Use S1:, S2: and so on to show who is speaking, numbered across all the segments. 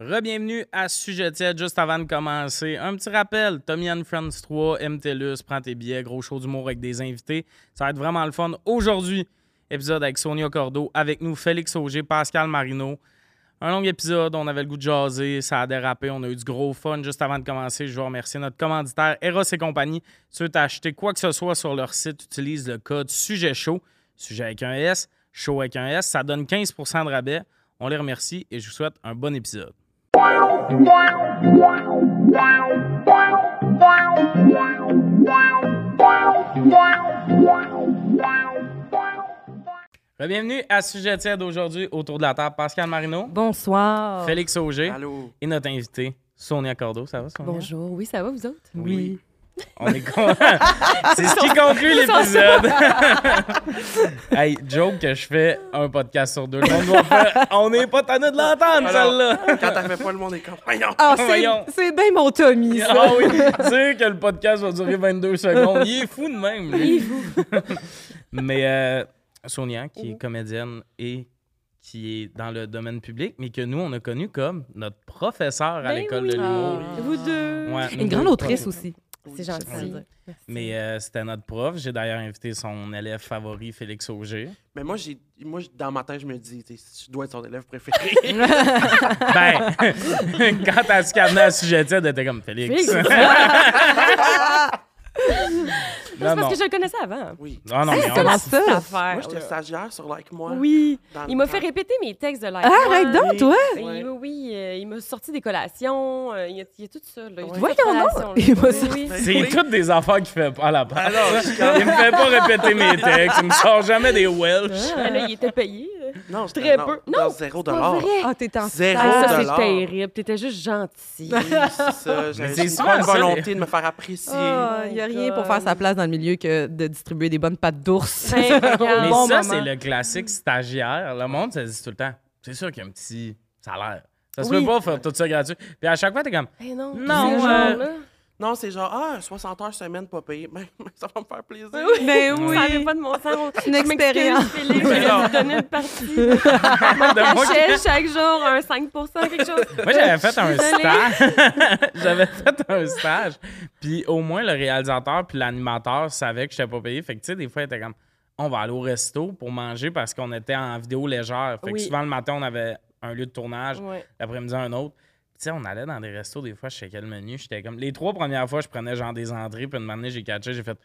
S1: Rebienvenue à Sujet Tiède. Juste avant de commencer, un petit rappel Tommy and Friends 3, MTLUS, prends tes billets, gros show d'humour avec des invités. Ça va être vraiment le fun. Aujourd'hui, épisode avec Sonia Cordo, avec nous Félix Auger, Pascal Marino. Un long épisode, on avait le goût de jaser, ça a dérapé, on a eu du gros fun. Juste avant de commencer, je veux remercier notre commanditaire Eros et compagnie. Si tu veux t'acheter quoi que ce soit sur leur site, utilise le code Sujet Chaud, sujet avec un S, chaud avec un S, ça donne 15% de rabais. On les remercie et je vous souhaite un bon épisode. Bienvenue à Sujet tiède aujourd'hui autour de la table. Pascal Marino,
S2: Bonsoir.
S1: Félix Auger
S3: Allô.
S1: et notre invité, Sonia Cordo. Ça va, Sonia?
S2: Bonjour. Oui, ça va, vous autres?
S3: Oui.
S1: On est con- C'est ce qui conclut l'épisode. hey, joke que je fais un podcast sur deux. Le monde va faire, On n'est pas tanné de l'entendre,
S3: Alors,
S1: celle-là.
S3: Quand t'en fais pas, le monde est comme. Voyons.
S2: Ah, c'est,
S1: Voyons.
S2: c'est bien mon Tommy, ça.
S1: Ah oui, sûr que le podcast va durer 22 secondes. Il est fou de même, lui. mais euh, Sonia, qui
S2: Mhm.
S1: est comédienne et qui est dans le domaine public, mais que nous, on a connu comme notre professeur à
S2: Ben
S1: l'école
S2: oui.
S1: de l'humour.
S2: Ah. Vous deux.
S1: Ouais, nous
S2: Une grande
S1: deux.
S2: autrice aussi.
S3: Oui,
S2: C'est gentil.
S3: ça.
S1: Mais euh, c'était notre prof. J'ai d'ailleurs invité son élève favori, Félix Auger.
S3: Mais moi, j'ai, moi, j'- dans ma tête, je me dis, tu sais, tu dois être son élève préféré.
S1: Ben, quand t'as su qu'elle venait à sujet tiède, elle était comme Félix.
S2: Félix.
S1: non,
S4: C'est
S1: non.
S4: parce que je le connaissais avant.
S3: oui.
S1: Ah non, mais on-
S2: Comment ça?
S3: Moi,
S4: Affaire,
S3: j'étais stagiaire sur Like Moi.
S4: Oui.
S3: Dans le
S4: Il m'a
S3: temps.
S4: fait répéter mes textes de live.
S2: Ah, arrête donc, toi!
S4: Il,
S3: Ouais.
S4: Oui, euh, il m'a sorti des collations. euh, il, y a, il y a tout ça. Là. Il y a
S3: Ouais.
S4: toutes les
S2: Voyons donc!
S4: collations, là.
S2: Il m'a
S4: Oui,
S2: sorti-
S4: oui.
S1: C'est toutes des affaires qui fait pas la part.
S3: Alors,
S4: Ah,
S3: je suis comme-
S1: Il me fait pas répéter mes textes. Il me sort jamais des Welsh.
S4: Ah, là, il était payé.
S3: Non, j'étais-
S4: Très
S3: non,
S4: peu.
S3: dans
S4: Non,
S3: zéro
S4: pas
S3: dollar.
S4: vrai.
S2: Ah, t'es en
S3: Zéro
S4: Ah, ça, c'est
S3: dollar.
S4: terrible. T'étais juste gentil.
S3: Oui, c'est ça.
S1: Mais
S3: J'avais
S1: c'est
S3: une
S1: souvent
S3: bonne
S1: ça,
S3: volonté de me faire apprécier.
S4: Ah.
S2: Il n'y a rien pour faire sa place dans le milieu que de distribuer des bonnes pâtes d'ours.
S4: Ben,
S1: Mais
S4: regarde.
S2: Bon
S1: ça,
S2: moment.
S1: c'est le classique stagiaire. Le monde se dit tout le temps c'est sûr qu'il y a un petit salaire. Ça se
S4: Oui.
S1: peut pas faire tout ça gratuit. Puis à chaque fois, t'es comme
S4: Eh non,
S1: Non,
S4: ces
S1: euh,
S4: gens-là.
S2: Ben
S3: Non, c'est genre, ah, 60 heures semaine, pas payé. Mais ça va me faire plaisir.
S2: Mais
S4: Ben Ça avait pas de mon sens.
S2: Une
S4: Je m'excuse,
S2: expérience.
S4: Félix, je vais te donner une partie. Je
S1: Ah,
S4: Ah,
S1: De moi,
S4: cachais chaque jour un 5 quelque chose.
S1: Moi, j'avais fait un
S4: Désolée.
S1: stage. j'avais fait un stage. Puis au moins, le réalisateur puis l'animateur savaient que je n'étais pas payé. Fait que, tu sais, des fois, il était comme on va aller au resto pour manger parce qu'on était en vidéo légère. Fait que
S4: Oui.
S1: souvent, le matin, on avait un lieu de tournage,
S4: Ouais.
S1: l'après-midi, un autre. Puis, Tu sais, on allait dans des restos, des fois, je checkais le menu. J'étais comme. Les trois premières fois, je prenais genre des entrées, puis une matinée, j'ai catché, j'ai fait.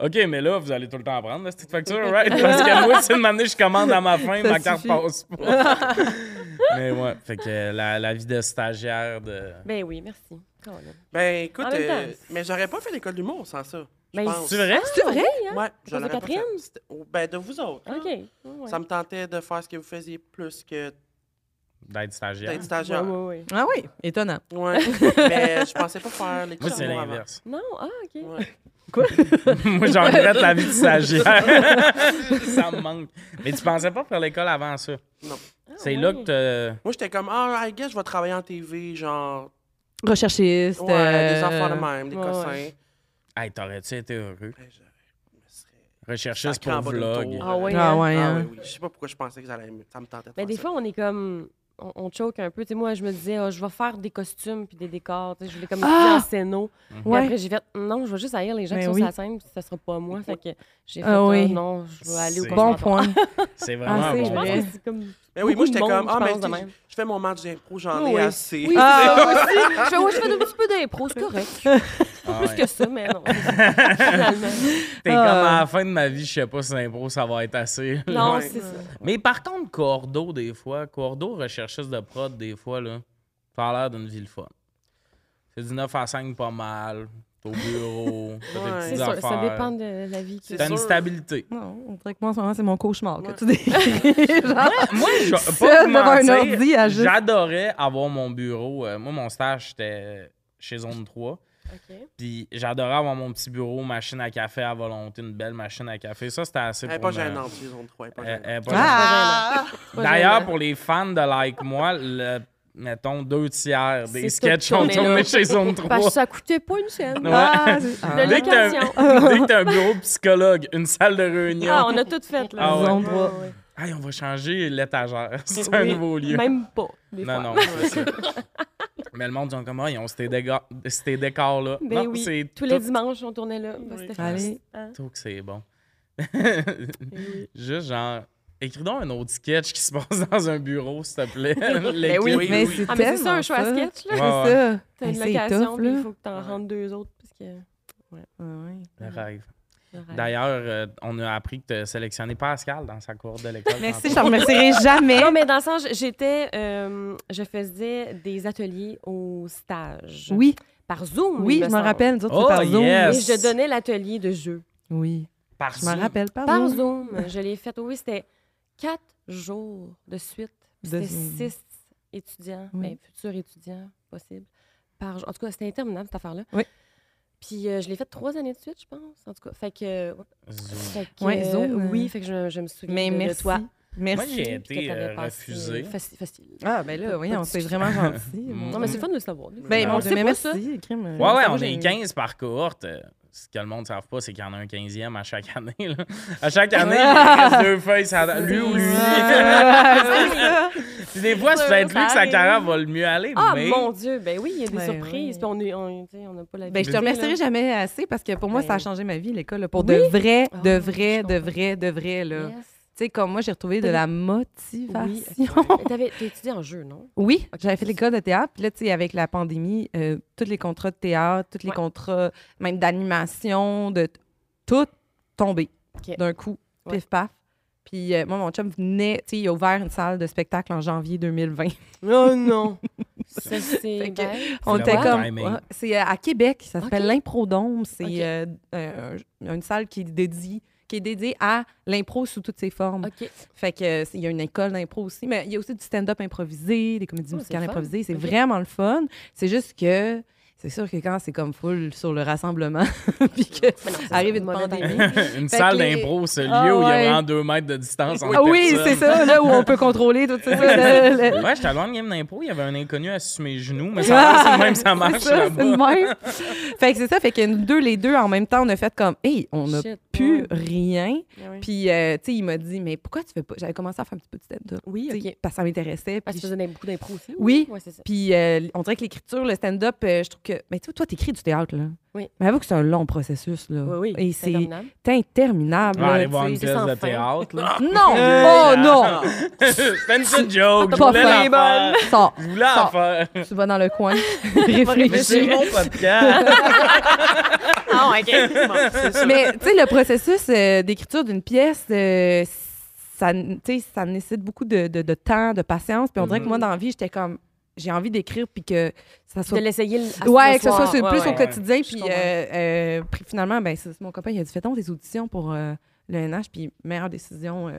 S1: OK, mais là, vous allez tout le temps prendre la petite facture, right? Parce que moi, si une matinée, je commande à ma fin,
S2: Ça
S1: ma carte
S2: suffit.
S1: passe pas. mais ouais, fait que la, la vie de stagiaire de.
S4: Ben oui, merci. Colin.
S3: Ben, écoute,
S4: En même
S3: euh,
S4: temps,
S3: mais j'aurais pas fait l'école d'humour sans ça. Je
S4: Ben,
S3: pense.
S1: C'est vrai?
S2: C'est vrai? hein?
S3: Ouais, je
S4: Dans
S3: l'aurais pas fait.
S4: Catherine?
S3: C'était- oh, Ben, de vous autres.
S4: OK. Ah, Ouais.
S3: Ça me tentait de faire ce que vous faisiez plus que
S1: D'être stagiaire.
S3: d'être stagiaire.
S4: Ouais, ouais, ouais.
S2: Ah oui, étonnant.
S3: Ouais, mais je pensais pas faire les
S1: Moi, c'est l'inverse.
S4: Non, ah, OK.
S3: Ouais.
S1: Moi, j'en regrette la vie de stagiaire. ça me manque. Mais tu pensais pas faire l'école avant ça?
S3: Non.
S1: C'est
S4: Ah,
S2: Ah
S4: ouais.
S1: là que t'as-
S3: Moi, j'étais comme, ah, I guess, je vais travailler en TV, genre,
S2: Recherchiste.
S3: ouais, des
S2: euh,
S3: enfants de même, des
S4: ouais,
S3: cossins.
S4: ouais.
S1: Hey, t'aurais-tu été heureux?
S3: Ben, je me serais
S1: Recherchiste
S3: sacré en
S1: pour
S3: bas d'une
S1: vlog.
S3: tour.
S4: Ah ouais,
S2: Ah
S4: hein?
S2: ouais,
S3: Ah
S2: hein.
S3: oui, oui. Je sais pas pourquoi je pensais que ça allait me- ça me tentait de
S4: Mais
S3: faire
S4: Ben, des
S3: ça.
S4: fois, on est comme. On, on choke un peu. Tu sais, moi, je me disais, Ah, je vais faire des costumes puis des décors. Tu sais, je voulais comme
S2: Ah!
S4: étudier en scéno. Puis
S2: Ouais.
S4: après, j'ai fait, non, je vais juste haïr les gens
S2: Ben
S4: qui sont
S2: oui.
S4: sur la scène puis ça sera pas moi. Fait que j'ai fait,
S2: Ah oui.
S4: Ah, non, je vais aller au
S1: C'est-
S2: Bon
S4: conservatoire.
S2: point.
S1: C'est vraiment
S2: Ah,
S1: un
S2: c'est
S1: bon
S2: vrai.
S4: Je
S1: point.
S4: pense que c'est comme.
S3: Mais oui,
S4: beaucoup
S3: moi,
S4: de
S3: j'étais
S4: monde,
S3: comme,
S4: je
S3: ah, mais
S4: pense, de
S3: tu sais,
S4: même.
S3: je fais mon match d'impro, j'en
S4: Oui,
S3: ai
S4: oui.
S3: assez.
S4: Oui, c'est
S2: Ah,
S4: ça, moi aussi. Je fais, ouais, je fais un petit peu d'impro, c'est correct.
S1: Ah,
S4: Plus
S1: ouais.
S4: que ça, mais non. Finalement.
S1: T'es
S2: Ah.
S1: comme à la fin de ma vie, je sais pas si l'impro, ça va être assez.
S4: Non,
S3: Ouais.
S4: c'est ça.
S1: Mais par contre, Cordo, des fois, Cordo, recherchiste de prod, des fois, là, ça a l'air d'une ville fun. C'est du 9 à 5 pas mal. T'es au bureau, t'as
S3: Ouais.
S1: tes
S4: C'est
S1: petites
S4: sûr,
S1: affaires.
S4: ça dépend de la vie. que-
S3: C'est
S1: T'as une
S3: sûr.
S1: stabilité.
S2: Non, on dirait que moi, en ce moment, c'est mon cauchemar que
S3: Ouais.
S2: tu décris. Genre,
S1: Moi, je vais pas
S2: Seul
S1: vous
S2: devant un
S1: mentir,
S2: ordi à juste-
S1: j'adorais avoir mon bureau. Euh, moi, mon stage, c'était chez Zone 3.
S4: OK.
S1: Puis j'adorais avoir mon petit bureau, machine à café à volonté, une belle machine à café. Ça, c'était assez
S3: Elle est
S1: pour
S3: pas
S1: me-
S3: gênante, ils ont trois, elle est pas
S1: Euh,
S3: gênante.
S1: euh, pas
S2: ah!
S4: Pas
S1: D'ailleurs,
S4: gênant.
S1: pour les fans de Like Moi, le- mettons deux tiers des
S4: C'est tout
S1: sketchs sont
S4: tourné là.
S1: tournés chez Zone
S4: Parce que
S1: 3.
S4: Bah, ça coûtait pas une scène.
S1: Ouais.
S2: Ah, c'est- ah.
S4: Le
S1: Dès que t'as
S4: location.
S1: dès que t'as un bureau psychologue, une salle de réunion,
S4: Ah, on a tout fait, là.
S1: Ah ouais.
S2: Zone trois.
S4: ouais.
S1: Hey, on va changer l'étagère. C'est
S4: Oui, Ben,
S1: un nouveau lieu.
S4: Même pas. Des
S1: non,
S4: fois.
S1: non, c'est ça. Mais le monde dit comme, ah, ils ont ces, déga- ces décors-là.
S4: Ben
S1: non,
S4: oui,
S1: c'est
S4: tous les dimanches, on tournait là. Bah,
S3: Oui.
S4: c'était
S2: Allez.
S4: Hein?
S1: tout que c'est bon.
S4: Eh oui.
S1: Juste genre, écris donc un autre sketch qui se passe dans un bureau, s'il te plaît. L'équipe.
S4: Ben oui.
S3: Oui,
S2: mais
S3: oui.
S2: c'est
S4: Ah, mais c'est ça,
S2: tellement
S4: un choix
S2: ça.
S4: à sketch, là.
S1: Ouais,
S2: C'est
S1: ouais.
S2: ça.
S4: T'as une
S2: Mais c'est
S4: location,
S2: tough,
S4: puis
S2: là.
S4: il faut que t'en rentres deux autres, parce que...
S2: Ouais, ouais.
S1: Le rêve.
S4: le rêve.
S1: D'ailleurs, euh, on a appris que tu as sélectionné Pascal dans sa cour de l'école.
S2: Merci,
S1: tantôt.
S2: je ne remercierai jamais.
S4: Ah Non, mais dans le sens, j'étais... euh, je faisais des ateliers au stage.
S2: Oui,
S4: Par Zoom,
S2: oui,
S4: il me
S2: je m'en
S4: semble.
S2: rappelle. Nous autres, c'est
S1: Oh,
S2: par Zoom.
S4: Et
S1: yes.
S4: je donnais l'atelier de jeu.
S2: Oui,
S1: Par
S2: je m'en
S1: Zoom.
S2: rappelle par,
S4: Par
S2: Zoom.
S4: Zoom, je l'ai fait. Oui, c'était quatre jours de suite.
S2: De
S4: C'était
S2: Zoom.
S4: six étudiants,
S2: Oui.
S4: ben, futurs étudiants possibles. Par... jour. En tout cas, c'était interminable, cette affaire-là.
S2: Oui.
S4: Puis euh, je l'ai fait trois années de suite, je pense. En tout cas, fait que...
S1: Zoom.
S4: Fait que,
S2: Ouais,
S4: euh,
S2: Zoom,
S4: oui,
S2: euh,
S4: fait que je, je me souviens
S2: Mais
S4: de, de
S2: merci.
S4: toi.
S1: Moi,
S2: Merci.
S1: j'ai
S4: Puis que
S1: été
S4: t'avais
S1: euh,
S4: passé
S1: refusé.
S4: faci- facile.
S2: Ah, ben là, voyons, c'est vraiment gentil.
S1: Mm.
S4: Non, mais c'est le fun de le savoir. des fois.
S2: Ben,
S1: Non,
S2: mon
S1: on
S2: Dieu,
S4: sait
S2: mais
S4: pas ça.
S2: merci. crime.
S1: Ouais, ouais,
S2: Ça,
S1: on
S2: j'ai-
S1: est 15 par cohorte. Euh, Ce que le monde ne savent pas, c'est qu'il y en a un 15e à chaque année. là. À chaque année, il reste deux feuilles. Ça... Lui ou lui.
S2: Ah, c'est ça.
S1: Puis des fois, c'est
S4: Ça,
S1: peut-être
S4: ça
S1: lui que sa
S4: arrive.
S1: carrière va le mieux aller.
S4: Ah,
S1: mais...
S4: mon Dieu! Ben oui, il y a des
S2: Ouais,
S4: surprises.
S2: ouais.
S4: Puis on est- on tu sais, on n'a pas la
S2: Ben, je te
S4: là.
S2: remercierai jamais assez parce que pour moi,
S4: Ben.
S2: ça a changé ma vie, l'école. là, Pour
S4: Oui?
S2: de vrai,
S4: Ah,
S2: de
S4: je
S2: vrai, de
S4: comprends.
S2: vrai, de vrai. là.
S4: Yes.
S2: Tu sais, comme moi, j'ai retrouvé de
S4: T'as-
S2: la
S4: Oui.
S2: motivation.
S4: Mais T'avais t'as étudié en jeu, non?
S2: Oui,
S4: Ok,
S2: j'avais fait
S4: c'est
S2: l'école de théâtre. Puis là, tu sais, avec la pandémie, euh, tous les contrats de théâtre, tous les
S4: Ouais.
S2: contrats même d'animation, de t- tout tombé
S4: Ok.
S2: d'un coup,
S4: Ouais.
S2: pif paf. Puis euh, moi, mon chum venait, tu sais, il a ouvert une salle de spectacle en janvier 2020.
S4: Oh non! Ça, c'est
S2: Fait que-
S4: bête.
S2: On
S1: le
S2: était
S1: bon
S2: comme,
S1: timing.
S2: ouais, c'est euh, à Québec, ça s'appelle
S4: Ok.
S2: l'Improdome. C'est
S4: Ok.
S2: euh, euh, un- une salle qui est dédiée, qui est dédiée à l'impro sous toutes ses formes.
S4: OK.
S2: Fait que euh, c'est- il y a une école d'impro aussi, mais il y a aussi du stand-up improvisé, des comédies
S4: Oh, c'est
S2: musicales
S4: le fun.
S2: improvisées. C'est
S4: Ok.
S2: vraiment le fun. C'est juste que c'est sûr que quand c'est comme full sur le rassemblement, puis que
S4: Mais non, c'est
S2: arrive
S4: ça,
S2: une
S4: mauvais
S2: pandémie.
S4: timing.
S1: Une
S2: Fait
S1: salle
S2: que les-
S1: d'impro, ce lieu
S2: Ah,
S1: où il y a
S2: ouais.
S1: vraiment deux mètres de distance entre
S2: Ah oui,
S1: personnes.
S2: c'est ça, là où on peut contrôler tout ça. là, le- le-
S1: Ouais, j'étais allé à une game d'impro, il y avait un inconnu assis sur mes genoux, mais ça
S4: Ah,
S1: va, c'est le même, ça marche
S2: C'est ça, c'est
S1: là-bas.
S2: le même. fait que c'est ça, fait que nous deux, les deux en même temps, on a euh, fait comme, hey, on n'a
S4: Shit,
S2: plus
S4: ouais.
S2: rien.
S4: Ah ouais.
S2: Puis, euh, tu sais, il m'a dit, mais pourquoi tu fais pas. J'avais commencé à faire un petit peu de stand-up.
S4: Oui,
S2: tu sais,
S4: OK.
S2: Parce que ça m'intéressait.
S4: Ah, tu
S2: puis
S4: faisais des- beaucoup d'impro aussi?
S2: Oui.
S4: Ouais, c'est ça.
S2: Puis euh, on dirait que l'écriture, le stand-up, euh, je trouve que. Mais tu vois, toi, t'écris du théâtre, là.
S4: Oui.
S2: Mais avoue que c'est un long processus, là.
S4: Oui, oui.
S2: Et c'est
S4: interminable.
S2: interminable.
S1: On va
S2: là,
S1: aller
S2: tu
S1: voir
S2: sais.
S1: une
S4: c'est
S1: pièce
S4: sans
S1: de
S4: fin.
S1: théâtre. là.
S2: Non!
S1: Yeah.
S2: Oh non!
S1: C'était une petite joke, je
S2: Pas
S1: voulais la
S2: fin,
S1: faire.
S2: Sors.
S1: Je voulais en
S2: Sors.
S1: faire.
S2: Tu vas dans le coin.
S1: Mais
S2: Réfléchis.
S1: c'est mon podcast.
S3: Ah, OK. Bon, c'est ça.
S2: Mais tu sais, le processus euh, d'écriture d'une pièce, euh, ça, tu sais, ça nécessite beaucoup de, de- de temps, de patience. Puis on dirait que
S1: Mhm.
S4: Mm-hmm.
S2: moi, dans la vie, j'étais comme, j'ai envie d'écrire, puis que ça
S4: De
S2: soit.
S4: l'essayer le- à-
S2: Ouais,
S4: le
S2: que ce soit
S4: soir.
S2: sur-
S4: Ouais,
S2: plus
S4: ouais.
S2: au quotidien.
S4: Je
S2: Puis
S4: comprends.
S2: euh, euh, puis finalement, ben, c'est- mon copain, il a dit, fais donc des auditions pour euh, le NH, puis meilleure décision euh,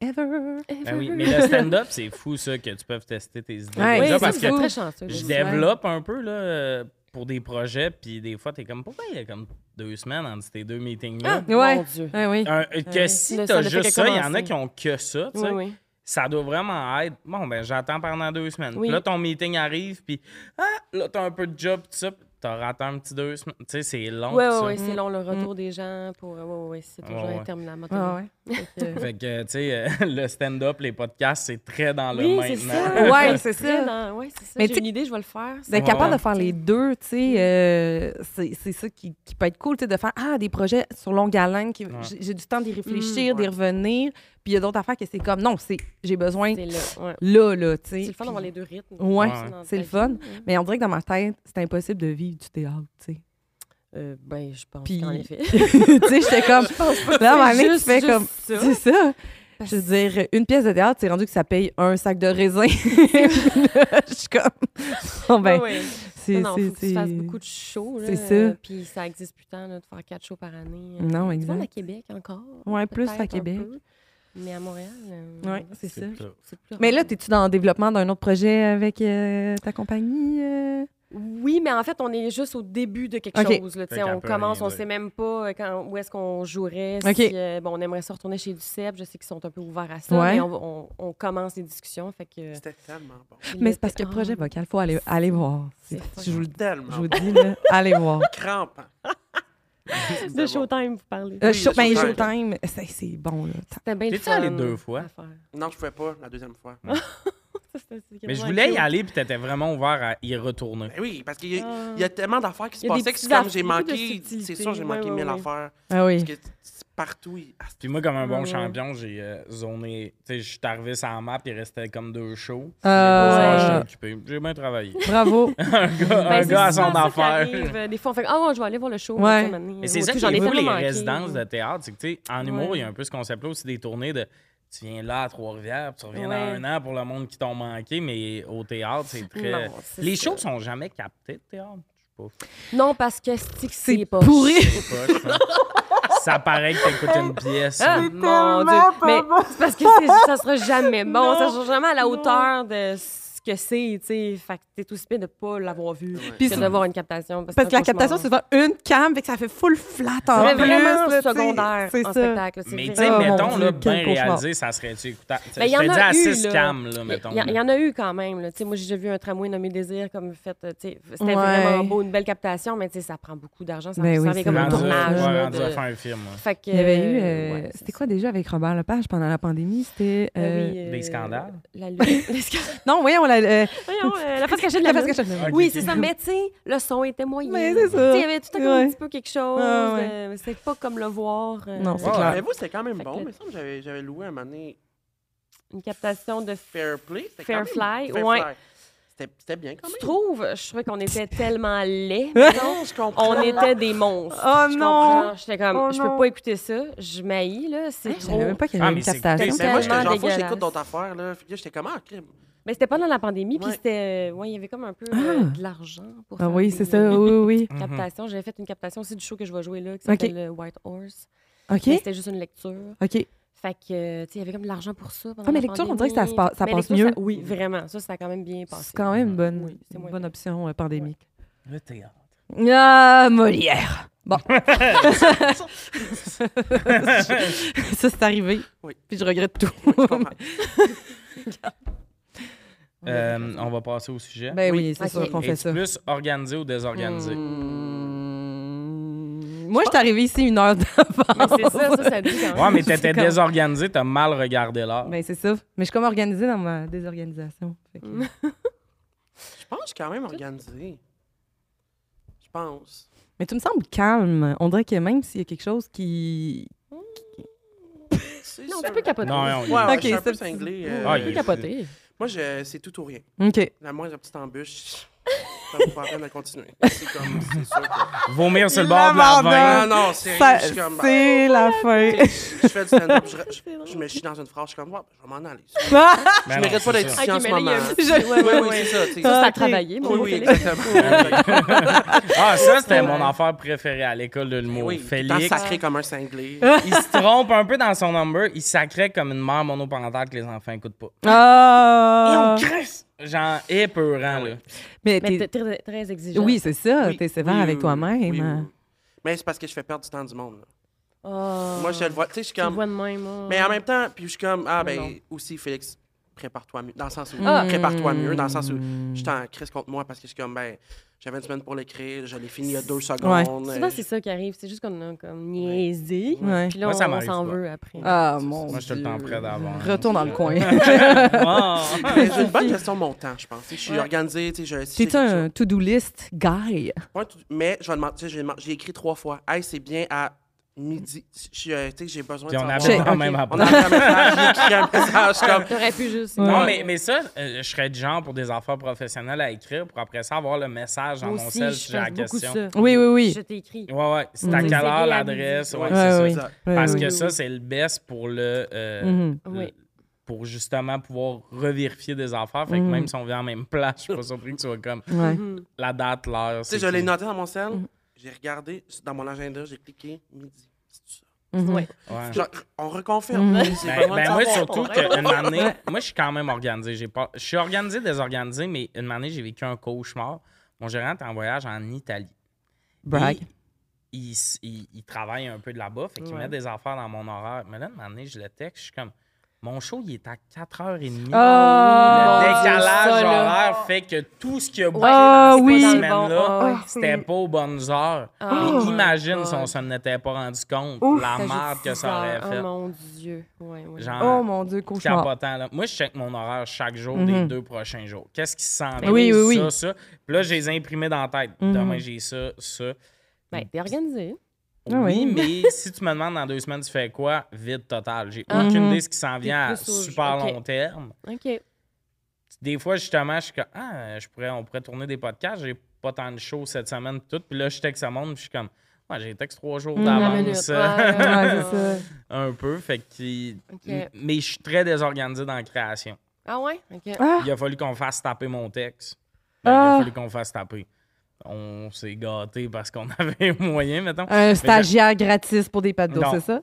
S2: ever.
S1: Ben oui, mais le stand-up, c'est fou, ça, que tu peux tester tes idées.
S2: Ouais,
S4: Oui,
S1: déjà,
S4: ça,
S1: parce
S4: vous
S1: que
S4: êtes très chanceux.
S1: je
S4: là.
S1: développe un peu là, euh, pour des projets, puis des fois, t'es comme, pourquoi il y a comme deux semaines entre tes deux meetings-là?
S2: Ouais.
S4: Mon Dieu.
S2: Ouais, oui.
S1: Un- que
S2: Ouais.
S1: si
S4: Le- ça
S1: t'as
S4: ne fait
S1: juste
S4: que
S1: ça, il y en a
S4: commencer.
S1: qui ont que ça, tu
S4: Oui,
S1: sais.
S4: oui.
S1: Ça doit vraiment être, bon, ben j'attends pendant deux semaines.
S4: Oui.
S1: Puis Là, ton meeting arrive, puis ah, là, t'as un peu de job, tout ça, puis t'as raté un petit deux semaines. Tu sais, c'est long,
S4: Ouais,
S1: tout
S4: ouais,
S1: ça.
S4: ouais, c'est
S2: Mm.
S4: long le retour des gens pour. Ouais, ouais, ouais, c'est toujours
S1: Ouais, ouais.
S4: interminable.
S2: Ah, ouais.
S1: Fait que, tu sais, euh, le stand-up, les podcasts, c'est très dans le
S4: Oui, c'est
S1: maintenant.
S4: ça.
S2: Ouais, c'est ça.
S4: Très dans- Ouais, c'est ça.
S2: Mais
S4: J'ai
S2: tu- Ben,
S4: une idée, je vais le faire.
S2: D'être
S1: Ouais.
S2: capable de faire les deux, tu
S4: Mm.
S2: sais, euh, c'est c'est ça qui, qui peut être cool, tu sais, de faire ah, des projets sur longue haleine, qui-
S1: Ouais.
S2: j'ai- j'ai du temps d'y réfléchir,
S3: Mm,
S2: d'y
S3: ouais.
S2: revenir, puis il y a d'autres affaires que c'est comme, non, c'est j'ai besoin
S4: C'est là. ouais.
S2: là, là, tu sais.
S4: C'est le fun
S2: Puis-
S4: d'avoir les deux rythmes.
S2: Ouais,
S1: Ouais.
S4: dans
S2: c'est
S4: ta
S2: le fun.
S4: vie, ouais.
S2: Mais on dirait que dans ma tête, c'est impossible de vivre du théâtre, tu sais.
S4: Euh, ben, je pense
S2: Puis-
S4: qu'en effet.
S2: tu sais, j'étais comme, là, ma mère, tu
S4: juste-
S2: fais
S4: juste
S2: comme,
S4: ça.
S2: c'est ça.
S4: Parce-
S2: Je veux dire, une pièce de théâtre, c'est rendu que ça paye un sac de raisin. je suis comme, bon, ben,
S4: Ah Ouais, ouais.
S2: c'est.
S4: non, non, faut que
S2: c'est-
S4: tu fasses
S2: c'est-
S4: beaucoup de shows. là,
S2: c'est ça.
S4: euh, Puis ça existe plus tant là, de faire quatre shows par année. euh.
S2: Non,
S4: Tu vois, à
S2: exact.
S4: Québec encore.
S2: Ouais, plus
S4: peut-être
S2: à
S4: un
S2: Québec.
S4: peu. Mais à Montréal. euh,
S2: Ouais, c'est ça.
S1: ça.
S4: c'est plus
S2: Mais
S4: rare.
S2: là, t'es-tu dans le développement d'un autre projet avec euh, ta compagnie? euh?
S4: Oui, mais en fait, on est juste au début de quelque
S2: OK.
S4: chose. là, tu
S1: Fait
S4: sais,
S1: qu'elle
S4: on
S1: peut
S4: commence,
S1: rien
S4: on
S1: dire.
S4: sait même pas euh, quand, où est-ce qu'on jouerait.
S2: OK.
S4: si, euh, bon, on aimerait se retourner chez du CEP. Je sais qu'ils sont un peu ouverts à ça.
S2: Ouais.
S4: Mais on, va- on- on commence les discussions. Fait que, Ah.
S3: C'était tellement bon.
S2: Mais c'est parce que projet vocal, faut aller, aller voir.
S4: C'est
S2: Je vous, le-
S3: Tellement
S2: je vous dis, là, allez voir.
S3: crampant.
S4: De Showtime, vous parlez.
S2: Euh,
S3: Oui,
S2: show-
S3: le
S2: ben,
S3: showtime.
S2: Showtime, c'est c'est bon, là. Tant-
S4: C'était bien le
S1: T'es-tu allé
S4: fun
S1: deux fois?
S4: à faire.
S3: Non, je pouvais pas la deuxième fois.
S4: Ça, c'était- c'était
S1: Mais je
S4: vraiment
S1: voulais y
S4: cute.
S1: aller, puis t'étais vraiment ouvert à y retourner.
S3: Ben oui, parce qu'il y, a-
S4: Ah.
S3: il y a tellement d'affaires qui se
S4: Il y a des
S3: passaient que c'est
S4: petites
S3: comme j'ai
S4: affaires, beaucoup de
S3: manqué.
S4: subtilités.
S3: C'est sûr, j'ai
S4: Ouais,
S3: manqué
S4: ouais,
S3: mille
S4: ouais.
S3: affaires.
S2: Ah oui.
S3: Parce que t- t- partout, il- ah,
S1: Puis moi, comme un bon
S4: Ouais, ouais.
S1: champion, j'ai euh, zoné. Tu sais, je suis arrivé sur la map, il restait comme deux shows.
S4: Ah,
S2: Euh,
S1: Ça, j'étais occupé. J'ai bien travaillé.
S2: Bravo.
S1: un gars,
S4: Ben,
S1: un
S4: c'est
S1: gars à
S4: souvent
S1: son
S4: ça qui
S1: affaire.
S4: arrive. Euh, Des fois, on fait Ah, ouais, je vais aller voir le show.
S2: Ouais.
S4: tu sais, maintenant.
S1: Mais c'est
S4: Moi
S1: ça qui
S4: aussi,
S1: est beau, les
S4: tellement manqué.
S1: résidences de théâtre. C'est que, tu sais, en humour,
S4: Ouais.
S1: il y a un peu ce concept-là aussi des tournées de. Tu viens là à Trois-Rivières, puis tu reviens
S4: Ouais.
S1: dans un an pour le monde qui t'ont manqué, mais au théâtre, c'est très.
S4: Non, c'est
S1: les
S4: ça.
S1: shows sont jamais captés de théâtre. Je sais pas.
S4: Non, parce que c'est que
S2: C'est
S4: c'est pas.
S2: pourri.
S1: C'est poche, hein. ça paraît que t'écoutes une pièce.
S4: Ah,
S1: là.
S4: mon Dieu. Mais c'est parce que c'est- ça sera jamais bon. Ça sera jamais à la hauteur de ce que c'est, tu sais. Fait que t'es tout spin de pas l'avoir vu.
S2: Puis
S4: que
S2: c'est-
S4: d'avoir une captation.
S2: Parce que la
S4: franchement,
S2: captation, c'est souvent une cam, fait que ça fait full flat en
S4: c'est
S2: plus,
S4: vraiment
S2: là, tu sais.
S4: secondaire
S2: C'est
S4: en
S2: ça.
S4: spectacle. c'est
S1: Mais tu
S4: vrai.
S1: sais,
S2: Oh, mon
S1: mettons,
S2: Dieu,
S1: là,
S2: quel
S1: bien
S2: cauchemar.
S1: réalisé, ça serait-tu écoutable? Tu sais,
S4: Ben,
S1: je
S4: y en
S1: te
S4: a
S1: dis à
S4: eu,
S1: 6
S4: là.
S1: cam, là, mettons.
S4: Il y, a- il y en a eu quand même. là. Tu sais, Moi, j'ai déjà vu un tramway nommé Désir comme fait. euh, tu sais, C'était
S2: Ouais.
S4: vraiment beau, une belle captation, mais tu sais, ça prend beaucoup d'argent. Ça,
S2: Ben
S4: ça
S2: oui,
S4: vient
S2: c'est
S4: comme un
S2: vrai.
S1: Rendu-
S4: tournage.
S1: ouais,
S4: là,
S1: rendu
S4: de-
S1: à faire un film. ouais.
S4: Fait que,
S2: Il y avait eu.
S4: euh,
S2: euh,
S4: ouais,
S2: c'était quoi déjà avec Robert Lepage pendant la pandémie? C'était.
S4: Ah
S2: euh,
S4: oui, euh,
S1: Des scandales?
S4: La lune. Les scandales.
S2: Non, oui, on l'a. euh,
S4: Voyons, euh, la face cachée de
S2: la
S4: la
S2: face
S4: lune.
S2: cachée.
S1: Ok,
S4: Oui,
S1: ok.
S4: c'est ça. Mais tu sais, le son était moyen.
S2: Mais c'est
S4: Tu
S2: ça.
S4: sais, Il y avait tout à coup
S2: Ouais. Ah,
S4: un petit peu quelque chose.
S2: Ouais, ouais.
S4: euh, C'était pas comme le voir. euh,
S2: Non, c'est
S1: Ouais,
S2: clair.
S3: Mais vous, c'était quand même
S4: Fait
S3: bon. Mais
S4: que-
S3: il me semble que j'avais- j'avais loué un moment donné
S4: Une captation de
S3: Fair Play. c'était
S4: Fair
S3: quand même-
S4: Fly,
S3: Fair
S4: ouais.
S3: Fly. C'était c'était bien quand
S4: Tu
S3: même.
S4: trouves? Je trouvais qu'on était tellement laids.
S3: Non, je comprends.
S4: On était des monstres.
S2: Oh
S4: Je
S2: non!
S4: comprends. J'étais comme,
S2: Oh
S4: je
S2: non.
S4: peux pas écouter ça. Je maillis, là. C'est
S2: Je
S4: trop.
S2: savais même pas qu'il y
S1: Ah,
S2: avait
S1: mais
S2: une
S1: c'est-
S2: captation.
S3: Mais moi, j'étais genre,
S4: tellement
S3: faut que j'écoute
S4: dégueulasse.
S3: d'autres affaires. là. Puis là, j'étais comment en crime?
S4: Mais c'était pendant la pandémie, puis
S3: Ouais.
S4: c'était. euh, Ouais, il y avait comme un peu euh,
S2: Ah.
S4: de l'argent pour
S2: Ah
S4: faire
S2: oui,
S4: des-
S2: c'est ça, oui, oui. oui.
S1: Mhm.
S4: Captation. J'avais fait une captation aussi du show que je vais jouer là, qui
S2: Ok.
S4: s'appelle euh, White Horse. Mais
S2: OK,
S4: C'était juste une lecture.
S2: OK.
S4: Fait que, euh, tu sais, il y avait comme de l'argent pour ça. Pendant
S2: Ah, mais
S4: la
S2: lecture, on dirait
S4: pandémie.
S2: que ça se passe- ça
S4: Mais
S2: passe
S4: lecture,
S2: mieux.
S4: ça- oui, vraiment. Ça, ça a quand même bien passé.
S2: C'est quand même une bonne,
S4: Oui, c'est
S2: une
S4: moins
S2: bonne
S4: pire.
S2: option euh, pandémique.
S1: Le théâtre.
S2: Ah, Molière! Bon. ça, c'est arrivé.
S3: Oui.
S2: Puis je regrette tout.
S3: Je comprends.
S1: Euh, on va passer au sujet.
S2: ben oui, c'est
S4: Ok.
S2: sûr qu'on fait
S1: Es-tu
S2: ça.
S1: plus organisé ou désorganisé?
S3: Hmm.
S2: Mmh.
S4: Hmm.
S2: Moi, je suis arrivée ici une heure
S4: Mais
S2: d'avance.
S4: c'est ça, ça, ça dit quand même.
S1: Ouais, mais
S2: C'est
S1: t'étais
S2: comme-
S1: désorganisé, t'as mal regardé
S3: Ah.
S1: l'art.
S2: Ben, c'est ça. Mais je suis comme organisée dans ma désorganisation. Fait que-
S4: Mm.
S3: Je pense que je suis quand même organisé. Je pense.
S2: Mais tu me sembles calme. On dirait que même s'il y a quelque chose qui.
S3: C'est
S4: Non,
S3: ça.
S4: tu peux capoter.
S1: Non,
S4: tu
S1: non,
S3: Ouais, ouais,
S2: Ok,
S3: je suis un
S2: ça,
S3: peu
S2: c'est-
S3: cinglé.
S1: Ah,
S3: euh,
S1: il
S4: peux
S1: est-
S4: capoter.
S3: Moi, je- c'est tout ou rien.
S2: OK.
S3: La moindre petite embûche, ça vous permet de continuer. C'est comme, c'est sûr que-
S1: Vomir sur le
S2: Il
S1: bord de la
S2: l'abandonne.
S1: veine. Ben
S3: Ah non, sérieux,
S2: Ça-
S3: je suis comme... ben,
S2: C'est la fin.
S3: Je fais du stand-up, je, je- je me chie dans une phrase, je suis comme, ouais, je vais m'en aller. Je
S1: Ben non,
S3: mérite pas
S1: c'est
S3: d'être
S1: ça.
S3: ici
S4: Ok,
S3: en ce
S4: mais là, il y a
S3: moment.
S4: un
S2: Je-
S3: Oui, oui, c'est ça. tu sais.
S4: Ça, ça a
S2: Ok.
S4: travaillé, mon
S3: Oui, oui,
S4: collègue.
S3: exactement.
S1: Ah, ça, c'était mon affaire préférée à l'école de l'humour.
S3: Oui, tant
S1: Félix,
S3: sacré comme un cinglé.
S4: Ah,
S1: il se trompe un peu dans son number. Il sacrait comme une mère monoparentale que les enfants écoutent pas.
S2: Ah!
S1: Genre épeurant, là.
S2: Mais
S4: Mais
S2: t'es-
S4: t'es très, très exigeant.
S2: Oui, c'est ça.
S3: Oui,
S2: T'es sévère
S3: oui,
S2: avec
S3: oui,
S2: toi-même.
S3: oui, oui,
S4: hein.
S3: oui. Mais c'est parce que je fais perdre du temps du monde. là.
S4: Ah.
S3: Moi, je le vois, tu sais, je suis
S4: Tu le
S3: comme...
S4: vois de même. ah.
S3: Mais en même temps, puis je suis comme, ah ben,
S4: Mais non.
S3: aussi, Félix, prépare-toi mieux. Dans le sens où,
S4: Ah.
S3: Mm. prépare-toi mieux, dans le sens où
S2: Mm.
S3: je suis en crise contre moi parce que je suis comme, ben, j'avais une semaine pour l'écrire, je l'ai fini il y a deux secondes.
S4: Souvent, c'est ça qui arrive. C'est juste qu'on a comme niaisé.
S2: Ouais.
S4: Puis là,
S1: Moi, ça
S4: on
S1: m'arrive
S4: s'en
S1: pas.
S4: veut après.
S2: Ah, mon
S1: Moi, je te le temps
S2: Dieu.
S1: prêt d'avant.
S2: Retourne dans le coin.
S1: Wow.
S3: Mais J'ai une bonne gestion de mon temps, je pense. Tu sais, Je suis
S4: Ouais.
S3: organisé, tu sais, je. si
S2: T'es
S3: j'ai quelque
S2: un to-do list guy.
S3: chose- Ouais, tout- Mais je vais demander, tu sais, j'ai- j'ai écrit trois fois. Hey, c'est bien à midi. Je suis, euh, Tu sais, j'ai besoin
S1: Puis
S3: de.
S1: on
S3: savoir.
S1: appelle
S2: Check,
S1: quand même
S4: ok.
S1: après.
S3: On a un message, j'ai écrit un message comme.
S4: T'aurais pu juste.
S1: Non,
S2: Ouais.
S1: mais, mais ça, euh, je serais du genre pour des affaires professionnelles à écrire pour après ça avoir le message dans
S4: Moi
S1: mon
S4: aussi,
S1: cell
S4: je
S1: si
S4: fais
S1: j'ai la
S4: beaucoup
S1: question.
S4: ça.
S2: Oui, oui, oui.
S4: Je t'écris.
S1: Ouais, ouais. C'est
S2: Mm.
S1: à
S2: C'est
S1: quelle heure
S4: réalisé.
S1: l'adresse? Ouais,
S3: Ouais,
S1: c'est
S2: ouais,
S1: ça.
S2: oui.
S3: ça.
S2: Ouais,
S1: Parce
S2: oui.
S1: que
S4: oui,
S1: ça,
S4: oui.
S1: c'est le best pour le. euh,
S2: Mhm.
S1: le-
S4: Oui.
S1: Pour justement pouvoir revérifier des affaires. Fait que
S2: Mhm.
S1: même si on vient en même place, je suis pas surpris que tu sois comme
S2: Ouais.
S4: Mhm.
S1: la date, l'heure.
S3: Tu sais,
S1: c'est
S3: je l'ai
S1: qui.
S3: noté dans mon cell, j'ai regardé dans mon agenda, j'ai cliqué midi. C'est tout ça.
S2: Mhm.
S4: Ouais.
S1: Ouais.
S3: Genre, on reconfirme.
S2: Mm.
S3: J'ai
S1: Ben,
S3: besoin de
S1: ben, moi,
S3: savoir.
S1: surtout qu'une année, moi, je suis quand même organisé. J'ai pas... Je suis organisé, désorganisé, mais une année, j'ai vécu un cauchemar. Mon gérant est en voyage en Italie.
S2: Brag.
S1: Puis, Il, s- il- il travaille un peu de là-bas, fait qu'il
S4: Ouais.
S1: met des affaires dans mon horaire. Mais là, une année, je le texte, je suis comme, Mon show, il est à 4h30.
S3: Oh!
S2: Ah,
S1: le
S2: mon Dieu,
S1: décalage
S4: ça, là.
S1: horaire fait que tout ce qui a bougé
S2: Ah,
S1: dans cette
S2: oui.
S1: semaine-là,
S4: Ah,
S2: oui.
S1: c'était pas aux bonnes heures.
S4: Ah,
S1: Mais imagine
S4: my
S1: si on
S4: God.
S1: s'en était pas rendu compte,
S2: Oh Ouf,
S1: la
S4: Ça joue
S1: merde que
S4: six
S1: ça aurait
S4: heures.
S1: fait.
S4: Oh mon Dieu. Ouais, ouais.
S1: Genre,
S2: Oh mon Dieu, cauchemar.
S1: capotant. Là. Moi, je check mon horaire chaque jour des
S2: Mhm.
S1: deux prochains jours. Qu'est-ce qui s'en
S2: Ben
S1: vient?
S2: oui, oui,
S1: Ça,
S2: oui.
S1: ça. Puis là, je les ai imprimés dans la tête.
S2: Mhm.
S1: Demain, j'ai ça, ça.
S4: Ben, t'es organisé.
S1: Oui,
S2: Ah oui.
S1: mais si tu me demandes dans deux semaines, tu fais quoi? Vide total. J'ai
S4: Ah.
S1: aucune
S2: Mhm.
S1: idée de ce qui s'en vient à
S4: plus au-
S1: super
S4: ok.
S1: long terme.
S4: OK.
S1: Des fois, justement, je suis comme, ah, je pourrais, on pourrait tourner des podcasts. J'ai pas tant de shows cette semaine, pis tout. Puis là, je texte à monde, puis je suis comme, ouais, j'ai texte trois jours
S2: Mhm.
S4: La
S2: Avance.
S4: minute.
S1: d'avance.
S4: Ouais, ouais,
S2: Ouais,
S4: ouais.
S2: c'est ça.
S1: un peu. Fait que,
S4: Ok.
S1: m- mais je suis très désorganisé dans la création.
S4: Ah ouais? OK.
S2: Ah,
S1: Il a fallu qu'on fasse taper mon texte. Ben, Il a
S2: Ah.
S1: fallu qu'on fasse taper. On s'est gâté parce qu'on avait moyen, mettons.
S2: un stagiaire gratis pour des pâtes d'eau,
S1: Non.
S2: c'est ça?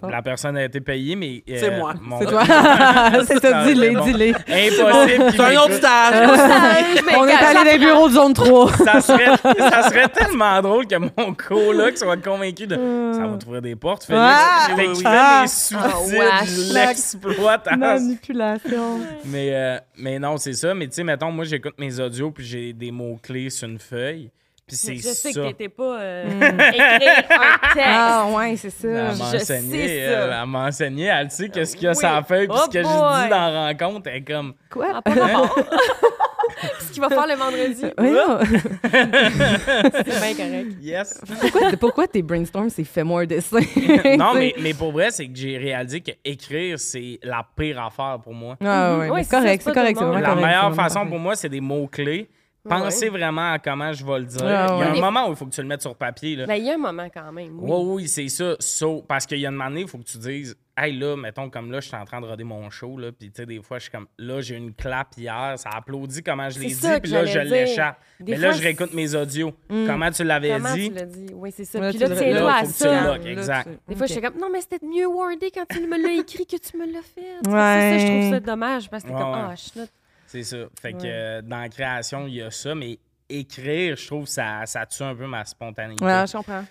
S2: bon.
S1: La personne a été payée, mais. euh,
S3: C'est moi.
S1: mon-
S2: C'est toi? c'est ça,
S1: Ça,
S2: dis-les,
S1: c'est bon.
S2: dis-les.
S1: Impossible. qu'il
S3: C'est un autre
S1: m'écoute.
S3: stage.
S2: On est allé dans les bureaux de zone 3.
S1: ça serait, ça serait tellement drôle que mon coloc soit convaincu de ça va t'ouvrir des portes. Félix.
S2: Ah!
S1: Fait que je fais
S2: Ah!
S1: des suicides,
S4: Ah,
S1: je
S2: wesh.
S1: l'exploite à
S2: Manipulation.
S1: Mais, euh, mais non, c'est ça. Mais tu sais, mettons, moi, j'écoute mes audios puis j'ai des mots-clés sur une feuille. Puis c'est
S4: Je sais
S1: ça.
S4: que t'étais pas euh, écrire un texte.
S2: Mm. Ah, ouais, c'est ça.
S1: Elle m'a
S4: je
S1: enseigné,
S4: sais
S1: elle,
S4: ça.
S1: elle m'a enseigné, elle sait qu'est-ce qu'il y a
S4: Oui.
S1: sur la feuille puis
S4: Oh
S1: ce que j'ai
S4: boy.
S1: dit dans la rencontre. Elle est comme,
S2: Quoi?
S4: Ah, pas rapport. Ce qu'il va faire le vendredi.
S2: Oui, non.
S4: C'est bien correct.
S1: yes.
S2: pourquoi, pourquoi tes brainstorms, c'est fais-moi un dessin?
S1: non, mais, mais pour vrai, c'est que j'ai réalisé que écrire, c'est la pire affaire pour moi.
S2: Ah, ouais,
S4: Ouais,
S2: mais
S4: c'est
S2: c'est
S4: ça,
S2: correct,
S4: c'est
S2: c'est
S4: pas
S2: correct.
S4: tout
S2: c'est
S4: le
S2: vraiment
S4: monde.
S1: La
S2: correct, c'est
S1: meilleure
S2: vraiment
S1: façon
S2: parfait.
S1: pour moi, c'est des mots-clés.
S4: Ouais.
S1: Pensez vraiment à comment je vais le dire.
S2: Ah,
S1: Il y a
S2: ouais.
S1: un moment où il faut que tu le mettes sur papier. Là.
S4: Ben, il y a un moment quand même.
S1: Oui,
S4: Oui.
S1: oui, c'est ça. So, parce qu'il y a une année, il faut que tu dises, hey là, mettons comme là, je suis en train de roder mon show, là, puis tu sais, des fois, je suis comme, là, j'ai une clap hier, ça applaudit comment je l'ai
S4: C'est
S1: dit,
S4: ça que
S1: puis là, je
S4: j'allais dire.
S1: l'échappe.
S4: Des
S1: Mais là,
S4: fois, Mm.
S1: je réécoute mes audios. Comment tu l'avais
S4: Comment tu
S1: dit?
S4: l'as dit? Oui, c'est ça.
S2: Là,
S4: Puis
S2: tu
S4: là,
S2: le-
S4: tiens-toi
S1: là,
S4: à
S1: faut que tu
S4: ça.
S1: l'as. lock, exact.
S4: Des fois, je suis comme, non, mais c'était mieux wordé quand tu me l'as écrit que tu me l'as fait. Tu sais,
S2: Ouais.
S4: C'est ça, je trouve ça dommage parce que t'es
S1: Ouais,
S4: comme,
S1: ouais.
S4: ah, je suis
S1: C'est ça. Fait que euh, dans la création, il y a ça, mais écrire, je trouve, ça, ça tue un peu ma spontanéité.
S2: Ouais, je comprends.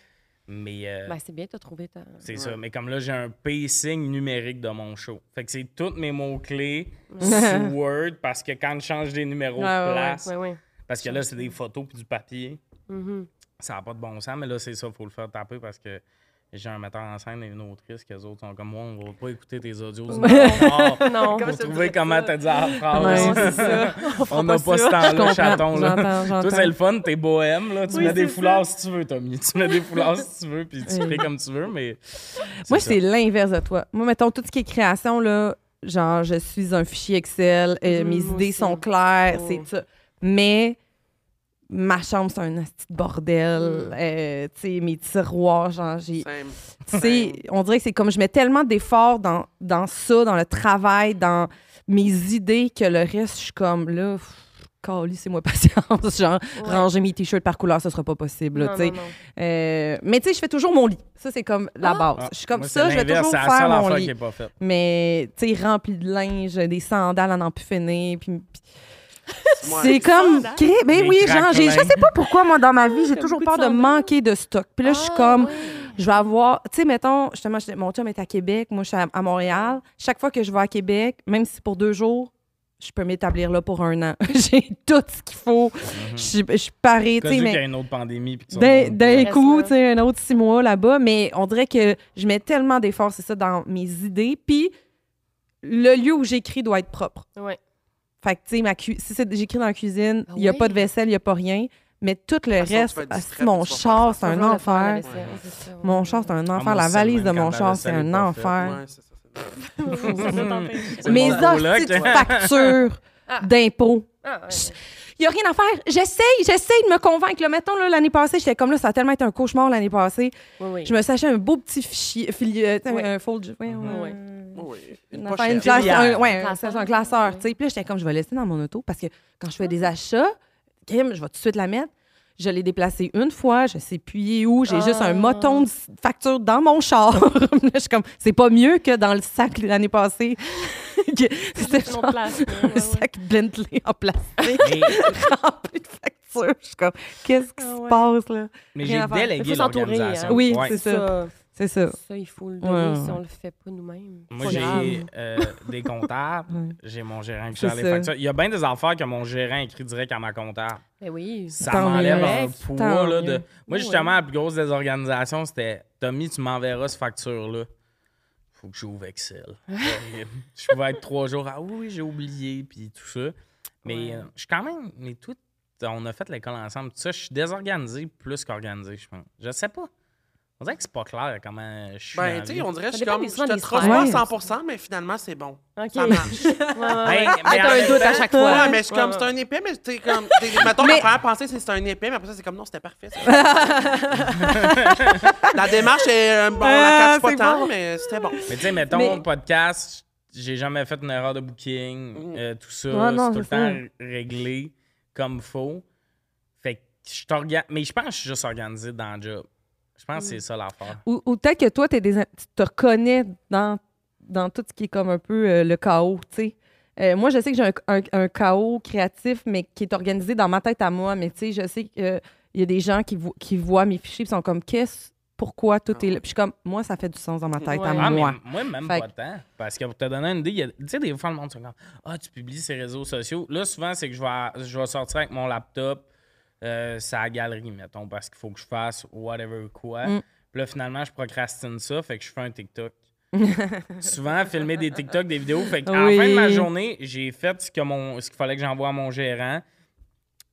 S1: Mais euh,
S4: Ben, c'est bien, t'as trouvé ta.
S1: c'est ça. Mais comme là, j'ai un pacing numérique de mon show. Fait que c'est tous mes mots-clés sous Word, parce que quand je change des numéros
S2: Ouais, ouais,
S1: de
S2: ouais.
S1: place,
S4: Ouais, ouais.
S1: Parce que là, c'est des photos puis du papier.
S4: Mhm.
S1: Ça n'a pas de bon sens, mais là, c'est ça, il faut le faire taper parce que j'ai un metteur en scène et une autrice qu'eux autres sont comme moi, on va pas écouter tes audios du matin
S4: Non.
S1: pour trouver comment t'as dit la
S2: Ouais,
S1: phrase.
S2: c'est
S4: ça.
S1: on n'a pas,
S4: pas
S1: ce
S4: ça.
S2: Je
S1: temps-là,
S2: comprends,
S1: chaton. Là.
S2: J'entends,
S1: Toi, c'est
S2: j'entends.
S1: le fun, t'es bohème. Là. Tu
S4: Oui,
S1: mets des
S4: c'est
S1: foulards si tu veux, Tommy. Tu mets des foulards si tu veux, puis tu
S2: Oui.
S1: fais comme tu veux, mais.
S2: Moi,
S1: ça.
S2: c'est l'inverse de toi. Moi, mettons, tout ce qui est création, là, genre, je suis un fichier Excel, euh,
S4: Mhm,
S2: mes
S4: moi
S2: idées
S4: aussi.
S2: sont claires,
S4: Oh.
S2: c'est ça. Mais ma chambre, c'est un petit bordel.
S4: Mm.
S2: euh, tu sais, mes tiroirs, genre, j'ai.
S3: Same.
S2: Tu sais, on dirait que c'est comme je mets tellement d'efforts dans, dans ça, dans le travail, dans mes idées, que le reste, je suis comme là, Cali, c'est moi patience. Genre,
S4: Ouais.
S2: ranger mes t-shirts par couleur, ce sera pas possible. là,
S4: Non,
S2: tu sais.
S4: non, non.
S2: Euh, mais tu sais, je fais toujours mon lit. Ça, c'est comme la base.
S1: Ah,
S2: je suis comme
S1: moi,
S2: ça,
S1: c'est
S2: je vais
S1: l'inverse,
S2: toujours
S1: C'est la
S2: faire
S1: seule
S2: mon
S1: affaire qui
S2: lit.
S1: n'est pas faite.
S2: Mais tu sais, rempli de linge, des sandales à n'en plus finir. Puis, puis-
S3: Moi,
S2: c'est comme.
S4: sandales? Ah,
S2: cré- Mais
S1: Des
S2: oui, genre, j'ai- je
S1: craquelins.
S2: sais pas pourquoi, moi, dans ma vie, j'ai
S4: T'as
S2: toujours
S4: beaucoup
S2: peur
S4: de
S2: de
S4: sandales.
S2: manquer de stock. Puis là, je suis
S4: Ah,
S2: comme.
S4: ouais.
S2: Je vais avoir. Tu sais, mettons, justement, j'étais- mon chum est à Québec, moi, je suis à, à Montréal. Chaque fois que je vais à Québec, même si c'est pour deux jours, je peux m'établir là pour un an. j'ai tout ce qu'il faut.
S1: Hmm. Mhm.
S2: Je suis- je suis parée,
S1: Quand
S2: tu sais,
S1: qu'il
S2: mais. Ben,
S1: y a une autre pandémie. puis que ça
S2: D'un
S1: remonte.
S2: d'un
S4: Reste
S2: coup,
S4: là.
S2: tu sais, un autre six mois là-bas, mais on dirait que je mets tellement d'efforts, c'est ça, dans mes idées. Puis le lieu où j'écris doit être propre.
S4: Ouais.
S2: Fait que, tu sais, ma cu- si c'est- j'écris dans la cuisine, il
S4: Ah
S2: n'y a
S4: ouais?
S2: pas de vaisselle, il n'y a pas rien, mais tout le
S3: façon, tu vas
S2: reste,
S3: être
S2: ah,
S3: distraite,
S2: si mon
S3: tu vas
S2: char, c'est
S4: Toujours
S2: un
S4: le faire à la
S2: enfer.
S4: vaisselle. Ouais, c'est ça, ouais.
S2: Mon char, c'est un
S1: Ah, moi
S2: enfer. La
S1: aussi,
S2: valise
S1: même
S2: de
S1: quand
S2: mon
S1: la
S2: char,
S1: vaisselle
S2: c'est un
S1: est pas faite.
S2: enfer.
S3: Ouais, c'est ça. c'est ça.
S1: C'est
S2: Mes
S1: mon coloc.
S2: hosties de factures
S4: Ah.
S2: d'impôts.
S4: Ah, ouais, ouais.
S2: Il n'y a rien à faire. J'essaye, j'essaye de me convaincre. Là, mettons, là, l'année passée, j'étais comme là, ça a tellement été un cauchemar l'année passée.
S4: Oui, oui.
S2: Je me sachais un beau petit fichier, fili- euh, t'sais,
S4: Ouais. Mhm.
S2: un fold, ouais, ouais,
S4: Ouais.
S3: Oui,
S2: une
S3: une
S2: affaire, une
S3: pochette.
S2: classe-
S1: Filière.
S2: un, ouais, un,
S4: Classeur.
S2: c'est un classeur.
S4: Ouais.
S2: tu sais. Puis là, j'étais comme, je vais laisser dans mon auto parce que quand je fais des achats, Kim, je vais tout de suite la mettre. Je l'ai déplacée une fois, je sais plus il est où, j'ai juste
S4: Ah.
S2: un moton de s- facture dans mon char. Là, je suis comme, c'est pas mieux que dans le sac de l'année passée. Que C'était
S4: Juste une
S2: genre
S4: autre place. Ouais, ouais,
S2: un
S4: ouais.
S2: sac Bentley en plastique
S1: Mais-
S2: rempli de factures. Je suis comme, qu'est-ce qui
S4: Ah
S2: se
S4: ouais.
S2: passe là?
S1: Mais
S2: Rien
S1: j'ai
S2: à faire.
S1: délégué
S4: Il faut s'entourer,
S1: l'organisation.
S4: hein.
S2: Oui,
S1: Ouais.
S2: c'est ça. C'est ça.
S4: Ça, il faut le
S2: Ouais,
S4: donner
S2: ouais.
S4: si on le fait pas nous-mêmes.
S1: Moi,
S2: C'est grave.
S1: j'ai euh, des comptables,
S2: Ouais.
S1: j'ai mon gérant qui
S2: C'est
S1: gère les
S2: ça.
S1: factures. Il y a bien des affaires que mon gérant écrit direct à ma comptable.
S4: Ben oui.
S1: Ça
S2: Tant
S1: m'enlève
S2: mieux.
S1: un
S2: Tant
S1: poids. Là, de...
S2: mieux.
S1: Moi, justement, la plus grosse désorganisation, c'était Tommy, tu m'enverras cette facture-là. Faut que j'ouvre Excel. Horrible. je pouvais être trois jours. Ah oui, oui, j'ai oublié, puis tout ça. Mais
S4: Ouais.
S1: euh, je suis quand même. Mais tout, on a fait l'école ensemble. Tout ça, je suis désorganisé plus qu'organisé, je pense. Je sais pas. On dirait que c'est pas clair comment je suis. dans
S3: Ben,
S1: la
S3: tu
S1: vie.
S3: sais, on dirait que je
S4: Ça
S3: suis
S4: dépend
S3: comme,
S4: des
S3: je
S4: soins
S3: te
S4: des
S3: trosse
S2: frères.
S3: pas à
S2: Ouais.
S3: 100 mais finalement, c'est bon.
S4: OK.
S3: Ça marche. Ouais,
S1: Ben, mais
S4: Ah,
S1: en
S4: t'as un
S1: même
S4: doute à
S1: temps-
S4: chaque fois.
S3: mais c'est comme,
S4: Ouais.
S3: c'est un épais, mais c'est comme, t'es- mettons,
S2: Mais-
S3: la première pensée, c'est c'est un épais, mais après ça, c'est comme, non, c'était parfait. ça. la démarche, est, euh, bon, on
S2: Ah,
S3: la cache pas
S2: c'est
S3: tant,
S2: bon.
S3: mais c'était bon.
S1: Mais tu sais, mettons,
S2: Mais-
S1: podcast, j'ai jamais fait une erreur de booking. euh, tout ça,
S2: Mm. Ouais, non,
S1: c'est tout le
S2: c'est
S1: temps réglé comme faut. Fait que je t'organise. Mais je pense que je suis juste organisé dans le job. Je pense que c'est
S2: Mm.
S1: ça l'affaire.
S2: Ou, ou peut-être que toi, t'es des- tu te reconnais dans, dans tout ce qui est comme un peu euh, le chaos, tu sais. Euh, moi, je sais que j'ai un, un- un chaos créatif, mais qui est organisé dans ma tête à moi. Mais tu sais, je sais qu'il y a des gens qui, vo- qui voient mes fichiers et sont comme, qu'est-ce, pourquoi tout est là? Puis je suis comme, moi, ça fait du sens dans ma tête à
S4: Ouais.
S1: Ah, mais
S2: moi.
S1: m- moi, même
S2: Fait
S1: pas
S2: que-
S1: tant. Parce que pour te donner une idée, il y a- tu sais, des fois, le monde se comme Ah, tu publies ces réseaux sociaux. Là, souvent, c'est que je vais, je vais sortir avec mon laptop, euh, c'est à la galerie, mettons, parce qu'il faut que je fasse whatever quoi.
S2: Mm.
S1: Puis là, finalement, je procrastine ça, fait que je fais un TikTok. souvent, filmer des TikTok, des vidéos. Fait qu'en
S2: Oui.
S1: fin de ma journée, j'ai fait ce que mon- ce qu'il fallait que j'envoie à mon gérant.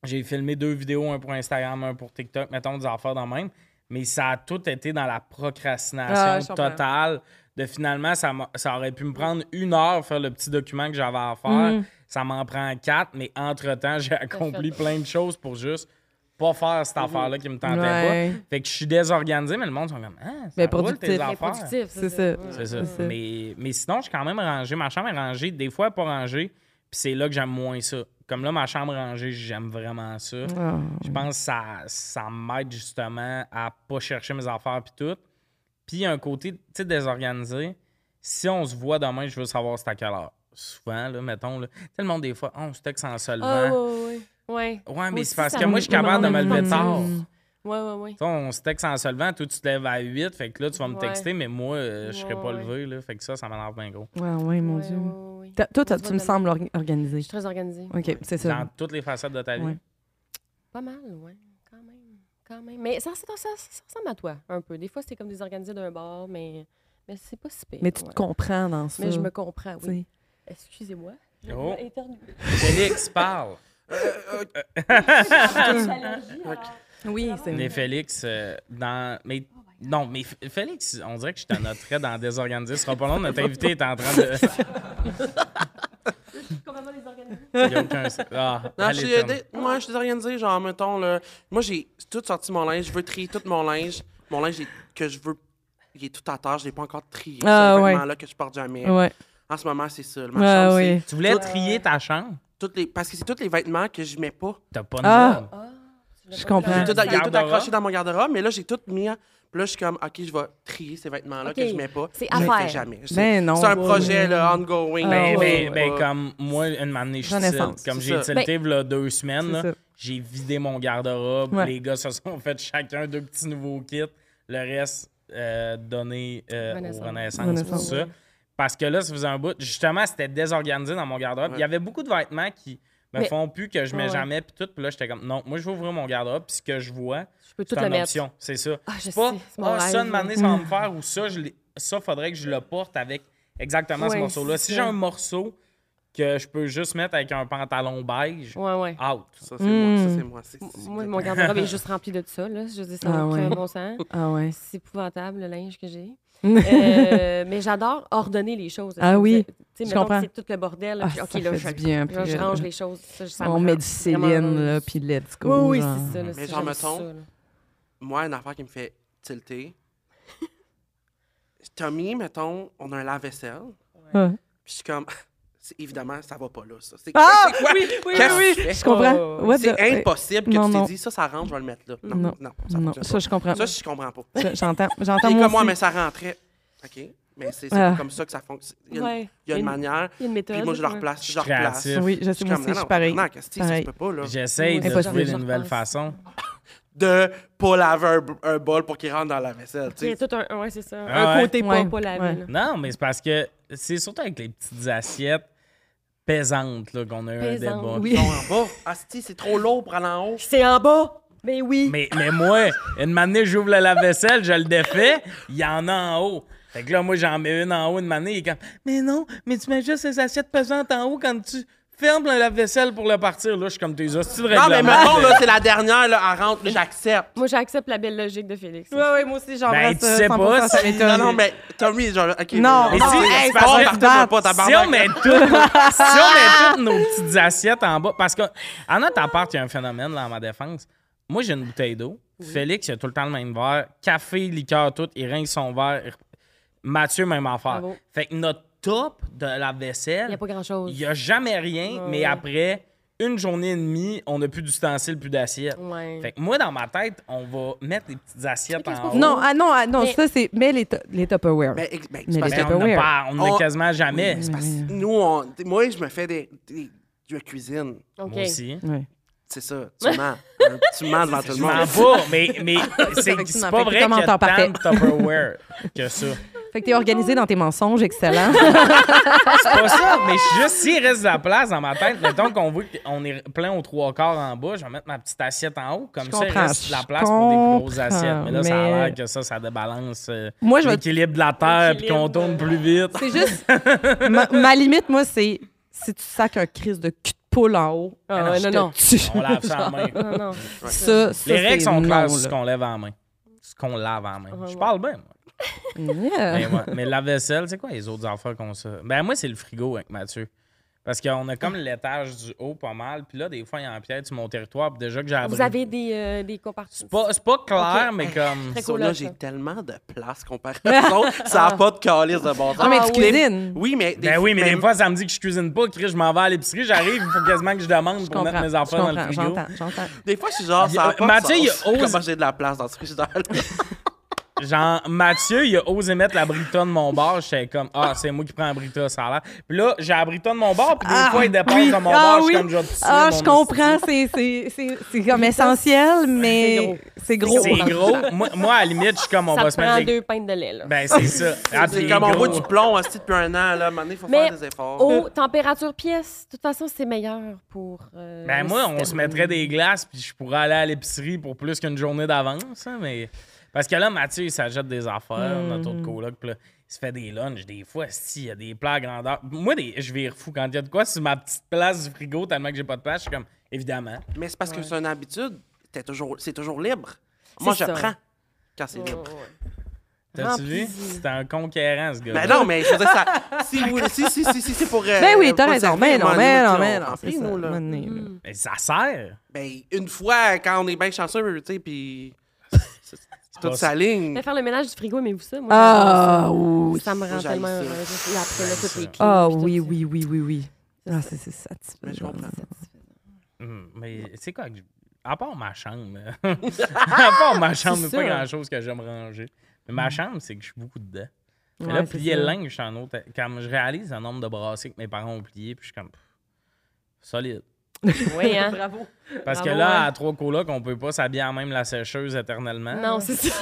S1: J'ai filmé deux vidéos, un pour Instagram, un pour TikTok, mettons des affaires dans le même. Mais ça a tout été dans la
S2: Ah, je
S1: procrastination
S2: comprends.
S1: totale. De finalement, ça, m'a- ça aurait pu me prendre une heure faire le petit document que j'avais à faire.
S2: Mhm.
S1: Ça m'en prend quatre, mais entre-temps, j'ai accompli plein de choses pour juste pas faire cette affaire-là qui me tentait
S2: Mhm. Ouais.
S1: pas. Fait que je suis désorganisé, mais le monde sont comme Ah, ça
S2: Mais
S1: roule tes
S2: productif. Mais
S4: Mais
S1: affaires.
S4: productif,
S2: C'est ça.
S1: C'est ça.
S2: C'est ça.
S1: Mais, mais sinon, je suis quand même rangé. Ma chambre est rangée. Des fois, elle est pas rangée. Puis c'est là que j'aime moins ça. Comme là, ma chambre rangée, j'aime vraiment ça.
S2: Ah.
S1: Je pense que ça, ça m'aide justement à pas chercher mes affaires puis tout. Puis un côté, tu sais, désorganisé. Si on se voit demain, je veux savoir c'est à quelle heure. Souvent, là, mettons, là. Tu sais, le monde, des fois, Ah, on se texte en se
S4: Ah,
S1: levant.
S4: ouais, ouais, ouais.
S1: Ouais, mais
S4: Aussi,
S1: c'est parce
S4: ça
S1: que moi, je suis capable de me
S4: demande
S1: lever
S4: du
S1: tard.
S2: temps.
S4: Ouais, ouais, ouais.
S1: Tu sais, on se texte en se levant, toi, tu te lèves à 8, fait que là, tu vas me
S4: Ouais.
S1: texter, mais moi, euh, je serais pas
S4: Ouais, ouais.
S1: levé, là. Fait que ça, ça m'énerve bien gros.
S2: Ah ouais, mon
S4: Ouais,
S2: Dieu.
S4: ouais, ouais, ouais.
S2: T'as- Toi, t'as-
S4: On se
S2: tu
S4: voit
S2: me
S4: demain.
S2: sembles orga- organisée.
S4: Je suis très organisée.
S2: OK, c'est ça.
S1: Dans toutes les facettes de ta vie.
S2: Ouais.
S4: Pas mal, ouais. Quand même. Quand même. Mais ça, ça, ça- ça ressemble à toi, un peu. Des fois, c'est comme désorganisé d'un bord, mais, mais c'est pas si pire.
S2: Mais tu te
S4: ouais.
S2: comprends dans ça.
S4: Mais je me comprends,
S2: tu sais.
S4: oui. Excusez-moi. J'ai
S1: Oh.
S4: éternué.
S1: Félix, parle.
S2: Oui, c'est
S1: Mais Félix, euh, dans. Mais... Non, mais F- Félix, on dirait que je t'en noterais dans Désorganisé. Ce sera pas long, notre invité est en train de.
S4: Complètement désorganisée.
S1: Il y a aucun. Ah,
S3: Non,
S1: allez,
S3: je suis,
S1: Tom.
S3: dé- moi, je suis désorganisé. Genre, mettons, là, moi, j'ai tout sorti mon linge. Je veux trier tout mon linge. Mon linge est- que je veux, il est tout à terre. Je l'ai pas encore trié. C'est
S2: Ah,
S3: un
S2: ouais.
S3: vêtement-là que je porte jamais.
S2: Ouais.
S3: En ce moment, c'est ça. Ma
S2: Ah
S3: chambre, c'est
S2: oui.
S1: Tu voulais trier ta chambre?
S3: toutes les, parce que c'est tous les vêtements que je mets pas.
S1: T'as pas de
S2: Ah.
S1: robe.
S2: Je comprends.
S3: J'ai tout- Il est tout
S1: Garde-robe.
S3: accroché dans mon garde-robe, mais là, j'ai tout mis. en- Puis là, je suis comme, OK, je vais trier ces vêtements-là que
S4: OK.
S3: je mets pas.
S4: C'est
S3: Je
S4: à
S3: le
S4: faire.
S3: fais jamais. C'est-
S2: Ben non.
S3: C'est un
S2: Ouais,
S3: projet,
S2: ouais.
S3: là, ongoing.
S1: Ben, ben,
S2: Ah, ouais,
S1: ben, comme moi, une année, je suis
S2: Renaissance,
S1: utile. Comme
S3: c'est
S1: j'ai
S3: ça.
S1: utilité il y a deux semaines,
S2: C'est
S1: là,
S2: ça.
S1: j'ai vidé mon garde-robe.
S2: Ouais.
S1: Les gars se sont fait chacun deux petits nouveaux kits. Le reste, euh, donné euh,
S4: Renaissance.
S1: aux Renaissance,
S2: Renaissance.
S1: pour ça. Parce que là, ça faisait un bout. Justement, c'était désorganisé dans mon garde-robe. Il y avait beaucoup de vêtements qui me
S4: Mais-
S1: font plus, que je mets
S4: Ouais.
S1: jamais, puis tout. Puis là, j'étais comme, non, moi, je vais ouvrir mon garde-robe, puis ce que je vois,
S4: Je peux tout
S1: c'est
S4: le
S1: une
S4: mettre.
S1: option. C'est ça.
S4: Ah, je
S1: C'est pas,
S4: sais. C'est mon
S1: ah, ça,
S4: rêve.
S1: une année, ça va me faire, ou ça, je l'ai- ça, faudrait que je le porte avec exactement ce
S4: Ouais,
S1: morceau-là.
S4: c'est
S1: Si j'ai
S4: ça.
S1: un morceau que je peux juste mettre avec un pantalon beige,
S4: Ouais, ouais.
S1: out.
S3: Ça, c'est moi. Ça, c'est moi. C'est- c'est-
S4: Moi, mon garde-robe est juste rempli de ça, là. Je dis ça
S2: Ah
S4: n'a aucun
S2: ouais.
S4: bon sens.
S2: Ah ouais.
S4: C'est épouvantable, le linge que j'ai. Euh, mais j'adore ordonner les choses.
S2: Ah oui,
S4: Tu sais,
S2: je
S4: mettons que
S2: comprends.
S4: C'est tout le bordel. là,
S2: Ah,
S4: puis,
S2: ça
S4: OK,
S2: fait
S4: là,
S2: du
S4: je,
S2: bien,
S4: là,
S2: puis,
S4: je
S2: euh,
S4: range les choses. Ça, ça me
S2: On
S4: rend
S2: met du
S4: vraiment
S2: Céline, là,
S4: heureuse.
S2: puis let's
S4: Oui,
S2: go.
S4: oui,
S2: genre.
S4: c'est ça. Là, ça,
S3: Mais genre,
S4: j'aime
S3: mettons,
S4: ça, là.
S3: Moi, une affaire qui me fait tilter. Tommy, mettons, on a un lave-vaisselle.
S2: Ah.
S3: Puis je suis comme, c'est- évidemment, ça va pas là, ça. C'est
S2: Ah!
S3: c'est quoi? Qu'est-ce que tu fais?
S2: Je comprends. What the-
S3: euh, C'est impossible que
S2: Non,
S3: tu
S2: non.
S3: t'es dit, ça, ça rentre, je vais le mettre là. Non,
S2: Non.
S3: non, ça
S2: Non,
S3: fonctionne
S2: ça, je comprends.
S3: pas. Ça, je comprends pas.
S2: Ça, J'entends. J'entends
S3: C'est
S2: moi
S3: comme moi,
S2: aussi.
S3: mais ça rentrait. OK? Mais c'est c'est
S2: Ah.
S3: comme ça que ça fonctionne. Il y a une,
S4: Ouais.
S3: il y a une
S4: Une-
S3: manière.
S4: Il y a une méthode.
S3: Puis moi, je le
S4: ouais.
S3: replace, je
S1: suis
S3: le replace.
S1: créatif.
S2: Oui, je sais, moi aussi, je suis pareil.
S3: Non, qu'est-ce que c'est, ça se
S2: Pareil.
S3: peut pas, là.
S1: J'essaye
S4: Moi
S1: de
S2: aussi,
S1: trouver
S4: je
S1: des nouvelles
S4: repense.
S1: façons.
S3: de pas laver un, b- un bol pour qu'il rentre dans la vaisselle.
S4: Il y
S3: tu
S4: a
S3: sais.
S4: tout un. Ouais, c'est ça.
S1: Ah
S4: un
S1: ouais?
S4: côté
S2: Ouais,
S4: pas, pas lavé.
S2: ouais.
S4: là.
S1: Non, mais c'est parce que c'est surtout avec les petites assiettes pésantes là, qu'on a eu un
S4: Pésantes,
S1: débat.
S4: oui.
S3: Ils sont en bas. Asti, c'est trop lourd pour aller en haut.
S4: C'est en bas. Mais oui.
S1: Mais, mais moi, une manée, j'ouvre la lave-vaisselle, je le défais, il y en a en haut. Fait que là, moi, j'en mets une en haut, une manée, il est comme Mais non, mais tu mets juste ces assiettes pesantes en haut quand tu fermes la lave-vaisselle pour le partir. Là, je suis comme tes hosties de
S3: Non,
S1: règlement.
S3: mais mettons, là, c'est la dernière, là, elle rentre, là, j'accepte.
S4: Moi, j'accepte la belle logique de Félix.
S2: Ouais, ouais, moi aussi,
S1: Ben,
S2: j'embrasse
S1: tu sais
S2: 100%,
S1: pas
S2: ça
S1: si-
S2: m'étonne.
S3: Non, non, mais Tommy, genre, ok.
S2: Non,
S1: Mais
S2: non,
S1: si,
S2: hey,
S1: c'est
S2: c'est
S1: parce
S2: pas
S1: que-
S2: se battre.
S3: pas,
S1: si
S3: tabarnak.
S1: on, met tout- si on met toutes nos petites assiettes en bas, parce que en notre appart, il y a un phénomène là, en ma défense. Moi, j'ai une bouteille d'eau. Félix, il a tout le temps le même verre. Café, liqueur, tout. Il rince son verre. Il- Mathieu, même affaire.
S4: Bravo.
S1: Fait que notre top de la
S4: Il n'y
S1: vaisselle,
S4: a pas
S1: il
S4: grand-chose.
S1: n'y a, jamais rien, mais
S4: Ouais.
S1: après une journée et demie, on n'a plus d'ustensiles, plus d'assiettes.
S4: Ouais.
S1: Fait que moi, dans ma tête, on va mettre les petites assiettes
S4: Mais qu'est-ce
S1: en haut.
S4: qu'on
S2: Non, ah, non, ah, non,
S4: Mais-
S2: ça, c'est. Mais les, to- les Tupperware.
S3: Mais, ex- ben,
S2: Mais
S3: c'est parce
S1: Mais
S2: les
S3: que
S1: on n'a
S2: Tupperware.
S1: pas- on n'a
S3: On-
S1: quasiment jamais.
S3: c'est parce que nous, on, moi, je me fais des, des, de la cuisine.
S4: OK.
S1: Moi aussi.
S2: Ouais.
S3: C'est ça, tu mens. Hein, tu mens devant tout le
S1: Je
S3: monde.
S1: m'en bats, mais, mais c'est
S2: Fait que tu
S1: c'est
S2: m'en
S1: pas
S2: fais
S1: vrai qu'il
S2: totalement
S1: y a
S2: temps parfait.
S1: tant de Tupperware que ça.
S2: Fait que t'es organisé dans tes mensonges, excellent.
S1: C'est pas ça, mais je suis juste, s'il reste de la place dans ma tête, mettons qu'on voit qu'on est plein aux trois quarts en bas, je vais mettre ma petite assiette en haut, comme
S2: Je
S1: ça, il
S2: comprends,
S1: reste de la
S2: je
S1: place pour des plus grosses
S2: comprends,
S1: assiettes. Mais là, ça a
S2: mais-
S1: l'air que ça, ça débalance euh,
S2: Moi, je vais-
S1: l'équilibre de la terre puis qu'on tourne plus vite.
S2: C'est juste. ma, ma limite, moi, c'est si tu sacs un crise de cul de poule en haut.
S4: Ah ouais,
S2: je
S4: non,
S2: te
S4: non.
S2: tue.
S1: On lave ça en main.
S4: Non, non.
S2: Ça, ça,
S1: Les règles
S2: c'est
S1: sont
S2: non,
S1: claires sur ce
S2: là.
S1: qu'on lève en main. Ce qu'on lave en main.
S4: Ouais,
S1: Je
S4: ouais.
S1: parle bien, moi.
S2: Yeah.
S1: Mais, ouais. Mais la vaisselle, c'est quoi les autres affaires qu'on se. Ben, moi, c'est le frigo avec Mathieu. Parce qu'on a comme l'étage du haut pas mal. Puis là, des fois, il empiète sur mon territoire. Puis déjà que j'ai
S4: Vous
S1: abri-
S4: avez des, euh, des
S1: C'est
S4: compartiments.
S1: pas, c'est pas clair,
S4: Ok.
S1: mais comme.
S4: Très
S3: Ça,
S4: cool,
S3: là,
S4: là,
S3: j'ai
S4: ça.
S3: tellement de place comparé aux autres. Ça n'a pas de calice de bon sens.
S2: Non, mais tu
S4: Ah oui.
S2: cuisines.
S3: Oui, mais. des-
S1: Ben oui, mais des
S3: même-
S1: fois, ça me dit que je cuisine pas. Chris, je m'en vais à l'épicerie, j'arrive, il faut quasiment que je demande
S2: Je
S1: pour mettre
S2: comprends.
S1: mes
S2: Je
S1: affaires dans le
S2: comprends,
S1: frigo.
S2: j'entends, j'entends.
S3: Des fois, je suis genre, ça
S1: Il y
S3: n'a
S1: a- Ah,
S3: pas
S1: Mathieu,
S3: de
S1: il
S3: sens.
S1: ose-
S3: Comment j'ai de la place dans ce frigidaire
S1: Genre, Mathieu, il a osé mettre la brita de mon bar. J'étais comme, ah, c'est moi qui prends la brita, ça a l'air. Puis là, j'ai la brita de mon bar, puis des
S2: Ah,
S1: fois, il dépasse
S2: oui.
S1: de mon
S2: Ah,
S1: bar. Je suis
S2: oui.
S1: comme, je vais te sucer,
S2: Ah,
S1: mon
S2: je
S1: esti.
S2: comprends, c'est- c'est c'est- c'est comme essentiel, mais c'est gros.
S1: C'est gros. Moi, moi, à la limite, je suis comme, on
S4: Ça
S1: va
S4: te
S1: se mettre.
S4: prend
S1: des-
S4: deux pintes de lait, là.
S1: Ben, c'est ça. Ah, puis
S3: C'est
S1: il
S3: comme
S1: est
S3: on
S1: gros.
S3: voit du plomb, aussi, depuis un an. Là, maintenant, il faut
S4: Mais
S3: faire des efforts.
S4: aux températures pièces, de toute façon, c'est meilleur pour. euh,
S1: Ben,
S4: le
S1: moi, on
S4: système.
S1: se mettrait des glaces, puis je pourrais aller à l'épicerie pour plus qu'une journée d'avance, hein, mais... Parce que là, Mathieu, il s'achète des affaires, notre
S4: Mm.
S1: autre coloc, puis là, il se fait des lunchs, des fois, s'il y a des plats à grandeur... Moi, des... je vire fou quand il y a de quoi sur ma petite place du frigo, tellement que j'ai pas de place, je suis comme, évidemment.
S3: Mais c'est parce que c'est une habitude. T'es toujours... C'est toujours libre. Moi, je
S4: ça.
S3: prends quand c'est libre.
S1: T'as-tu vu? C'est un conquérant, ce gars
S3: Mais Ben non, mais je veux dire, ça. Si, vous- si, si, si, si, c'est pour. euh,
S2: Ben oui,
S3: pour
S2: t'as raison.
S3: servir,
S2: Mais non,
S3: moi,
S2: mais
S3: nous,
S2: non,
S3: tu sais,
S2: mais
S3: on
S2: non,
S3: en
S2: c'est
S3: fait,
S2: ça.
S3: nous, là.
S2: Mané, là.
S4: Hmm.
S1: Mais ça sert!
S3: Ben, une fois, quand on est bien chanceux, tu sais, puis. c'est- C'est
S1: pas
S3: toute
S1: ça.
S3: sa ligne.
S4: Mais faire le ménage du frigo, mais vous ça, moi.
S2: Ah, oui.
S4: Ça me rend
S3: Moi, j'haïs
S4: tellement
S3: ça.
S4: heureuse. Et après, là, tout est clean,
S2: Ah,
S4: puis tout
S2: oui,
S4: ça.
S2: oui, oui, oui, oui. Ah, c'est c'est satisfaisant.
S3: Mais je comprends.
S1: Hum, Mais c'est quoi que... je- À part ma chambre. à part ma chambre,
S4: C'est
S1: pas
S4: ça. Mm.
S1: grand-chose que j'aime ranger. Mais ma chambre, c'est que je suis beaucoup dedans. Mais là,
S2: Ouais, c'est
S1: plier
S2: ça.
S1: le linge, je suis en autre. Quand je réalise le nombre de brassées que mes parents ont plié, puis je suis comme. pff, Solide.
S4: Oui, hein?
S1: Parce que
S4: Bravo,
S1: là,
S4: ouais.
S1: à trois colocs, on peut pas s'habiller en même la sécheuse éternellement.
S4: Non, c'est ça.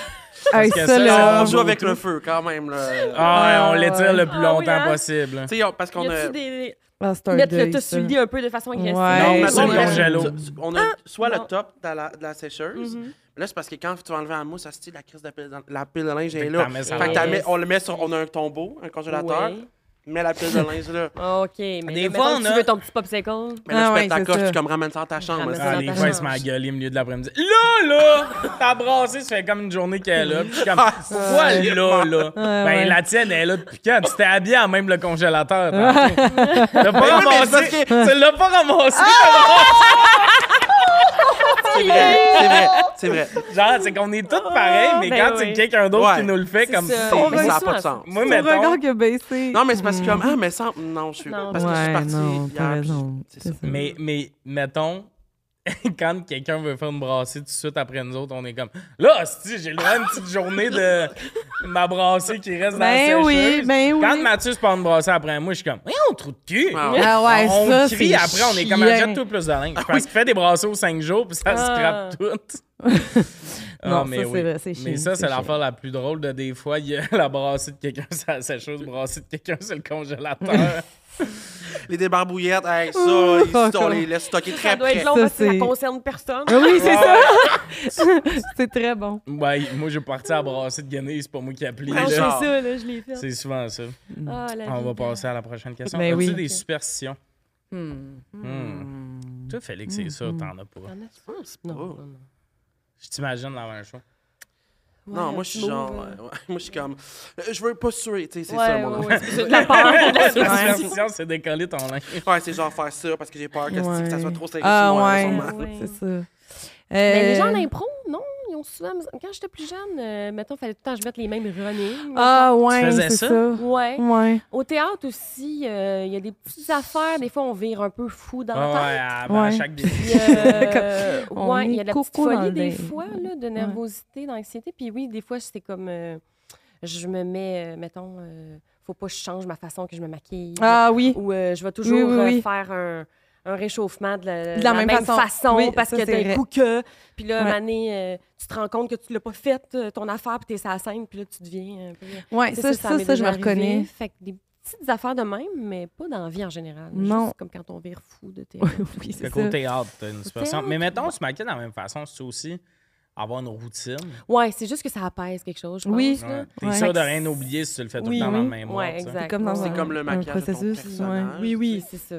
S2: Hey,
S1: que
S2: ça,
S1: ça,
S2: là,
S3: On joue avec le feu quand même. Là.
S1: Ah, ouais, on
S2: Ouais,
S1: l'étire le plus
S4: Ah, oui,
S1: longtemps
S4: hein?
S1: possible.
S3: Tu sais, on- parce qu'on
S4: Y
S3: a.
S4: a-tu des.
S2: ah, c'est un
S4: Mettre le
S2: deuil,
S4: tas
S2: ça.
S4: sur le lit un peu de façon agressive?
S2: Ouais.
S1: Non,
S3: On
S1: mais
S3: a-
S1: sur
S3: on
S1: le
S3: a-
S1: congélo.
S3: On a soit le top de la, de la sécheuse. Là, c'est parce que quand tu vas enlever un mousse, ça se tire la crise de la pile, de- la pile de linge
S1: Fait
S3: est
S1: que
S3: là.
S1: t'en mets ça
S3: Fait que
S1: en
S3: t'en
S4: main.
S3: mets- on le met sur. On a un tombeau, un congélateur.
S4: Ouais. Ah,
S3: Mets la pile de linge là.
S4: OK, mais
S1: Des
S4: là,
S1: fois,
S4: mettons que
S1: on a-
S4: tu veux ton petit popsicle.
S3: Mais là,
S2: Ah
S3: je
S2: ouais,
S3: pète ta
S2: c'est
S3: coche,
S2: ça.
S3: tu comme ramène ça à ta chambre.
S4: Ramène
S3: là.
S4: ça.
S1: Ah,
S4: dans
S1: des
S4: ta
S1: fois, il se
S4: chambre.
S1: met à gueuler au milieu de l'après-midi. Là, là, t'as brassé, ça fait comme une journée qu'elle est là. Puis je suis comme, pourquoi là, là? Ben,
S2: ouais.
S1: la tienne, elle est là depuis quand? Tu t'es habillé en même le congélateur. tantôt. T'as pas
S3: oui, mais c'est
S1: ramassé.
S3: parce
S1: Tu l'as pas ramassé.
S3: C'est vrai, c'est vrai, c'est vrai.
S1: Genre, c'est qu'on est tous pareils, mais
S2: Ah,
S4: Ben
S1: quand
S4: oui.
S1: c'est quelqu'un d'autre
S3: Ouais.
S1: qui nous le fait, comme
S4: ça.
S1: c'est-
S4: On
S3: Mais
S4: veut
S3: ça n'a
S4: ça.
S3: pas de sens.
S1: Moi,
S2: Ton regard
S1: mettons.
S2: qui a baissé. Hmm.
S3: Non, mais c'est parce que comme. Ah, mais ça. Non, je suis.
S4: Non.
S3: Parce que je suis
S2: Ouais,
S3: partie.
S2: non,
S3: hier,
S2: t'as
S3: puis-
S2: raison.
S3: c'est ça.
S2: Mais
S1: Mais, mais, mettons, quand quelqu'un veut faire une brassée tout de suite après nous autres, on est comme, là, hostie, j'ai le droit à une petite journée de, ma brassée qui reste dans
S2: Ben
S1: la
S2: oui,
S1: sécheuse.
S2: ben oui.
S1: Quand Mathieu se prend une brassée après moi, je suis comme, hey, on trou de cul.
S3: Ah ouais.
S2: Ah ouais,
S1: on
S2: ça,
S1: crie
S2: c'est
S1: après, on est comme,
S2: chiant.
S1: jette tout plus de linge. Parce qu'il fait des brasseaux 5 jours, puis ça se
S4: Ah.
S1: scrape tout. Ah,
S2: Non, ça, c'est vrai, c'est
S1: Mais
S2: chiant,
S1: ça, c'est
S2: c'est
S1: l'affaire la plus drôle de des fois. Il y a la brassée de quelqu'un, c'est la sécheuse, brassée de quelqu'un, c'est le congélateur.
S3: Les débarbouillettes, hey, ça, ils-
S2: fuck
S3: on
S2: off.
S3: les laisse stocker
S4: Ça
S3: très
S4: doit
S3: près.
S4: être long
S2: Ça,
S4: parce que ça
S2: c'est-
S4: concerne personne.
S2: Ah Oui, c'est ça. c'est très bon.
S1: ouais, moi, j'ai parti à brasser de Guinée, c'est pas moi qui applique.
S4: Non,
S1: là.
S4: c'est
S3: Genre.
S4: ça, là, je l'ai fait.
S1: C'est souvent ça.
S4: Ah, la
S1: On
S4: vie.
S1: va passer à la prochaine question.
S2: Ben
S1: As-tu
S2: oui.
S1: des
S4: Ok.
S1: superstitions? Hmm. Toi, Félix, c'est sûr,
S2: Mm-hmm.
S1: t'en as pas.
S4: T'en as- je pense pas.
S2: hein.
S3: Oh.
S1: Je t'imagine la même chose.
S3: Non,
S4: Ouais,
S3: moi, je suis
S4: tu
S3: genre.
S4: m'ouvres.
S3: ouais, ouais, moi, je suis comme. euh, Je veux pas suer, tu sais, c'est
S4: Ouais,
S3: ça,
S4: ouais,
S3: moi.
S4: ouais, c'est de la peur, de la
S1: La
S4: superstition.
S1: superstition, c'est décoller ton linge.
S3: Ouais, c'est genre faire ça parce que j'ai peur que,
S2: Ouais.
S3: que ça soit trop serré
S2: Ah
S3: sur moi,
S2: ouais,
S3: sûrement.
S4: sûrement.
S2: c'est ça.
S4: Mais les
S2: Euh,
S4: gens en impro, non, ils ont souvent. Quand j'étais plus jeune, euh, mettons, il fallait tout le temps que je mette les mêmes running.
S2: Ah
S1: Tu
S2: ouais,
S1: faisais
S2: c'est
S1: ça?
S2: ça.
S4: Ouais.
S2: Ouais.
S4: Au théâtre aussi, euh, il y a des petites affaires. Des fois, on vire un peu fou dans
S1: Ouais,
S3: Ah
S4: la tête.
S1: ouais, à- ben, à
S2: Ouais.
S1: chaque début.
S4: Puis, euh,
S2: on
S4: ouais, il y a
S2: est
S4: de la petite
S2: coco dans
S4: folie
S2: le
S4: des
S2: dé-
S4: fois, là, de nervosité, d'anxiété. Puis oui, des fois, c'est comme. euh, je me mets, euh, mettons, euh, faut pas que je change ma façon que je me maquille.
S2: Ah oui.
S4: Ou euh, je vais toujours
S2: oui,
S4: euh,
S2: oui.
S4: faire un, un réchauffement de la,
S2: De la
S4: même,
S2: même
S4: façon,
S2: façon. Oui,
S4: parce
S2: ça,
S4: que
S2: c'est
S4: d'un
S2: vrai.
S4: coup que. Puis là,
S2: Ouais.
S4: Mané, euh, tu te rends compte que tu l'as pas fait, euh, ton affaire, puis t'es sur la scène, puis là, tu deviens. un peu-
S2: Ouais, Eh, ça, ça, ça,
S4: m'est
S2: je me
S4: déjà arrivé.
S2: reconnais.
S4: Fait que des petites affaires de même, mais pas dans la vie en général.
S2: Non.
S4: Juste comme quand on vire fou de tes.
S2: oui, c'est
S1: Fait
S2: ça.
S1: qu'au théâtre, t'as une superstition.
S4: théâtre,
S1: Mais mettons,
S4: ouais.
S1: se maquiller de la même façon, c'est aussi avoir une routine.
S4: Ouais, c'est juste que ça apaise quelque chose, je
S2: Oui.
S4: pense.
S1: Ouais.
S4: là.
S1: T'es
S2: Ouais.
S1: sûr de rien oublier si tu le fais tout le
S2: Oui,
S1: temps dans le
S2: oui.
S1: même
S4: Ouais,
S2: C'est
S4: exact.
S2: comme dans
S4: C'est
S2: un,
S3: comme le
S2: un
S3: maquillage de ton
S2: processus. ouais.
S3: personnage.
S2: Oui, oui.
S4: C'est ça.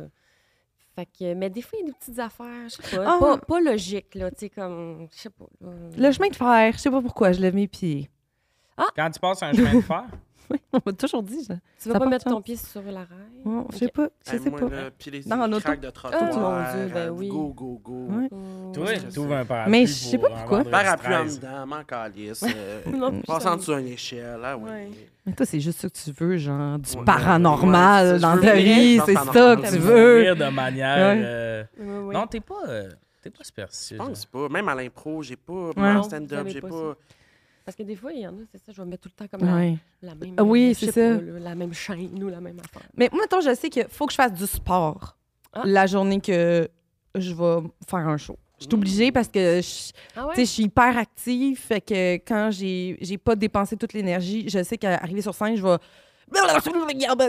S4: Fait que, mais des fois, il y a des petites affaires, je sais pas,
S2: Ah.
S4: pas, pas logiques, là, tu sais, comme, je sais pas. là.
S2: Le chemin de fer, je sais pas pourquoi, je lève mes pieds.
S1: Quand tu passes un chemin de fer,
S2: On m'a toujours dit ça.
S4: Tu
S2: ça
S4: vas pas
S2: porte
S4: mettre
S2: sens.
S4: ton pied sur la raille?
S2: Ouais, Je sais
S4: Ok.
S2: pas, je
S3: Hey,
S2: sais
S3: moi,
S2: pas.
S3: là, puis les
S2: Dans l'auto.
S3: craques de
S4: Ah,
S3: trottoir.
S4: mon Dieu, ben
S3: euh,
S4: oui.
S3: Go, go, go.
S2: Ouais.
S4: Mmh.
S1: toi, tu trouves un parapluie.
S2: Mais je sais
S1: pour
S2: pas
S1: un
S2: pourquoi.
S1: vendredi
S3: Parapluie hein. en
S1: 13.
S3: dedans, en calice. euh,
S4: Non, puis
S3: Passe en
S4: ça-
S3: dessous d'une échelle, ah oui.
S4: Ouais.
S2: Mais toi, c'est juste ça que tu veux, genre du
S3: Ouais,
S2: paranormal
S3: ouais, c'est ça,
S2: dans
S3: je
S2: ta
S3: veux
S2: vie,
S3: vraiment
S2: c'est
S3: du
S2: ça
S3: paranormal.
S2: que tu
S1: Tu
S2: veux.
S1: rire de manière.
S2: Ouais.
S1: euh,
S4: Oui, oui.
S1: Non, t'es pas, euh, t'es pas superstitieux.
S3: Je pense pas. Même à l'impro, j'ai pas.
S2: Ouais.
S3: Même en
S4: Non,
S3: stand-up,
S4: j'avais
S3: j'ai
S4: pas
S3: pas.
S4: Parce que des fois, il y en a, c'est ça, je vais mettre tout le temps comme
S2: Ouais.
S4: la, la même.
S2: Ah oui,
S4: euh, je
S2: c'est
S4: sais
S2: ça.
S4: pas, là, la même chaîne ou la même affaire.
S2: Mais moi, mettons, je sais qu'il faut que je fasse du sport
S4: Ah.
S2: la journée que je vais faire un show. Je suis obligée parce que je,
S4: Ah ouais?
S2: tu sais, je suis hyper active. Fait que quand j'ai j'ai pas dépensé toute l'énergie, je sais qu'arriver sur scène, je vais. Tu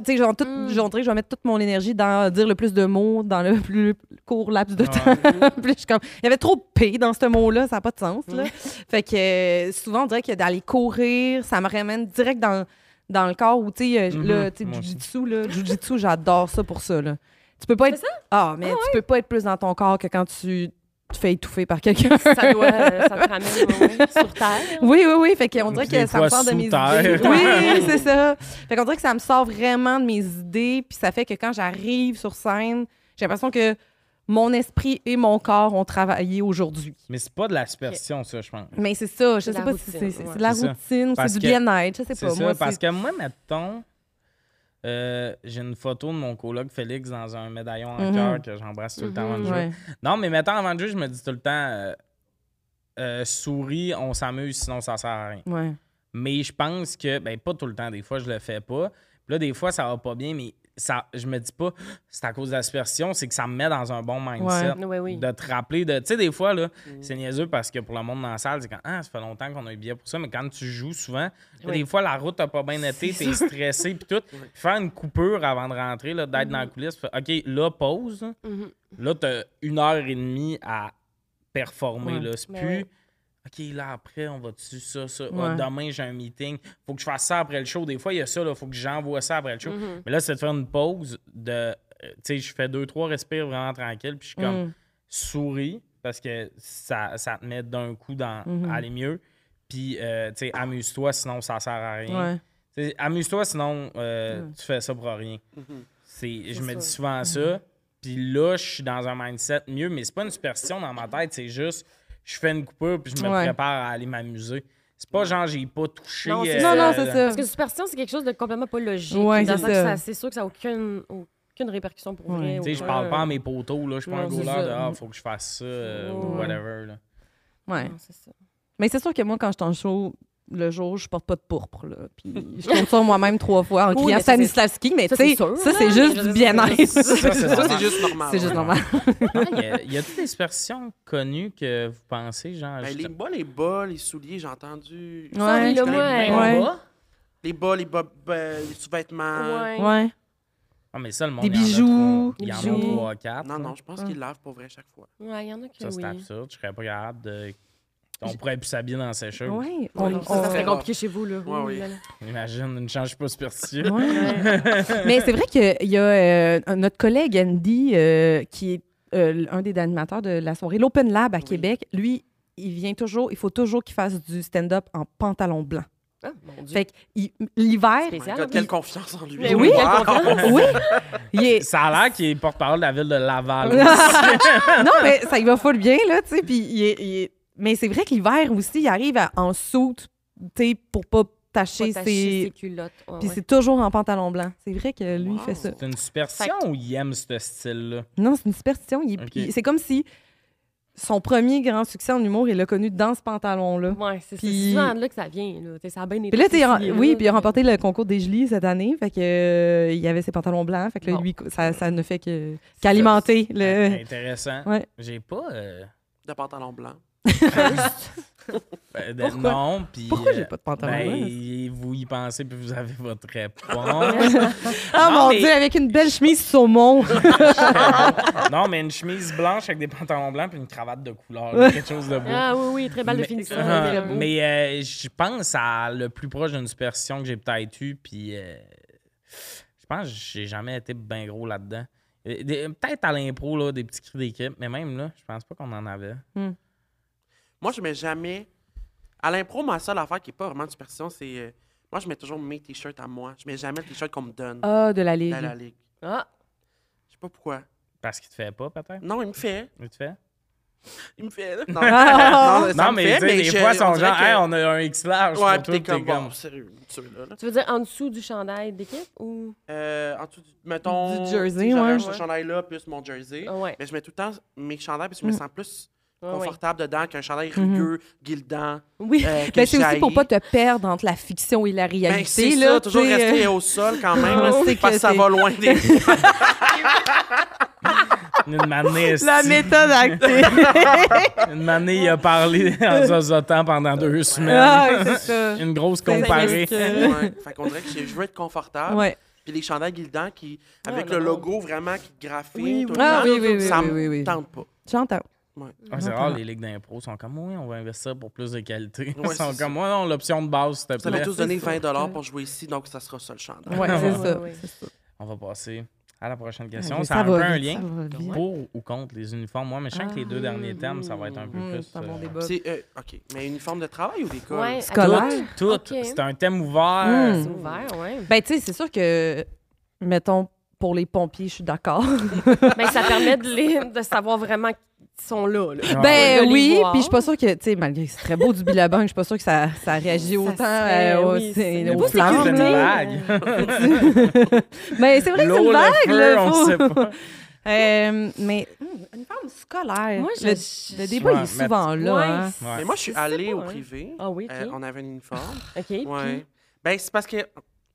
S2: sais, genre, toute
S4: Mm.
S2: journée, je vais mettre toute mon énergie dans dire le plus de mots dans le plus court laps de
S1: Ouais.
S2: temps. Puis là, je suis comme, il y avait trop de P dans ce mot-là, ça n'a pas de sens. Là. Fait que euh, souvent, on dirait que d'aller courir, ça me ramène direct dans, dans le corps où, tu sais, euh,
S1: Mhm,
S2: là, tu sais,
S1: moi aussi.
S2: jujitsu, là, jujitsu, j'adore ça pour ça, là. Tu peux pas être...
S4: C'est
S2: Ah, mais tu peux pas être plus dans ton corps que quand tu te fais étouffer par quelqu'un.
S4: Ça doit, euh, ça te ramène ouais, ouais, sur terre.
S2: Oui, oui, oui. Fait qu'on dirait
S1: Des
S2: que ça
S1: fois
S2: me sort de
S1: sous
S2: mes
S1: terre.
S2: idées. Oui, c'est ça. Fait qu'on dirait que ça me sort vraiment de mes idées. Puis ça fait que quand j'arrive sur scène, j'ai l'impression que mon esprit et mon corps ont travaillé aujourd'hui.
S1: Mais c'est pas de la superstition, ça, je pense.
S2: Mais c'est ça, je
S4: C'est
S2: sais
S4: la
S2: pas si c'est-
S4: routine,
S2: c'est
S4: ouais.
S2: c'est de la
S1: C'est ça.
S2: routine ou
S1: Parce
S2: c'est du
S1: que-
S2: bien-être, je sais
S1: C'est
S2: pas.
S1: ça,
S2: Moi,
S1: parce
S2: c'est
S1: que moi, mettons, euh, j'ai une photo de mon coloc Félix dans un médaillon en
S2: Mhm.
S1: cœur que j'embrasse tout le temps avant de jouer.
S2: Mm-hmm, Ouais.
S1: Non, mais mettons, avant de jouer, je me dis tout le temps, euh, euh, souris, on s'amuse, sinon ça sert à rien.
S2: ouais.
S1: Mais je pense que, ben, pas tout le temps, des fois, je le fais pas. Puis là, des fois, ça va pas bien, mais ça, je me dis pas, c'est à cause de la superstition, c'est que ça me met dans un bon mindset.
S4: Ouais. Ouais, oui. Mm.
S1: De te rappeler de. Tu sais, des fois, là, c'est niaiseux parce que pour le monde dans la salle, c'est quand, ah, ça fait longtemps qu'on a eu bien pour ça, mais quand tu joues souvent, là,
S4: Oui.
S1: des fois, la route n'a pas bien été, t'es stressé, puis tout. Puis Faire une coupure avant de rentrer, là,
S4: Mm.
S1: d'être dans la coulisse, puis OK, là, pause.
S4: Mhm.
S1: Là, t'as une heure et demie à performer.
S2: Ouais.
S1: Là. C'est
S4: Ben
S1: plus.
S4: ouais.
S1: OK, là, après, on va dessus ça, ça. Ah,
S2: Ouais.
S1: demain, j'ai un meeting. Faut que je fasse ça après le show. Des fois, il y a ça, là. Faut que j'envoie ça après le show.
S4: Mm-hmm.
S1: Mais là, c'est de faire une pause de. euh, Tu sais, je fais deux, trois respires vraiment tranquilles. Puis je suis comme
S2: Mm.
S1: souris parce que ça, ça te met d'un coup dans
S2: Mhm.
S1: aller mieux. Puis, euh, tu sais, amuse-toi, sinon ça sert à rien.
S2: Ouais.
S1: T'sais, Amuse-toi, sinon euh,
S2: Ouais.
S1: tu fais ça pour rien.
S3: Mhm.
S1: C'est, je
S4: C'est
S1: me
S4: ça.
S1: dis
S2: Hmm.
S1: souvent ça. Puis là, je suis dans un mindset mieux, mais c'est pas une superstition dans ma tête, c'est juste je fais une coupure puis je me
S2: Ouais.
S1: prépare à aller m'amuser. C'est pas genre j'ai pas touché. euh,
S4: Non, c'est
S2: Non,
S4: ça.
S2: non, c'est ça.
S4: Parce que superstition, c'est quelque chose de complètement pas logique.
S2: Ouais,
S4: dans le
S2: c'est
S4: sens que
S2: ça.
S4: ça- c'est sûr que ça n'a aucune, aucune répercussion pour
S2: Ouais.
S4: vrai.
S1: Tu sais, je
S4: aucun-
S1: parle pas à mes poteaux, là. Je suis pas un
S4: Non, c'est
S1: goaler de
S4: ça.
S1: Ah, faut que je fasse ça euh, ou
S4: Ouais.
S1: whatever. Là.
S2: Ouais.
S4: Non, c'est ça.
S2: Mais c'est sûr que moi, quand je suis en show, le jour, je porte pas de pourpre. Là. Puis je compte ça moi-même trois fois en
S4: Oui,
S2: criant
S4: mais ça, c'est-
S2: Stanislavski, mais
S4: ça,
S2: tu sais,
S4: c'est sûr,
S2: ça, c'est
S4: là.
S2: juste
S4: Je
S2: du
S4: veux dire,
S2: bien-être.
S4: c'est-
S1: Ça, c'est
S3: Ça,
S1: normal.
S3: c'est juste normal.
S2: C'est juste normal.
S1: Il y a- il y a toutes des superstitions connues que vous pensez, genre.
S3: Ben, les
S1: juste-
S3: bas, les bas, les souliers, j'ai entendu.
S2: Ouais. Sorry,
S4: là,
S3: Je connais
S4: moi,
S3: bien.
S2: Ouais.
S3: Les bas, les bas, ben, les sous-vêtements.
S4: Ouais.
S2: Ouais.
S1: Ah, mais ça, le monde, il
S2: Des
S1: y en a
S2: bijoux,
S1: trois- Il y en
S2: des
S1: a
S2: bijoux.
S1: 3, 4.
S3: Non, non, je
S2: Ah.
S3: pense qu'ils lavent pour vrai à chaque fois.
S4: Ouais, il y en a qui
S1: Ça, c'est
S4: oui.
S1: absurde. Je serais pas capable de. On pourrait plus s'habiller dans ses cheveux.
S2: Ouais. On,
S3: non,
S2: on-
S4: Ça serait
S3: on-
S4: compliqué chez vous, là.
S3: Ouais, oui.
S4: Ouh là là.
S1: Imagine, une change pas superstitieux.
S2: Ouais. Mais c'est vrai qu'il y a euh, notre collègue Andy, euh, qui est euh, un des animateurs de la soirée, l'Open Lab à
S3: Oui.
S2: Québec, lui, il vient toujours, il faut toujours qu'il fasse du stand-up en pantalon blanc.
S4: Ah, mon Dieu.
S2: Fait que il- l'hiver.
S3: Oh my
S4: Spécial.
S3: God, quelle confiance en lui.
S4: Mais oui, quelle
S3: Wow!
S4: confiance.
S2: Ben Oui! Il est-
S1: Ça a l'air qu'il est porte-parole de la ville de Laval.
S2: non, mais ça y va full bien, là, tu sais. Puis il est- il est- Mais c'est vrai que l'hiver aussi, il arrive à- en soute, tu sais, pour pas tacher
S4: Pas tacher ses
S2: ses.
S4: culottes. Ouais,
S2: Puis
S4: ouais.
S2: c'est toujours en pantalon blanc. C'est vrai que lui, il fait
S3: Wow.
S2: ça.
S1: C'est une superstition
S4: Fait
S1: ou il aime ce style-là?
S2: Non, c'est une superstition. Il-
S1: Ok.
S2: il- C'est comme si son premier grand succès en humour, il l'a connu dans ce pantalon-là.
S4: Ouais, c'est
S2: Puis-
S4: c'est souvent de là que ça vient. Là. T'sais, Ça a bien été.
S2: Puis là, t'sais,
S4: fouillé,
S2: il- oui,
S4: là,
S2: puis il a
S4: mais-
S2: remporté le concours des Gelis cette année. Fait que euh, il avait ses pantalons blancs. Fait que là,
S4: Bon.
S2: lui, ça, ça ne fait que qu'alimenter le.
S1: Intéressant.
S2: Ouais.
S1: J'ai pas. euh,
S3: De pantalon blanc.
S1: euh, de-
S2: Pourquoi?
S1: Non, puis.
S2: Pourquoi
S1: euh,
S2: j'ai pas de pantalon
S1: ben,
S2: blanc?
S1: y- vous y pensez, puis vous avez votre réponse.
S2: Ah
S1: non,
S2: mon
S1: mais-
S2: dieu, avec une belle chemise saumon.
S1: non, mais une chemise blanche avec des pantalons blancs, puis une cravate de couleur, là, quelque chose de beau.
S4: Ah oui, oui, très belle
S1: Mais-
S4: définition.
S1: Ah,
S4: très beau.
S1: mais euh, je pense à le plus proche d'une superstition que j'ai peut-être eu, puis euh, je pense que j'ai jamais été bien gros là-dedans. Euh, des- Peut-être à l'impro, là, des petits cris d'équipe, mais même là, je pense pas qu'on en avait.
S3: Moi, je mets jamais. À l'impro, ma seule affaire qui n'est pas vraiment de superstition, c'est. euh, Moi, je mets toujours mes t-shirts à moi. Je mets jamais le t-shirt qu'on me donne
S2: Ah, de la
S3: à
S2: ligue.
S3: la ligue.
S4: Ah,
S3: Je sais pas pourquoi.
S1: Parce qu'il te fait pas, peut-être?
S3: Non, il me fait.
S1: Il te fait?
S3: Il me fait. Non,
S2: Ah,
S3: non, ça
S1: non,
S3: me
S1: mais,
S3: fait,
S1: tu sais, des
S3: je-
S1: fois, ils
S3: on
S1: sont
S3: dirait
S1: genre,
S3: que-
S1: Hey, on a un X large
S3: Ouais,
S1: pour
S3: puis
S1: toi,
S3: t'es
S1: puis t'es
S3: comme, bon,
S1: comme.
S3: sérieux, celui-là. là.
S4: tu veux dire en dessous du chandail d'équipe ou.
S3: Euh, en dessous du. Mettons.
S2: Du jersey,
S3: si j'avais
S2: ouais.
S3: ce chandail-là, plus mon jersey.
S4: Ah, ouais.
S3: Mais je mets tout le temps mes chandails parce que je me
S2: Mm.
S3: sens plus
S4: ouais, ouais.
S3: confortable dedans qu'un chandail
S2: Mhm.
S3: rugueux, guildant.
S4: Oui.
S3: euh, que
S2: Ben, c'est aussi
S3: j'haïs.
S2: pour pas te perdre entre la fiction et la
S3: Ben,
S2: réalité.
S3: c'est
S2: là,
S3: ça, toujours
S2: t'sais,
S3: rester
S2: euh,
S3: au sol quand même,
S2: on
S3: là,
S2: sait
S3: parce
S2: que
S3: que ça
S2: c'est-
S3: va loin des...
S1: Une manée,
S2: La
S1: esti.
S2: méthode actée.
S1: Une manée, il a parlé en zozotant pendant deux
S2: ah,
S1: semaines.
S2: c'est ça.
S1: Une grosse
S2: C'est
S1: comparée.
S2: ça.
S3: Ouais. Fait qu'on dirait que je je veux être confortable.
S2: Ouais.
S3: Puis les chandails guildants qui,
S4: Ah,
S3: avec
S4: là,
S3: le
S4: là.
S3: logo vraiment qui graphite,
S4: Oui,
S3: tout
S4: oui.
S3: le
S2: Ah
S3: temps,
S2: oui, oui, oui,
S3: ça
S2: oui,
S3: me
S2: oui, oui.
S3: tente pas.
S2: J'entends.
S1: Ah, c'est rare, les ligues d'impro sont comme, oui, on va investir pour plus de qualité. Ils
S3: Ouais,
S1: sont
S3: c'est ça.
S1: comme, moi, non, l'option de base, s'il te
S3: Ça m'a
S1: plaît.
S3: tous donné 20
S2: Ouais.
S3: pour jouer ici, donc ça sera ça le chandail.
S2: Ouais,
S1: Ouais,
S2: c'est
S1: ouais,
S2: ça.
S4: ouais.
S2: c'est ça.
S1: On va passer à la prochaine
S2: Ouais,
S1: question.
S2: ça
S1: Ça a un
S2: va
S1: peu un
S2: vite, ça
S1: lien
S2: va vite.
S1: pour ou contre les uniformes. Moi, mais je sens que les deux
S2: Ah,
S1: derniers thèmes, ça va être un peu
S2: Hum,
S1: plus.
S2: C'est un bon
S1: euh,
S2: débat.
S3: C'est, euh, OK, mais uniforme de travail ou d'école?
S4: Ouais,
S2: Scolaire.
S4: attends,
S1: Tout,
S4: Ok.
S1: c'est un thème ouvert.
S2: Hum.
S4: C'est ouvert, ouais.
S2: Ben, tu sais, c'est sûr que, mettons, pour les pompiers, je suis d'accord.
S4: Mais ça permet de, les, de savoir vraiment qu'ils sont là. là.
S1: Ah,
S2: Ben
S4: De les
S2: oui,
S4: voir.
S2: puis je suis pas sûre que, tu sais, malgré que c'est très beau du Billabong, je suis pas sûre que ça, ça réagit
S4: Ça
S2: autant
S4: serait-
S2: euh, au-
S4: oui, c'est-
S2: c'est- aux
S4: Pas
S2: flammes.
S1: C'est une
S4: sécurité.
S2: là.
S1: vague.
S2: Mais Ben, c'est vrai que c'est
S1: L'eau,
S2: une
S1: le
S2: vague,
S1: feu,
S2: là.
S1: on
S2: faut-
S1: sait pas.
S2: Euh, mais hum, une forme scolaire.
S4: Moi, je-
S2: le,
S4: je-
S2: le débat il
S1: Ouais,
S2: est
S1: mais-
S2: souvent là.
S4: Ouais,
S2: hein.
S4: c'est-
S3: Mais moi, je suis
S4: Je sais
S3: allée
S4: pas,
S3: au
S4: hein.
S3: privé.
S4: Ah oui, OK.
S3: Euh, on avait un uniforme.
S4: OK. puis,
S3: ouais. Ben, c'est parce que...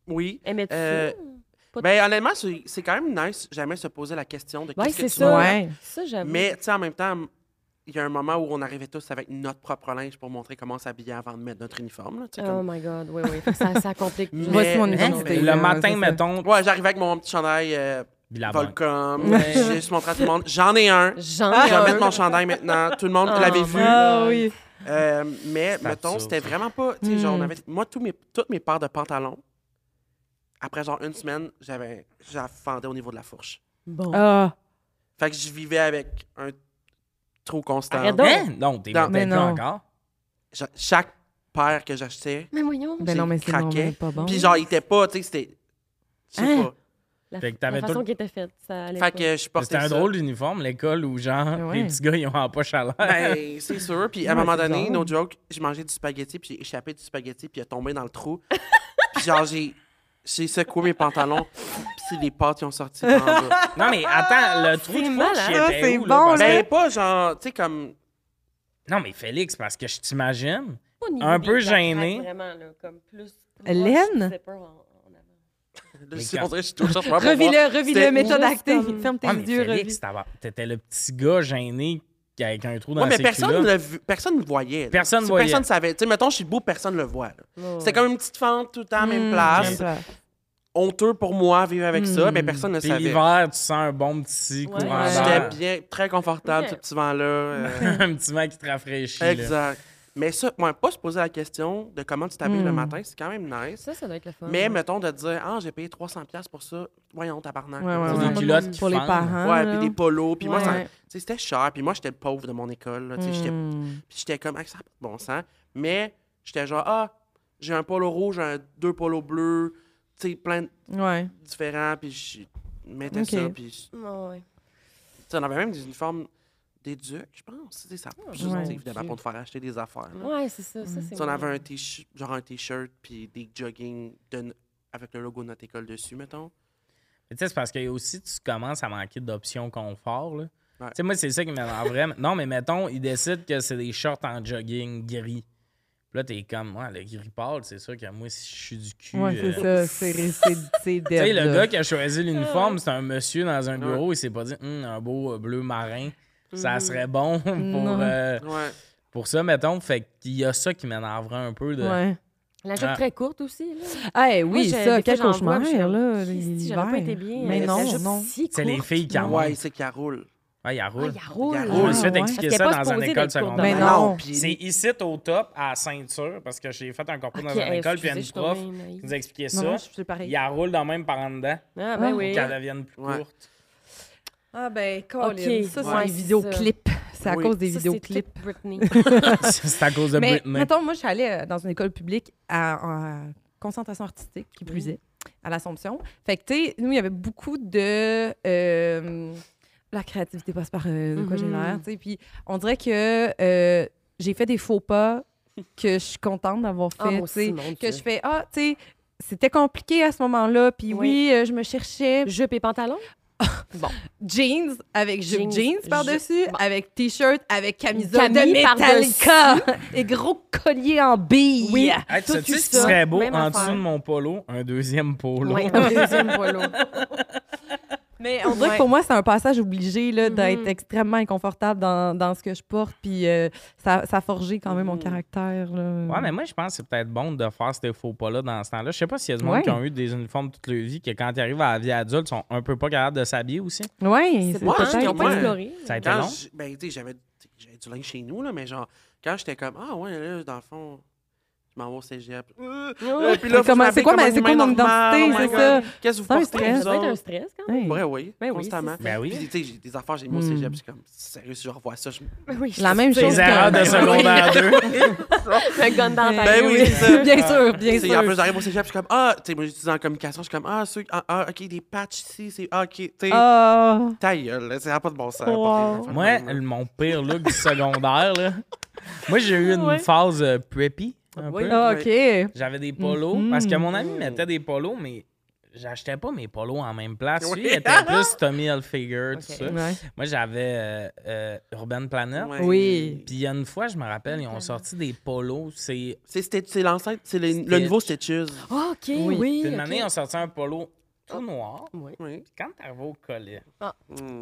S3: Oui.
S4: Aimais-tu
S3: Euh,
S4: Pas de-
S3: Ben, honnêtement, c'est c'est quand même nice jamais se poser la question de
S4: Ouais,
S3: qu'est-ce que
S4: c'est
S3: tu
S4: ça.
S3: veux.
S2: Ouais.
S4: ça, j'avoue.
S3: Mais, tu sais, en même temps, il y a un moment où on arrivait tous avec notre propre linge pour montrer comment s'habiller avant de mettre notre uniforme. là, tu sais,
S4: Oh
S3: comme...
S4: my God, oui, oui. Fait que Ça, ça complique.
S3: Mais-
S2: Voici mon
S3: Hein?
S2: université.
S1: Le
S2: là, c'est
S1: matin,
S2: ça.
S4: Euh,
S1: mettons,
S3: Ouais, j'arrivais avec mon petit chandail euh,
S1: la banque.
S3: Volcom.
S1: Ouais.
S3: J'ai juste montré à tout le monde. J'en ai un.
S4: J'en
S3: Je vais
S4: ai
S3: mettre
S4: un.
S3: mon chandail maintenant. Tout le monde
S4: Oh
S3: l'avait
S4: my
S3: vu.
S2: Ah oui.
S3: Euh, mais, mettons,
S1: absurde,
S3: c'était
S1: ça.
S3: vraiment pas. Tu sais, genre, on
S2: Hmm.
S3: avait. Moi, tous mes, toutes mes paires de pantalons, après genre une semaine, j'avais. J'affendais au niveau de la fourche.
S4: Bon.
S2: Ah,
S3: Fait que je vivais avec un trou constant.
S4: Arrête donc.
S1: Hein? Non, t'es
S3: Non,
S2: mais
S1: peut-être
S2: non.
S1: encore.
S3: Je- chaque paire que j'achetais,
S4: Mais voyons.
S2: ben non, mais c'est non,
S3: craqué.
S2: mais pas bon.
S3: Puis genre, il était pas, tu sais, c'était. Je sais
S2: Oh. Hein?
S4: La,
S1: Fait que t'avais
S4: la façon
S1: tout-
S4: qui était faite, ça allait
S3: pas. Fait
S4: pas.
S3: que je
S1: Mais
S3: portais
S1: C'était un
S3: ça.
S1: drôle d'uniforme, l'école où, genre,
S2: Ouais.
S1: les petits gars, ils ont en poche à l'air.
S3: Ben, c'est sûr. Puis à un
S2: Ouais,
S3: moment
S2: c'est
S3: donné,
S2: drôle.
S3: no joke, j'ai mangé du spaghetti, puis j'ai échappé du spaghetti, puis il a tombé dans le trou. puis genre, j'ai, j'ai secoué mes pantalons, puis c'est les pâtes qui ont sorti par en bas.
S1: Non, mais attends, le trou de
S4: malade.
S1: fourche, il
S2: Ah,
S1: était
S2: c'est
S1: où,
S2: bon,
S1: parce que-
S2: là.
S3: Ben, pas genre, tu sais, comme.
S1: Non, mais Félix, parce que je t'imagine,
S4: pas au niveau
S1: Un
S4: des
S1: peu
S4: placards,
S1: gêné.
S4: Vraiment, là, comme plus.
S2: Hélène?
S4: proche du zipper en- en avant.
S3: Là,
S1: Mais
S3: si
S1: quand-
S3: on dirait que je touche ça, je peux pas voir.
S2: Revis-le, revis-le,
S3: C'était-
S2: méthode
S4: Juste
S2: actée.
S4: comme-
S2: Ferme tes
S1: Ouais, Ah, mais
S2: yeux, revis.
S1: Félix, t'avais- t'étais le petit gars gêné avec un trou dans
S3: Ouais, mais
S1: ses
S3: personne
S1: culottes.
S3: ne vu, personne le voyait. là.
S1: Personne
S3: Si
S1: voyait.
S3: Personne savait. Tu sais, mettons, je suis beau, personne le voit. là.
S4: Ouais, ouais.
S3: C'était comme une petite fente tout le temps, à même
S2: Hmm,
S3: place.
S2: même place.
S3: Honteux pour moi, vivre avec ça, mais
S1: Hmm.
S3: personne ne
S1: Puis
S3: savait.
S1: l'hiver, tu sens un bon petit
S4: Ouais.
S1: courant
S3: J'étais
S1: d'air.
S3: bien, très confortable,
S4: Ok.
S3: ce petit vent-là. euh,
S1: un petit vent qui te rafraîchit. là.
S3: exact. Mais ça, moi, pas se poser la question de comment tu t'habilles le
S2: Hmm.
S3: matin, c'est quand même nice.
S4: Ça, ça doit être le fun.
S3: Mais
S4: ouais.
S3: mettons de dire, ah, j'ai payé 300$ pour ça, voyons, tabarnak.
S2: Ouais, ouais,
S1: Pour
S2: ouais.
S1: des culottes qui
S2: Pour les
S1: fendent.
S2: parents.
S3: Ouais,
S4: Ah.
S2: là.
S3: puis des polos. Puis moi, ça-
S2: Ouais.
S3: tu sais, c'était cher. Puis moi, j'étais le pauvre de mon école. là, tu sais, j'étais-
S2: Hmm.
S3: Puis j'étais comme, ah, ça n'a pas de bon sens. Mais j'étais genre, ah, j'ai un polo rouge, un, deux polos bleus, tu sais, plein de
S2: Ouais.
S3: différents. Puis je mettais
S2: Ok.
S3: ça. Puis je- tu
S4: Ouais, ouais.
S3: sais, on avait même des uniformes des ducs, je pense. Tu sais, ça, juste,
S2: Ouais.
S3: tu sais, évidemment, pour te faire acheter des affaires. là.
S4: Ah, Ouais, c'est ça. ça c'est
S3: Si on avait
S4: vrai.
S3: un t-shirt, genre un t-shirt, puis des jogging de n- avec le logo de notre école dessus, mettons.
S1: Mais tu sais, c'est parce que aussi, tu commences à manquer d'options confort. Là.
S3: Ouais.
S1: Tu sais, moi, c'est ça qui m'énerve vraiment. Non, mais mettons, ils décident que c'est des shorts en jogging gris. Puis là, t'es comme, moi, le gris pâle, c'est sûr que moi, si je suis du cul.
S2: Ouais,
S1: euh,
S2: c'est ça. C'est c'est- c'est
S1: Tu sais,
S2: dead,
S1: le
S2: là.
S1: gars qui a choisi
S4: Ah.
S1: l'uniforme, c'est un monsieur dans un bureau, il s'est pas dit, Hum, un beau euh, bleu marin,
S4: Mm.
S1: ça serait bon pour,
S2: Non.
S1: euh,
S3: Ouais.
S1: pour ça, mettons. Fait qu'il y a ça qui m'énerverait un peu. De...
S2: Ouais.
S4: La jupe
S1: Ah.
S4: très courte aussi. Là.
S2: Eh
S4: Moi,
S2: oui,
S4: j'ai-
S2: ça,
S4: des fois,
S2: quel
S4: j'en vois,
S2: cauchemar,
S4: puis je suis comme,
S2: là.
S4: Christy,
S2: l'hiver.
S4: j'aurais pas été bien.
S2: Mais
S4: avec
S2: non,
S4: la jupe
S2: non.
S4: si
S1: C'est les
S4: courte.
S1: filles qui en
S3: Ouais, c'est qu'elle roule.
S1: Ouais, il
S4: Ah,
S1: roule.
S4: il a roule.
S3: Il
S1: Je me suis fait
S2: ouais.
S1: expliquer
S4: Parce
S1: ça
S4: qu'elle est pas
S1: dans une
S4: supposée
S1: école
S4: d'être courte
S1: secondaire.
S4: de
S2: Mais
S4: même.
S2: non.
S3: Ah puis
S1: C'est ici au top, à la ceinture, parce que j'ai fait un corpo dans
S4: Ok,
S1: une école, puis il y a
S4: excusez,
S1: une
S4: je suis
S1: prof
S4: tombée
S1: qui
S4: naïve.
S1: nous expliquait
S2: Non, non,
S1: ça.
S2: je suis pareil.
S1: Il en roule dans le même par en dedans
S4: Ah, ben
S2: Ah.
S1: pour
S4: oui.
S1: qu'elle devienne plus
S3: Ouais.
S1: courte.
S2: Ah ben,
S4: Colin,
S2: ça, c'est
S4: ouais,
S2: les
S4: c'est
S2: vidéoclips. C'est à
S3: Oui.
S2: cause des
S4: Ça, c'est
S2: vidéoclips.
S4: toute Britney.
S1: C'est à cause de
S2: Mais
S1: Britney.
S2: mettons, moi, je suis allée euh, dans une école publique à, à concentration artistique, qui plus est, à l'Assomption. Fait que, tu sais, nous, il y avait beaucoup de... euh, la créativité passe par euh, quoi j'ai
S4: Mhm.
S2: l'air, tu sais. Puis on dirait que euh, j'ai fait des faux pas que je suis contente d'avoir
S4: Ah,
S2: fait,
S4: moi
S2: tu
S4: aussi,
S2: sais.
S4: mon Dieu.
S2: Que je fais, ah, tu sais, c'était compliqué à ce moment-là. Puis oui, euh, je me cherchais.
S4: Jupe et pantalon?
S2: jeans avec jupe
S4: Jeans,
S2: jeans par-dessus,
S4: je- bon.
S2: avec t-shirt, avec camisole de
S4: Camille par-dessus.
S2: Metallica et gros collier en billes.
S4: Oui.
S1: Hey, tu
S4: tout
S1: sais-tu
S4: eu
S1: ce qui
S4: ça,
S1: serait beau
S4: même
S1: en
S4: affaire.
S1: dessous de mon polo? Un deuxième polo.
S4: Ouais, un deuxième polo.
S2: Mais on dirait que pour moi, c'est un passage obligé là,
S4: Mhm.
S2: d'être extrêmement inconfortable dans, dans ce que je porte. Puis euh, ça, ça a forgé quand
S4: Mhm.
S2: même mon caractère. Là.
S1: Ouais, mais moi, je pense que c'est peut-être bon de faire ces faux pas-là dans ce temps-là. Je sais pas s'il y a du monde
S2: Ouais.
S1: qui ont eu des uniformes toute leur vie, que quand ils arrivent à la vie adulte, ils sont un peu pas capables de s'habiller aussi.
S2: Ouais,
S4: C'est
S2: c'est
S4: pas
S3: Ouais,
S4: ils
S2: peut-être-
S4: n'ont pas
S3: ouais.
S4: exploré.
S1: Ça a été long.
S3: Quand j'- ben, tu sais, j'avais j'avais du linge chez nous, là, mais genre, quand j'étais comme, ah ouais, là, dans le fond, je m'en vais au cégep. Euh, euh, puis là, faut que je
S2: Comment-
S3: m'habille
S2: c'est quoi
S3: comme
S2: ma-
S3: un
S2: c'est quoi
S3: humain
S2: mon
S3: normal,
S2: identité,
S3: oh my
S2: c'est ça?
S3: God. Qu'est-ce que vous
S2: C'est un
S3: portez,
S2: stress.
S4: Ça
S3: vous
S4: doit être un
S3: autres?
S4: stress quand
S2: Hey.
S3: Ouais, oui,
S4: Ben oui,
S3: constamment.
S4: c'est
S1: Ben
S3: Puis,
S1: oui.
S3: tu sais, j'ai des affaires, j'ai mis au
S2: Hmm.
S3: cégep, puis je suis comme, sérieux, si je revois ça, je...
S4: même. Oui, je-
S2: La même chose.
S1: Les
S2: que-
S1: erreurs de
S2: Ben oui.
S1: secondaire 2.
S4: Un gun dans
S3: Ben
S4: la tête.
S3: oui, c'est ça.
S2: bien sûr, bien
S3: Tu sais, En plus,
S2: sûr.
S3: j'arrive au cégep, je suis comme, ah, tu sais, moi, j'étudie en communication, je suis comme, ah, ceux, ah, ah, ok, des patchs ici, c'est, ah, ok, tu sais,
S2: Ah,
S3: ta gueule, là, ça n'a pas de bon sens.
S2: Wow.
S3: porter des affaires
S1: Moi,
S3: de même, là.
S1: le- mon pire look du secondaire, là. Moi, j'ai eu une
S4: Ouais.
S1: phase euh, preppy. un
S4: Oui.
S1: peu.
S2: ah, OK.
S1: J'avais des polos.
S2: Mhm.
S1: Parce que mon ami mettait des polos, mais j'achetais pas mes polos en même place.
S3: Oui.
S1: Lui, il était plus Tommy Hilfiger, tout
S4: Ok.
S1: ça.
S2: Ouais.
S1: Moi, j'avais euh, euh, Urban Planet.
S3: Ouais.
S2: Oui.
S1: Puis il y a une fois, je me rappelle, ils ont sorti des polos. C'est
S3: C'est Stitch- c'est l'ancêtre, c'est le, le nouveau Stitches.
S4: Ah, OK,
S2: Oui.
S4: oui.
S1: Puis une
S4: ok. Oh.
S1: année, ils ont sorti un polo tout noir.
S4: Oui.
S3: Oui. Hmm.
S1: Quand t'arrivais au collet,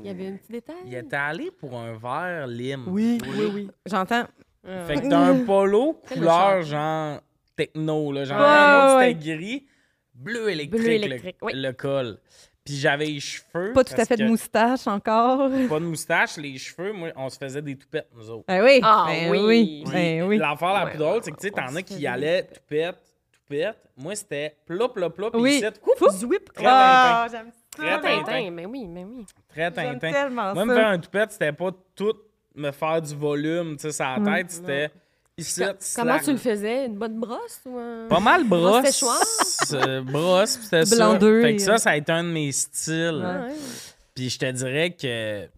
S4: Il y avait un petit détail.
S1: il était allé pour un vert lime.
S2: Oui.
S4: Oui, oui.
S2: J'entends.
S4: Ah,
S1: Fait
S4: ouais.
S1: que t'as un polo
S4: Quel
S1: couleur
S4: méchant.
S1: genre techno, là. Genre,
S2: Ouais,
S1: un autre,
S2: ouais,
S1: c'était gris, bleu électrique,
S4: Bleu électrique,
S1: le,
S4: oui.
S1: le col. Puis j'avais les cheveux.
S2: Pas tout à
S1: parce
S2: fait de
S1: que-
S2: moustache encore.
S1: Pas de moustache, les cheveux, moi, on se faisait des toupettes, nous autres.
S2: Ah oui.
S4: Ah
S2: ben
S4: oui.
S2: oui.
S1: Puis
S2: Ben oui.
S1: L'affaire la plus
S4: Ouais,
S1: drôle, c'est que tu sais,
S4: on
S1: t'en
S4: se
S1: as qui
S4: faisait-
S1: allaient toupette, toupette. Moi, c'était plop, plop, plop,
S2: Oui.
S1: puis ici, ouf,
S2: Zwip.
S1: Très Ah,
S2: j'aime
S1: Très tintin.
S4: Tintin, mais oui, mais oui.
S1: Très
S2: J'aime
S1: tintin.
S2: tellement
S1: Moi, me faire un toupette, c'était pas tout me faire du volume, tu sais, sur la tête, c'était ici,
S4: Comment
S1: slack.
S4: tu le faisais? Une bonne brosse ou un...
S1: Pas mal brosse.
S4: Brosse séchoir.
S1: euh, brosse, pis c'était ça.
S2: Blandeux
S1: Fait
S2: et-
S1: que ça, ça a été un de mes styles.
S4: Ah, ouais.
S1: Puis je te dirais que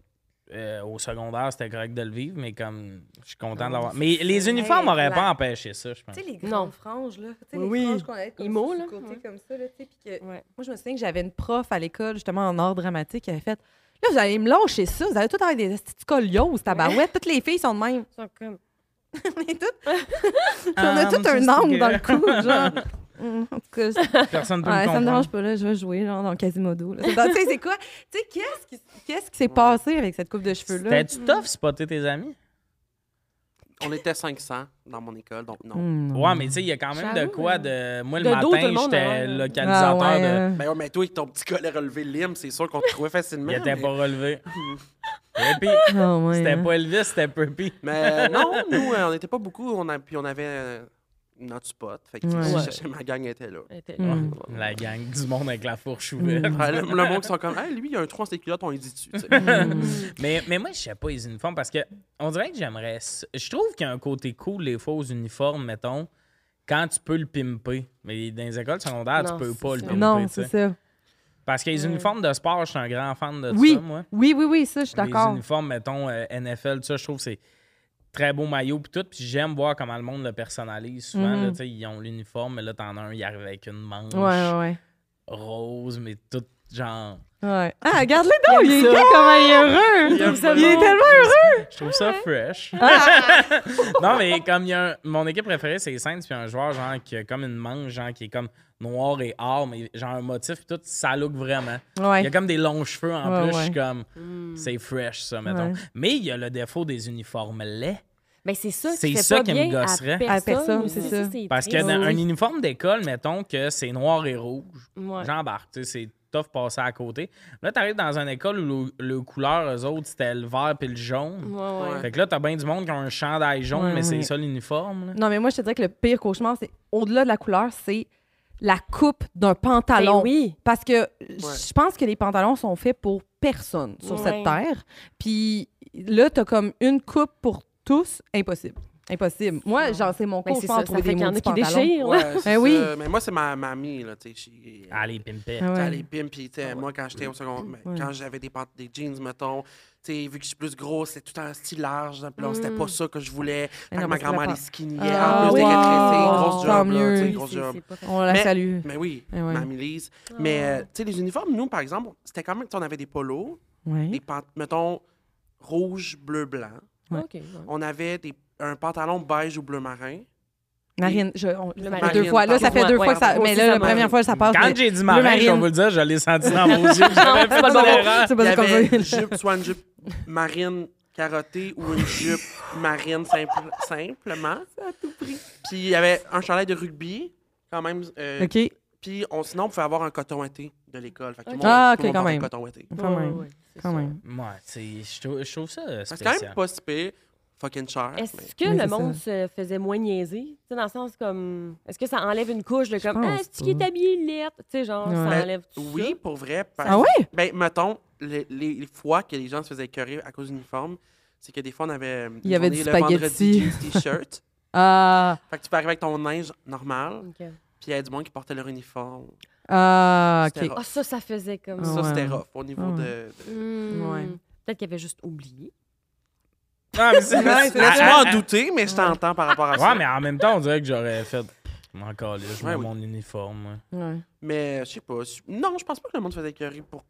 S1: euh, au secondaire, c'était correct de le vivre, mais comme je suis content de l'avoir.
S2: Ah,
S1: Mais les uniformes
S2: Hey,
S1: n'auraient
S2: la-
S1: pas empêché ça, je pense.
S2: Tu sais, les
S4: Non.
S2: grandes franges, là. Tu sais,
S4: Oui,
S2: les
S4: oui.
S2: franges qu'on avait comme
S4: Imo,
S2: sur
S4: là,
S2: le côté,
S4: ouais.
S2: comme ça, là, tu sais, puis que...
S4: Ouais.
S2: Moi, je me souviens que j'avais une prof à l'école, justement, en art dramatique, qui avait fait... Là, vous allez me lâcher ça. Vous allez tout avoir des petites colioses, tabarouettes. Toutes les filles sont de même.
S4: Ils sont comme...
S2: on est toutes- on
S1: Ah,
S2: a tout un angle dans le cou, genre. Mm, en tout cas, c'est-
S1: Personne peut me
S2: ouais, ça me
S1: comprendre.
S2: dérange pas, là, je vais jouer genre, dans Quasimodo. là. Dans- Tu sais, c'est quoi? Tu sais, qu'est-ce qui qu'est-ce qui s'est passé avec cette coupe de cheveux-là?
S1: T'as-tu tough spotter tes amis?
S3: On était 500 dans mon école, donc non.
S2: Mm, non.
S1: Ouais, mais tu sais, il y a quand même de
S4: J'avoue,
S2: hein.
S1: quoi de. Moi, le
S4: de dos, tout
S1: matin,
S4: le monde,
S1: j'étais
S4: ouais.
S1: localisateur
S2: Ah ouais,
S1: de.
S2: euh,
S3: Ben ouais, mais toi, avec ton petit collet relevé lime, c'est sûr qu'on te trouvait facilement.
S1: Il était
S3: mais-
S1: pas relevé. Et puis,
S2: ah ouais,
S1: c'était
S2: hein.
S1: pas Elvis, c'était Puppy.
S3: Mais non, nous, euh, on n'était pas beaucoup. On a, puis on avait euh, notre spot. Fait que tu sais,
S2: Ouais.
S3: je
S4: Ouais.
S3: cherchais ma gang était là.
S4: Elle était-
S2: Mm.
S1: La gang du monde avec la fourche ouverte.
S3: Ouais, le, le monde qui sont comme, hey, lui, il y a un trou en ses culottes, on lui dit dessus. tu sais.
S2: Mm.
S1: Mais, mais moi, je sais pas les uniformes parce que on dirait que j'aimerais. s- Je trouve qu'il y a un côté cool, les faux uniformes, mettons, quand tu peux le pimper. Mais dans les écoles secondaires,
S4: Non,
S1: tu peux
S4: c'est
S1: pas le
S4: ça. Mm.
S1: pimper.
S2: Non,
S1: tu sais.
S2: c'est ça.
S1: Parce que les uniformes de sport, je suis un grand fan de
S2: Oui,
S1: ça, moi.
S2: oui, oui, oui, ça, je suis
S1: Les
S2: d'accord.
S1: uniformes, mettons, euh, NFL, tout ça, je trouve que c'est très beau maillot puis tout. Puis j'aime voir comment le monde le personnalise souvent.
S2: Mhm.
S1: là, tu sais, ils ont l'uniforme, mais là, t'en as un, il arrive avec une manche
S2: Ouais, ouais,
S1: rose, mais tout genre.
S2: ouais. Ah, regarde-le donc, il est
S4: ça.
S2: gay, comment il est heureux!
S1: Il aime ça,
S2: Il est
S1: bon.
S2: tellement
S1: Je trouve ça fresh.
S2: Ah.
S1: non, mais comme il y a un- Mon équipe préférée, c'est les Saints, puis un joueur, genre, qui a comme une manche, genre, qui est comme noir et or, mais genre un motif, puis tout, ça look vraiment.
S2: heureux! Ouais.
S1: Il y a comme des longs cheveux en
S2: Ouais,
S1: plus, je suis
S2: ouais.
S1: comme.
S2: Hmm.
S1: C'est fresh, ça, mettons.
S2: Ouais.
S1: Mais il y a le défaut des uniformes laids.
S4: Ben, c'est ça qui
S1: C'est
S4: fait
S1: ça
S4: pas
S1: qui me
S4: bien à
S1: gosserait.
S2: À personne,
S4: aussi,
S2: c'est ça.
S1: Parce que
S4: triste.
S1: dans un uniforme d'école, mettons que c'est noir et rouge,
S4: Ouais.
S1: j'embarque. tu sais, C'est tough passer à côté. Là, t'arrives dans une école où le, le couleur, eux autres, c'était le vert puis le jaune.
S4: Ouais, Ben ouais.
S1: Fait que là, t'as bien du monde qui a un chandail jaune,
S2: Ouais,
S1: mais c'est
S2: ouais.
S1: ça l'uniforme. là.
S2: Non, mais moi, je te dirais que le pire cauchemar, c'est au-delà de la couleur, c'est la coupe d'un pantalon.
S4: Ben oui.
S2: Parce que je pense que les pantalons sont faits pour personne sur
S4: Ouais.
S2: cette terre. Puis là, t'as comme une coupe pour tous. Impossible. Impossible. Moi, genre, c'est mon
S4: Ben,
S2: cours, je
S4: c'est
S2: pense,
S4: ça, ça
S2: trouver
S4: fait
S2: des
S4: qu'il y en a
S2: maudits
S4: qui
S2: pantalons.
S4: déchirent. là.
S3: Ouais, c'est
S2: Ben oui.
S3: ça. Mais moi, c'est ma mamie, là, tu sais. j'ai-
S1: Allez, pimpette.
S2: Ah ouais. Mm.
S3: T'sais, les pimps, puis t'sais, moi, quand j'étais au secondaire, ben,
S2: Ouais.
S3: quand j'avais des, pant- des jeans, mettons, t'sais, vu que je suis plus gros, c'était tout en style large. hein, Puis là,
S2: Mm.
S3: c'était pas ça que je voulais.
S2: Mais
S4: Ah
S3: Fait
S2: non, mais
S3: que ma
S2: Ben, c'est la
S3: grand-mère
S2: part.
S3: les skinnait.
S2: Ah,
S3: en plus,
S2: wow.
S3: c'était très
S2: Tant
S3: grosse job, là,
S2: mieux.
S3: t'sais,
S2: Oui,
S3: grosse
S4: C'est-
S3: job.
S4: c'est pas facile.
S2: On la
S3: Mais-
S2: salue.
S3: Mais oui,
S2: Eh ouais.
S3: mamie Lise. Mais, euh, tu sais, les uniformes, nous, par exemple, c'était quand même, t'sais, on avait des polos,
S2: Ouais.
S3: des pant- mettons, rouge, bleu, blanc.
S2: Ouais.
S4: Ok, ouais.
S3: On avait des, un pantalon beige ou bleu marin.
S2: Marine, je, on- ça fait
S4: Marine,
S2: deux fois. Là, ça fait
S4: pardon.
S2: deux
S4: Ouais,
S2: fois que ça.
S4: ouais,
S2: Mais
S4: aussi,
S2: là,
S4: ça
S2: la première
S4: m'arrive.
S2: fois, ça passe.
S1: Quand
S2: mais-
S1: j'ai dit
S2: Bleu
S1: marine, je vais
S2: marine.
S1: vous le dire, je l'ai senti dans vos yeux. J'avais fait ça
S4: pas bon.
S1: l'erreur.
S2: C'est
S3: Il y
S2: pas ça qu'on
S3: avait
S2: veut.
S3: une jupe, soit une jupe marine carottée ou une jupe marine simple, simplement. Puis il y avait un chandail de rugby, quand même. euh,
S2: OK.
S3: Puis on, sinon, on pouvait avoir un coton été de l'école. Fait que tout le
S4: Ok.
S3: monde-
S2: Ah,
S3: tout le
S2: ok,
S3: monde
S2: quand
S3: portait
S2: même.
S3: un coton été.
S2: Quand
S4: Ouais,
S2: même.
S4: ouais, c'est
S2: Quand
S4: ça.
S2: même.
S1: Ouais, c'est- je trouve, je trouve ça
S3: Ah, C'est
S1: spécial.
S3: quand même pas si pire. Fucking cher. Ah, mais-
S4: Est-ce que
S2: Oui, c'est
S4: le monde se faisait moins niaiser? Tu sais, dans le sens comme. Est-ce que ça enlève une couche de comme.
S2: pense
S4: Ah, c'est qui est
S2: pas.
S4: habillé lettre? Tu sais, genre, ça
S2: Ouais.
S4: enlève tout.
S3: Oui, pour vrai. parce-
S2: Ah ouais?
S3: Ben, mettons, les, les- les fois que les gens se faisaient écœurer à cause d'uniforme, c'est que des fois, on avait.
S2: Il y avait
S3: demandé
S2: du
S3: le vendredi
S2: spaghetti.
S3: jeans T-shirt.
S2: Ah.
S3: fait que tu peux arriver avec ton neige normal,
S4: ça? Ok.
S3: puis il y a du monde qui portait leur uniforme.
S2: Ah,
S3: C'était
S2: OK.
S3: rough.
S4: Ah, ça, ça faisait comme
S2: Ah
S4: ça.
S3: Ça,
S2: ouais.
S3: c'était rough au niveau
S2: Ah
S3: de. de-
S4: Hmm.
S2: Ouais.
S4: Peut-être qu'il avait juste oublié.
S1: Ah, mais c'est-
S2: Ouais, c'est
S3: Laisse-moi
S1: Ah,
S3: en douter, mais je t'entends par rapport à
S1: ah,
S3: ça.
S1: Ouais, mais en même temps, on dirait que j'aurais fait. Encore là, je mets
S3: Ouais, oui.
S1: mon uniforme. moi.
S2: Ouais.
S3: Mais je sais pas. je- Non, je pense pas que le monde se faisait écœurer pour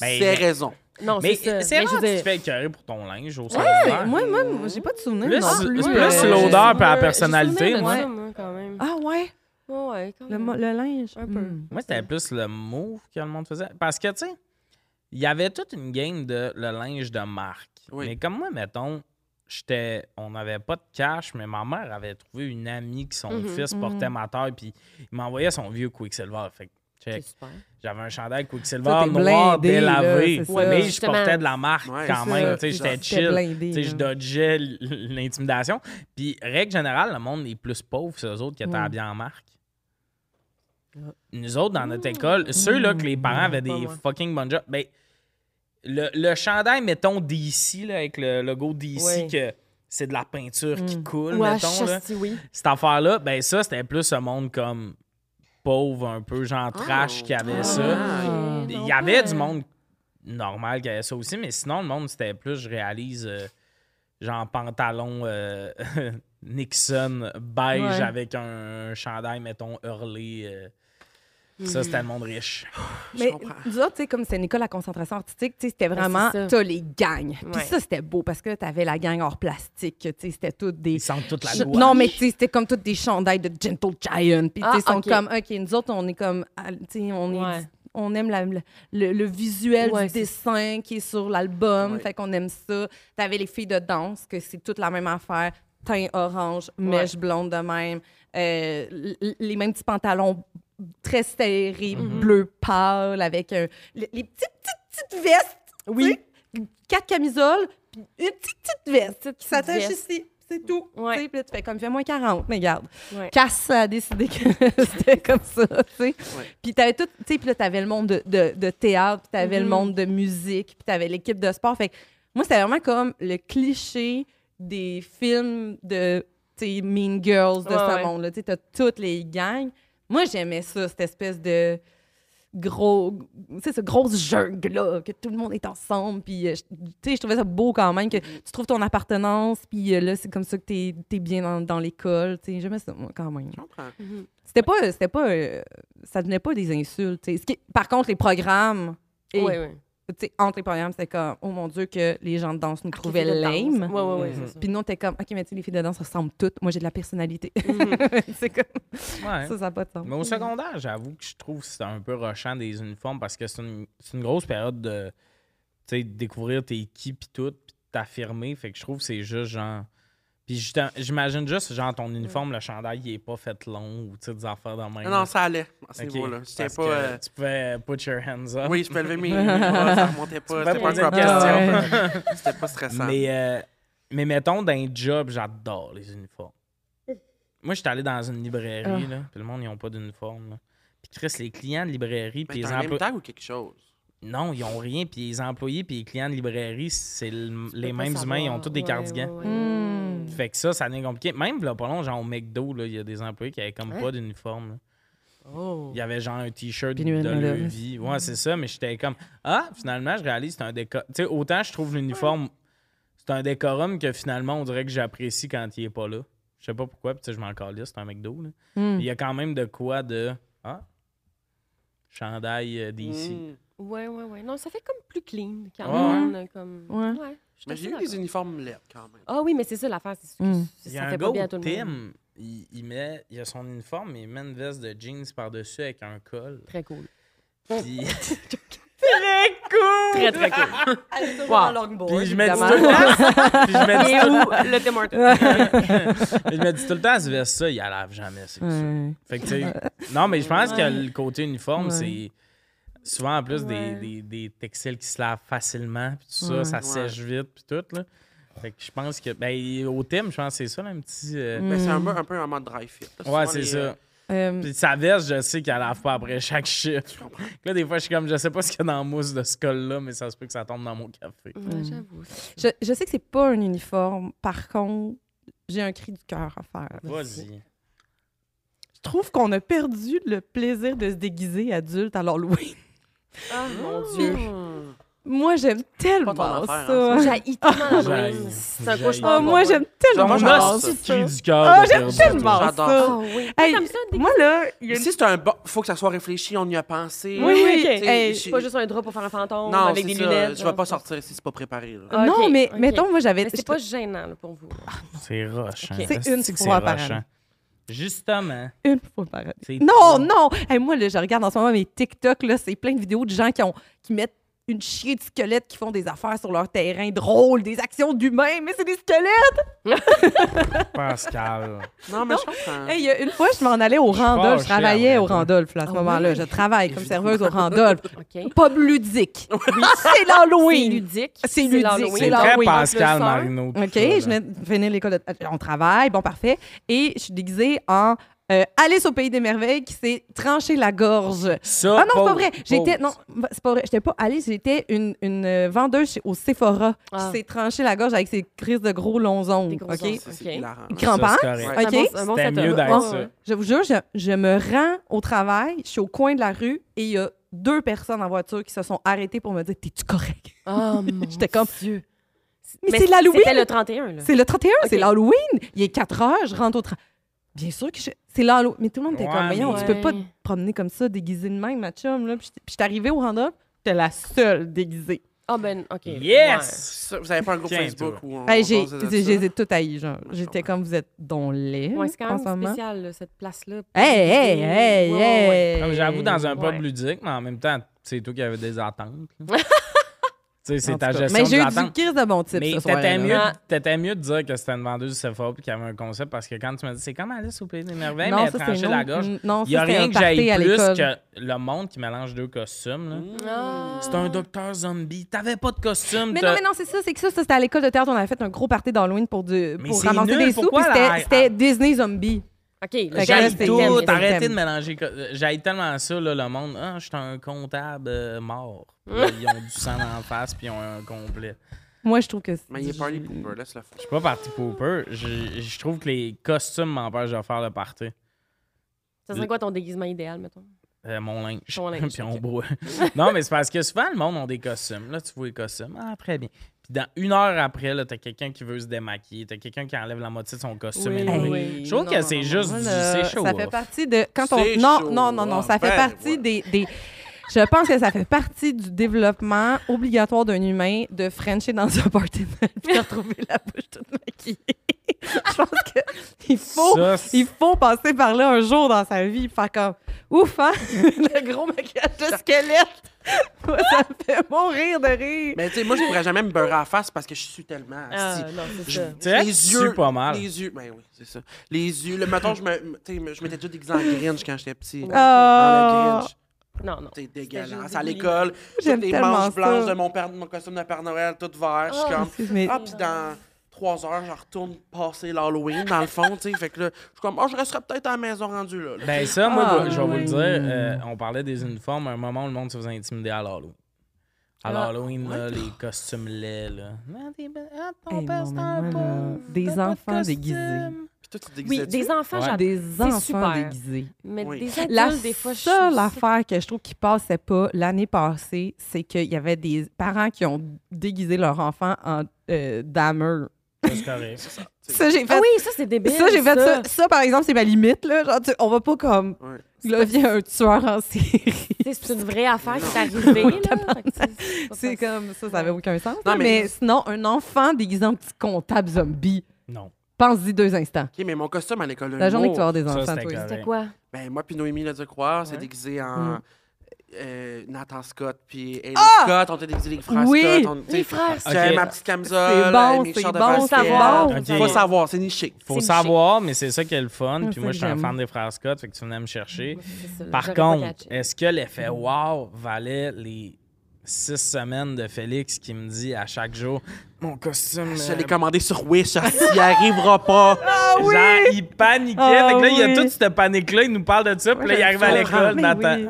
S1: Ben, Mais-
S3: ces raisons.
S4: Non,
S1: Mais
S4: c'est ça.
S1: c'est
S4: Mais je
S1: rare
S4: veux
S1: que tu
S4: dire-
S1: te fais écœurer pour ton linge au
S2: Ouais,
S1: secondaire.
S2: moi, moi, j'ai pas de souvenir.
S1: Plus-
S2: non
S1: plus
S2: euh,
S4: Ouais,
S1: l'odeur
S4: j'ai
S1: puis la
S4: souvenir-
S1: personnalité,
S4: j'ai souvenir de
S2: moi.
S4: ça, moi, quand même.
S2: Ah ouais,
S4: Ouais, ouais, quand
S2: le,
S4: même.
S2: mo- le linge.
S4: Un peu.
S2: Hmm.
S1: Moi, c'était plus le move que le monde faisait. Parce que, tu sais, il y avait toute une game de le linge de marque.
S3: Oui.
S1: Mais comme moi, mettons, j'étais, on n'avait pas de cash, mais ma mère avait trouvé une amie qui son
S4: Mhm,
S1: fils portait ma taille, puis il m'envoyait son vieux Quicksilver. Fait que,
S4: C'est
S1: check,
S4: super.
S1: j'avais un chandail
S2: Ça,
S1: Quicksilver
S2: t'es
S1: noir,
S2: blindé, là,
S1: délavé.
S2: c'est
S4: ça.
S1: mais je
S4: Justement.
S1: portais de la marque
S3: Ouais,
S1: quand
S2: c'est
S1: même.
S2: ça.
S1: Tu sais, j'étais
S3: Genre,
S1: chill.
S2: blindé,
S1: Tu sais, je
S2: là.
S1: dodgeais l- l'intimidation. Puis, règle générale, le monde est plus pauvre, c'est eux autres qui étaient
S2: Ouais.
S1: habillés en marque. Nous autres, dans notre école, ceux-là que les parents avaient
S4: Pas
S1: des
S4: moi.
S1: fucking bonnes jobs, ben, le, le chandail, mettons, d'ici, là, avec le logo d'ici,
S4: Ouais.
S1: que c'est de la peinture qui coule,
S4: Ouais,
S1: mettons, là.
S4: chastis, oui.
S1: Cette affaire-là, ben ça, c'était plus un monde comme pauvre, un peu, genre trash, qui
S4: Ah.
S1: avait ça.
S3: Ah.
S4: Ok,
S1: Il
S4: donc,
S1: y avait
S4: euh,
S1: du monde normal qui avait ça aussi, mais sinon, le monde, c'était plus, je réalise, euh, genre pantalon euh, Nixon beige
S2: Ouais.
S1: avec un, chandail, mettons, hurlé. euh,
S2: Mhm.
S1: Ça, c'était le monde riche.
S2: Mais
S3: comprends.
S2: nous autres, tu sais, comme c'était une école à concentration artistique, tu sais, c'était
S4: c'est
S2: vraiment,
S4: ça.
S2: t'as les gangs. Puis
S4: Ouais.
S2: ça, c'était beau parce que t'avais la gang hors plastique, tu sais, c'était toutes des...
S1: Ils sentent toute la
S2: Ch-
S1: loi.
S2: Non, mais tu sais, c'était comme toutes des chandails de Gentle Giant. Puis tu sais,
S4: Ah,
S2: ils sont
S4: ok.
S2: comme, OK, nous autres, on est comme, ah, tu sais, on est.
S4: Ouais.
S2: On aime la- le, le- le visuel
S4: Ouais,
S2: du
S4: c'est-
S2: dessin qui est sur l'album.
S3: Ouais.
S2: Fait qu'on aime ça. T'avais les filles de danse, que c'est toute la même affaire. Teint orange, mèche blonde de même. euh, l- l- les mêmes petits pantalons très serrés,
S4: Mm-hmm.
S2: bleu pâle, avec un- les, les petites, petites, petites vestes. Oui. Quatre camisoles, puis une petite, petite veste
S4: Petite,
S2: qui s'attache
S4: petite veste.
S2: ici. C'est tout.
S4: Ouais.
S2: Tu sais, puis là, tu fais comme, fais moins 40, mais regarde.
S4: Ouais.
S2: Casse a décidé que c'était comme ça, tu sais. Puis t'avais tout, tu sais, puis là, t'avais le monde de, de- de théâtre, puis t'avais le
S4: Mhm.
S2: monde de musique, puis t'avais l'équipe de sport. Fait que moi, c'était vraiment comme le cliché des films de, tu sais, Mean Girls de
S4: Ouais,
S2: ce
S4: ouais.
S2: monde-là. Tu sais, t'as toutes les gangs. Moi, j'aimais ça, cette espèce de gros, tu sais, ce grosse jungle-là, que tout le monde est ensemble, puis, euh, je- tu sais, je trouvais ça beau quand même, que
S4: Mm-hmm.
S2: tu trouves ton appartenance, puis euh, là, c'est comme ça que t'es es bien dans, dans l'école, tu sais, j'aimais ça, moi, quand même.
S3: Je comprends.
S2: C'était pas, c'était pas, euh, ça devenait pas des insultes, tu sais. Ce qui- Par contre, les programmes, et,
S4: Ouais, ouais.
S2: tu sais, entre les programmes, c'était comme, oh mon Dieu, que les gens de danse nous trouvaient
S4: Les filles Ah, de danse.
S2: lame.
S4: Ouais, ouais, ouais,
S1: Mhm.
S4: c'est ça.
S2: Puis nous, on était comme, OK, mais tu sais, les filles de danse ressemblent toutes. Moi, j'ai de la personnalité.
S4: Mm.
S2: c'est comme,
S1: Ouais.
S2: ça, ça n'a pas de sens.
S1: Mais au secondaire, j'avoue que je trouve que c'est un peu rochant des uniformes parce que c'est une, c'est une grosse période de tu sais, découvrir tes qui puis tout, puis t'affirmer. Fait que je trouve que c'est juste genre. Puis justin- j'imagine juste, genre, ton uniforme, le chandail, il est pas fait long ou tu sais, des affaires dans même.
S3: Non, non, ça allait. à ce
S1: Ok,
S3: niveau-là. C'était
S1: parce
S3: pas.
S1: que
S3: euh,
S1: Tu pouvais put your hands up.
S3: Oui, je peux lever mes. mes bras, ça remontait
S1: Tu peux
S3: pas. C'était pas
S1: poser
S3: un
S1: une
S3: problème.
S1: question.
S3: C'était pas stressant.
S1: Mais, euh, mais mettons, dans un job, j'adore les uniformes. Moi, j'étais allé dans une librairie, là, puis le monde, ils ont pas d'uniforme. là. Puis Chris, les clients de librairie, puis
S3: Mais
S1: les
S3: t'as un name
S1: employés.
S3: tag ou quelque chose?
S1: Non, ils ont rien. Puis les employés puis les clients de librairie, c'est le- les
S4: Faut
S1: mêmes
S4: pas
S1: humains. Ils ont
S4: savoir.
S1: tous des
S4: Ouais,
S1: cardigans.
S4: ouais, ouais.
S2: Hmm.
S1: Fait que ça, ça n'est compliqué. Même là, pas long, genre au McDo, là, il y a des employés qui avaient comme
S4: Hein?
S1: pas d'uniforme. là.
S4: Oh.
S1: Il y avait genre un t-shirt de
S2: Pénurie de main-d'œuvre.
S1: levis. Ouais, c'est ça. Mais j'étais comme, ah, finalement, je réalise que c'est un décor. Tu sais, autant je trouve l'uniforme, c'est un décorum que finalement, on dirait que j'apprécie quand il est pas là. Je sais pas pourquoi. Puis tu sais, je m'en calisse, c'est un McDo. là.
S2: Mm.
S4: Hmm.
S1: Il y a quand même de quoi de, ah, chandail euh, d'ici.
S4: Hmm.
S3: Mm.
S4: Ouais, ouais, ouais. Non, ça fait comme plus clean quand
S1: Ah, Ouais.
S4: même. là, Comme...
S2: Ouais.
S4: je suis
S3: Mais
S4: assez
S3: j'ai eu
S4: d'accord.
S3: des uniformes laids quand même.
S4: Ah oui, mais c'est ça l'affaire. C'est sûr que
S2: Mm.
S4: ça-
S1: Il y a
S4: ça
S1: un
S4: fait
S1: gars
S4: pas bien à
S1: au
S4: tout le monde.
S1: Tim, il, il met, il a son uniforme, mais il met une veste de jeans par-dessus avec un col.
S4: Très cool.
S1: Puis,
S4: Très cool! Oh. Très, très cool. Wow.
S1: puis je me dis tout le temps, puis je me dis
S4: Et
S1: tout-
S4: où le Tim Hortons?
S1: je me dis tout le temps, ce veste-là, il la lave jamais, c'est sûr.
S2: Ouais.
S1: Fait que, tu sais, non, mais je pense que
S4: Ouais.
S1: le côté uniforme,
S2: Ouais.
S1: c'est souvent en plus des-
S4: Ouais.
S1: des, des textiles qui se lavent facilement, puis tout ça,
S2: Ouais.
S1: ça
S3: Ouais.
S1: sèche vite, puis tout, là. Fait que je pense que, ben, au Tim, je pense que c'est ça, là, un petit... euh,
S2: Mm.
S3: Mais c'est un, peu- un peu un mode dry fit. là.
S1: Ouais,
S3: Souvent,
S1: c'est
S3: les-
S1: ça.
S2: Euh,
S1: Puis sa veste, je sais qu'elle lave pas après chaque chiffre. Là, des fois, je suis comme, je sais pas ce qu'il y a dans la mousse de ce col-là, mais ça se peut que ça tombe dans mon café.
S4: Ouais, J'avoue.
S2: je, je sais que c'est pas un uniforme. Par contre, j'ai un cri du cœur à faire.
S1: Vas-y.
S2: Je trouve qu'on a perdu le plaisir de se déguiser adulte à l'Halloween.
S1: Hein?
S4: Ah, mon
S3: Dieu.
S4: Dieu.
S2: Moi, j'aime tellement
S3: Pas ton affaire,
S2: ça.
S3: hein,
S4: J'haïs tellement
S1: J'haïs.
S4: l'Halloween. C'est un
S1: J'haïs.
S2: Ah,
S4: cauchemar.
S2: moi, j'aime tellement
S3: Moi,
S1: Mon
S3: j'adore
S2: ça.
S3: ça.
S1: hostie de cri du cœur.
S2: Ah,
S1: de
S2: j'aime
S1: perdu.
S2: tellement
S3: J'adore
S2: ça.
S4: Ah oui.
S2: Hey,
S4: Comme ça, des...
S2: Moi, là, il y a une-
S3: Ici, c'est un bon. Faut que ça soit réfléchi, on y a pensé.
S2: Oui, oui,
S4: ok.
S3: Tu sais,
S2: Hey,
S3: je-
S4: C'est pas juste un drap pour faire un fantôme
S3: Non,
S4: avec
S3: c'est
S4: des
S3: ça,
S4: lunettes.
S3: Je vais
S4: genre.
S3: pas sortir si c'est pas préparé. là.
S4: Ah,
S2: Non,
S4: ok,
S2: mais
S4: ok.
S2: mettons, moi, j'avais.
S4: Mais c'est pas gênant là, pour vous.
S1: C'est roche. hein.
S4: Ok.
S2: C'est une
S1: Asti que
S2: fois
S1: c'est
S2: par
S1: roche,
S2: année.
S1: hein. Justement.
S2: une fois par année.
S1: c'est
S2: Non, non! Hey, moi, là, je regarde en ce moment mes TikTok, là, c'est plein de vidéos de gens qui, ont, qui mettent une chier de squelettes qui font des affaires sur leur terrain drôles, des actions d'humains, mais c'est des squelettes!
S1: Pascal.
S3: Non, mais je comprends.
S2: Hey, il y a une fois, je m'en allais au
S1: Hein? Je suis fâché,
S2: Randolph. Je travaillais
S1: en
S2: au
S1: vrai.
S2: Randolph là, à ce
S4: Ah
S2: moment-là.
S4: oui?
S2: Je travaille comme serveuse au Randolph.
S4: OK.
S2: Pub ludique. C'est
S4: C'est
S2: l'Halloween.
S4: ludique.
S2: C'est ludique,
S4: l'Halloween.
S1: C'est
S2: là,
S1: très
S2: oui,
S1: Pascal
S4: le sort.
S1: Marino. tout
S2: OK,
S1: ça, là.
S2: je venais de finir l'école. de- euh, On travaille, bon, parfait. Et je suis déguisée en euh, Alice au Pays des Merveilles qui s'est tranché la gorge.
S1: Ça,
S2: Ah non, c'est pas
S1: pause,
S2: vrai. J'étais.
S1: pause.
S2: Non, c'est pas vrai. J'étais pas Alice, j'étais une, une euh, vendeuse chez- au Sephora
S4: Ah.
S2: qui s'est tranché la gorge avec ses crises de gros longs ongles.
S4: Des gros
S2: OK?
S4: ongles.
S3: C'est- c'est
S4: Ok.
S3: hilarant.
S1: Ça, c'est
S2: Grand-père?
S1: correct.
S3: Ouais.
S4: C'est
S2: OK?
S4: un bon- un bon
S1: C'était
S4: setup.
S1: mieux d'être
S4: Ouais,
S1: ça.
S4: ouais.
S2: Je vous jure, je, je me rends au travail, je suis au coin de la rue et il y a deux personnes en voiture qui se sont arrêtées pour me dire T'es-tu correct?
S4: Oh mon
S2: J'étais comme-
S4: Dieu.
S2: Mais c'est l'Halloween.
S4: C'était le 31, là.
S2: C'est le 31, c'est
S4: OK.
S2: l'Halloween. Il est 4 heures, je rentre au travail. Bien sûr que je- c'est là, l'eau. mais tout le monde était
S1: Ouais,
S2: comme, voyons,
S1: mais-
S2: tu peux pas te
S4: Ouais.
S2: promener comme ça, déguisé de même, ma chum. Là. Puis j'étais- puis j'étais arrivée au round-up, j'étais la seule déguisée.
S4: Ah, ben, OK.
S1: Yes!
S3: Ça, Vous avez pas un groupe
S1: Tiens, toi.
S3: Facebook où on.
S2: Hey,
S3: on
S2: j'ai,
S3: jasait de
S2: j'ai-
S3: ça?
S2: j'ai tout haï, genre. J'étais
S3: Ouais.
S2: comme, vous êtes donc laid.
S4: Ouais. Ouais, c'est quand
S2: en ce
S4: même
S2: moment.
S4: spécial, là, cette place-là.
S2: Hey, hey, hey,
S4: Ouais, ouais, ouais.
S2: hey!
S1: Comme J'avoue, dans un pub
S4: Ouais.
S1: ludique, mais en même temps, c'est toi qui avais des attentes. là. tu sais,
S2: En
S1: c'est
S2: tout
S1: ta
S2: cas.
S1: gestion
S2: Mais j'ai
S1: des
S2: eu
S1: attentes.
S2: du crise de bon type
S1: Mais
S2: ce
S1: t'étais
S2: soir-là.
S1: mieux,
S4: Ah.
S1: t'étais mieux de dire que c'était une vendeuse du Sephora puis qu'il y avait un concept parce que quand tu m'as dit c'est comme Alice au Pays des Merveilles, mais elle
S2: ça, c'est
S1: tranchait
S2: non.
S1: la gorge.
S2: Mm, Non,
S1: Il n'y a
S2: ça, c'est
S1: rien
S2: un
S1: que j'aille
S2: party à
S1: plus
S2: l'école.
S1: que le monde qui mélange deux costumes. là.
S3: Hmm.
S4: Ah.
S1: C'est un docteur zombie. T'avais pas de costume.
S2: Mais
S1: t'as-
S2: non, mais non, c'est ça, c'est que ça, ça, c'était à l'école de théâtre, on avait fait un gros party d'Halloween pour, du,
S1: Mais
S2: pour
S1: c'est
S2: ramasser
S1: nul,
S2: des sous,
S1: pourquoi
S2: puis
S1: la-
S2: c'était, c'était Disney Zombie.
S4: OK, le
S2: Fait que là,
S1: J'aille
S2: c'était-
S4: geste,
S1: tout,
S2: c'était-
S1: arrêtez
S2: c'était-
S1: de mélanger. co- euh, J'aille tellement ça, là, le monde. Ah, je suis un comptable euh, mort. Là, ils ont du sang en face puis ils ont un complet.
S2: Moi, je trouve que c'est-
S3: Mais il est party pooper, laisse le faire.
S1: Je suis pas parti pour peu. Je je trouve que les costumes m'empêchent de faire le party.
S4: Ça serait quoi ton déguisement idéal, mettons?
S1: Euh, mon linge.
S4: Ton linge,
S1: Puis on
S4: ok.
S1: broie. non, mais c'est parce que souvent, le monde a des costumes. Là, tu vois les costumes. Ah, très bien. Puis dans une heure après, là, t'as quelqu'un qui veut se démaquiller. T'as quelqu'un qui enlève la moitié de son costume.
S4: Oui,
S1: élevé.
S4: oui.
S1: Je trouve
S4: Non,
S1: que
S4: non,
S1: c'est
S4: non,
S1: juste du.
S2: Voilà,
S1: C'est chaud.
S2: Ça fait partie de. Quand on...
S3: C'est
S2: Non,
S3: show
S2: non, non, non,
S3: off.
S2: ça fait
S3: Ben,
S2: partie
S3: voilà.
S2: des, des- Je pense que ça fait partie du développement obligatoire d'un humain de Frencher dans un party de Noël puis de retrouver la bouche toute maquillée. Je pense qu'il faut,
S1: Ça, c'est-
S2: il faut passer par là un jour dans sa vie. Faire comme ouf, hein? Le gros maquillage de squelette. Moi, ça me fait mourir de rire.
S3: Mais tu sais, moi, je pourrais jamais me beurrer à la face parce que je suis tellement.
S4: Ah,
S3: asti.
S4: non, c'est
S3: Je-
S4: ça.
S1: Tu sais, tu sues pas mal.
S3: Les yeux, ben oui, c'est ça. Les yeux, le mettons, je me, tu sais, je m'étais déjà déguisé en Grinch quand j'étais petit.
S4: Ouais.
S3: Ah, le
S2: Ah,
S3: Grinch,
S4: Non, non.
S3: c'est dégueulasse.
S4: juste
S3: À
S4: des
S3: l'école,
S2: J'aime
S3: toutes les
S2: tellement
S3: manches
S2: ça.
S3: blanches de mon père, de mon costume de Père Noël, tout vert. Je suis comme,
S2: excuse, mais-
S3: ah, puis dans trois heures, je retourne passer l'Halloween, dans le fond, tu sais. Fait que là, je suis comme, ah, je resterai peut-être à la maison rendue là. là.
S1: Ben ça, moi,
S2: Ah,
S1: je- je vais vous le
S2: oui.
S1: dire, euh, on parlait des uniformes, à un moment, le monde se faisait intimider à l'Halloween. À
S4: Ah,
S1: l'Halloween, là, les costumes laids, là. Ah, t'es ben- ah, ton
S2: Eh
S1: père,
S2: non,
S1: c'est
S2: mais
S1: un
S2: moi, là,
S1: pauvre,
S2: des
S1: t'as pas de
S2: enfants déguisés.
S1: costume.
S3: Puis toi, tu te
S4: Oui,
S3: déguisais-tu?
S4: des enfants,
S1: Ouais.
S4: j'adore.
S2: des
S4: Ah, c'est
S2: enfants
S4: super.
S2: déguisés.
S4: Mais
S3: Oui.
S4: des adultes,
S2: La
S4: des fois, je
S2: seule affaire que je trouve qui passait pas l'année passée, c'est qu'il y avait des parents qui ont déguisé leur enfant en euh, damer.
S1: Ça, C'est correct.
S2: Ça, j'ai
S4: Ah
S2: fait.
S4: oui, ça, c'est débile.
S2: Ça, j'ai fait ça. Ça, par exemple, c'est ma limite. Là. Genre, tu- on va pas comme.
S3: Ouais.
S2: Là, vient un tueur en série.
S4: Tu sais, C'est une vraie affaire qui t'est arrivée. là. Fait que c'est-
S2: C'est
S4: c'est pas
S2: comme ça, ça avait aucun sens.
S3: Non,
S2: là, mais...
S3: mais-
S2: sinon, un enfant déguisé en petit comptable zombie,
S1: Non.
S2: pense-y deux instants.
S3: Ok, mais mon costume à l'école de
S2: La journée que tu vas
S3: l'humour,
S2: avoir des
S1: Ça,
S2: enfants,
S1: c'était
S2: toi.
S1: correct.
S4: C'était quoi?
S3: Ben, moi, puis Noémie Le Ducroix, c'est
S1: Ouais.
S3: déguisé en.
S2: Mm.
S3: euh, Nathan Scott, puis Ellie Scott, on t'a déguisé les frères
S2: Ah! Oui!
S3: Scott. On, tu sais,
S4: Les frères,
S1: Ok.
S3: J'avais ma petite
S2: C'est
S3: camisole,
S2: bon,
S3: mes
S2: c'est
S3: shorts de
S2: bon,
S3: basket.
S2: c'est
S4: savoir.
S2: bon.
S1: Ok.
S3: Faut savoir, c'est niché.
S1: Faut
S4: une
S1: savoir, mais c'est ça qui est le fun.
S2: Ah,
S1: Puis moi,
S2: ça,
S1: je suis un
S2: j'aime.
S1: fan des frères Scott, fait que tu venais me chercher.
S4: C'est ça,
S1: Par
S4: j'aurais pas
S1: contre,
S4: catché.
S1: est-ce que l'effet
S2: Hum.
S1: wow valait les six semaines de Félix qui me dit à chaque jour mon costume.
S3: Ah, Je
S1: euh,
S3: l'ai Ah commandé sur Wish, il arrivera pas.
S1: Genre, il paniquait.
S2: Ah
S1: fait que là, il y a
S2: oui.
S1: toute cette panique-là. Il nous parle de ça. Puis là, il arrive à
S2: Ah,
S1: l'école,
S2: mais
S1: Nathan.
S2: oui.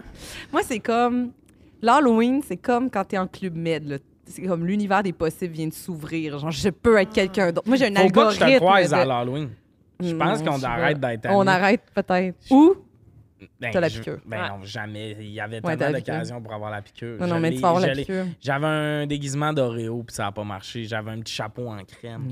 S2: Moi, c'est comme. L'Halloween, c'est comme quand t'es en club med. là. C'est comme l'univers des possibles vient de s'ouvrir. Genre, je peux être quelqu'un d'autre. Moi, j'ai un
S1: Faut pas que je
S2: algorithme.
S1: te croise
S2: de-
S1: à l'Halloween. Je
S2: Non,
S1: pense qu'on
S2: c'est
S1: arrête
S2: vrai.
S1: d'être amis.
S2: On arrête peut-être. Ou.
S1: Ben,
S2: T'as la
S1: je-
S2: piqûre.
S1: Ben
S4: Ouais.
S1: non, jamais. Il y avait
S2: Ouais, t'as
S1: tellement
S2: la piqûre.
S1: d'occasions pour avoir la piqûre.
S2: Non, non,
S1: Je
S2: mais tu
S1: l'ai-
S2: vas avoir
S1: je
S2: la
S1: l'ai-
S2: piqûre.
S1: J'avais un déguisement d'Oreo, puis ça n'a pas marché. J'avais un petit chapeau en
S2: Mm.
S1: crème.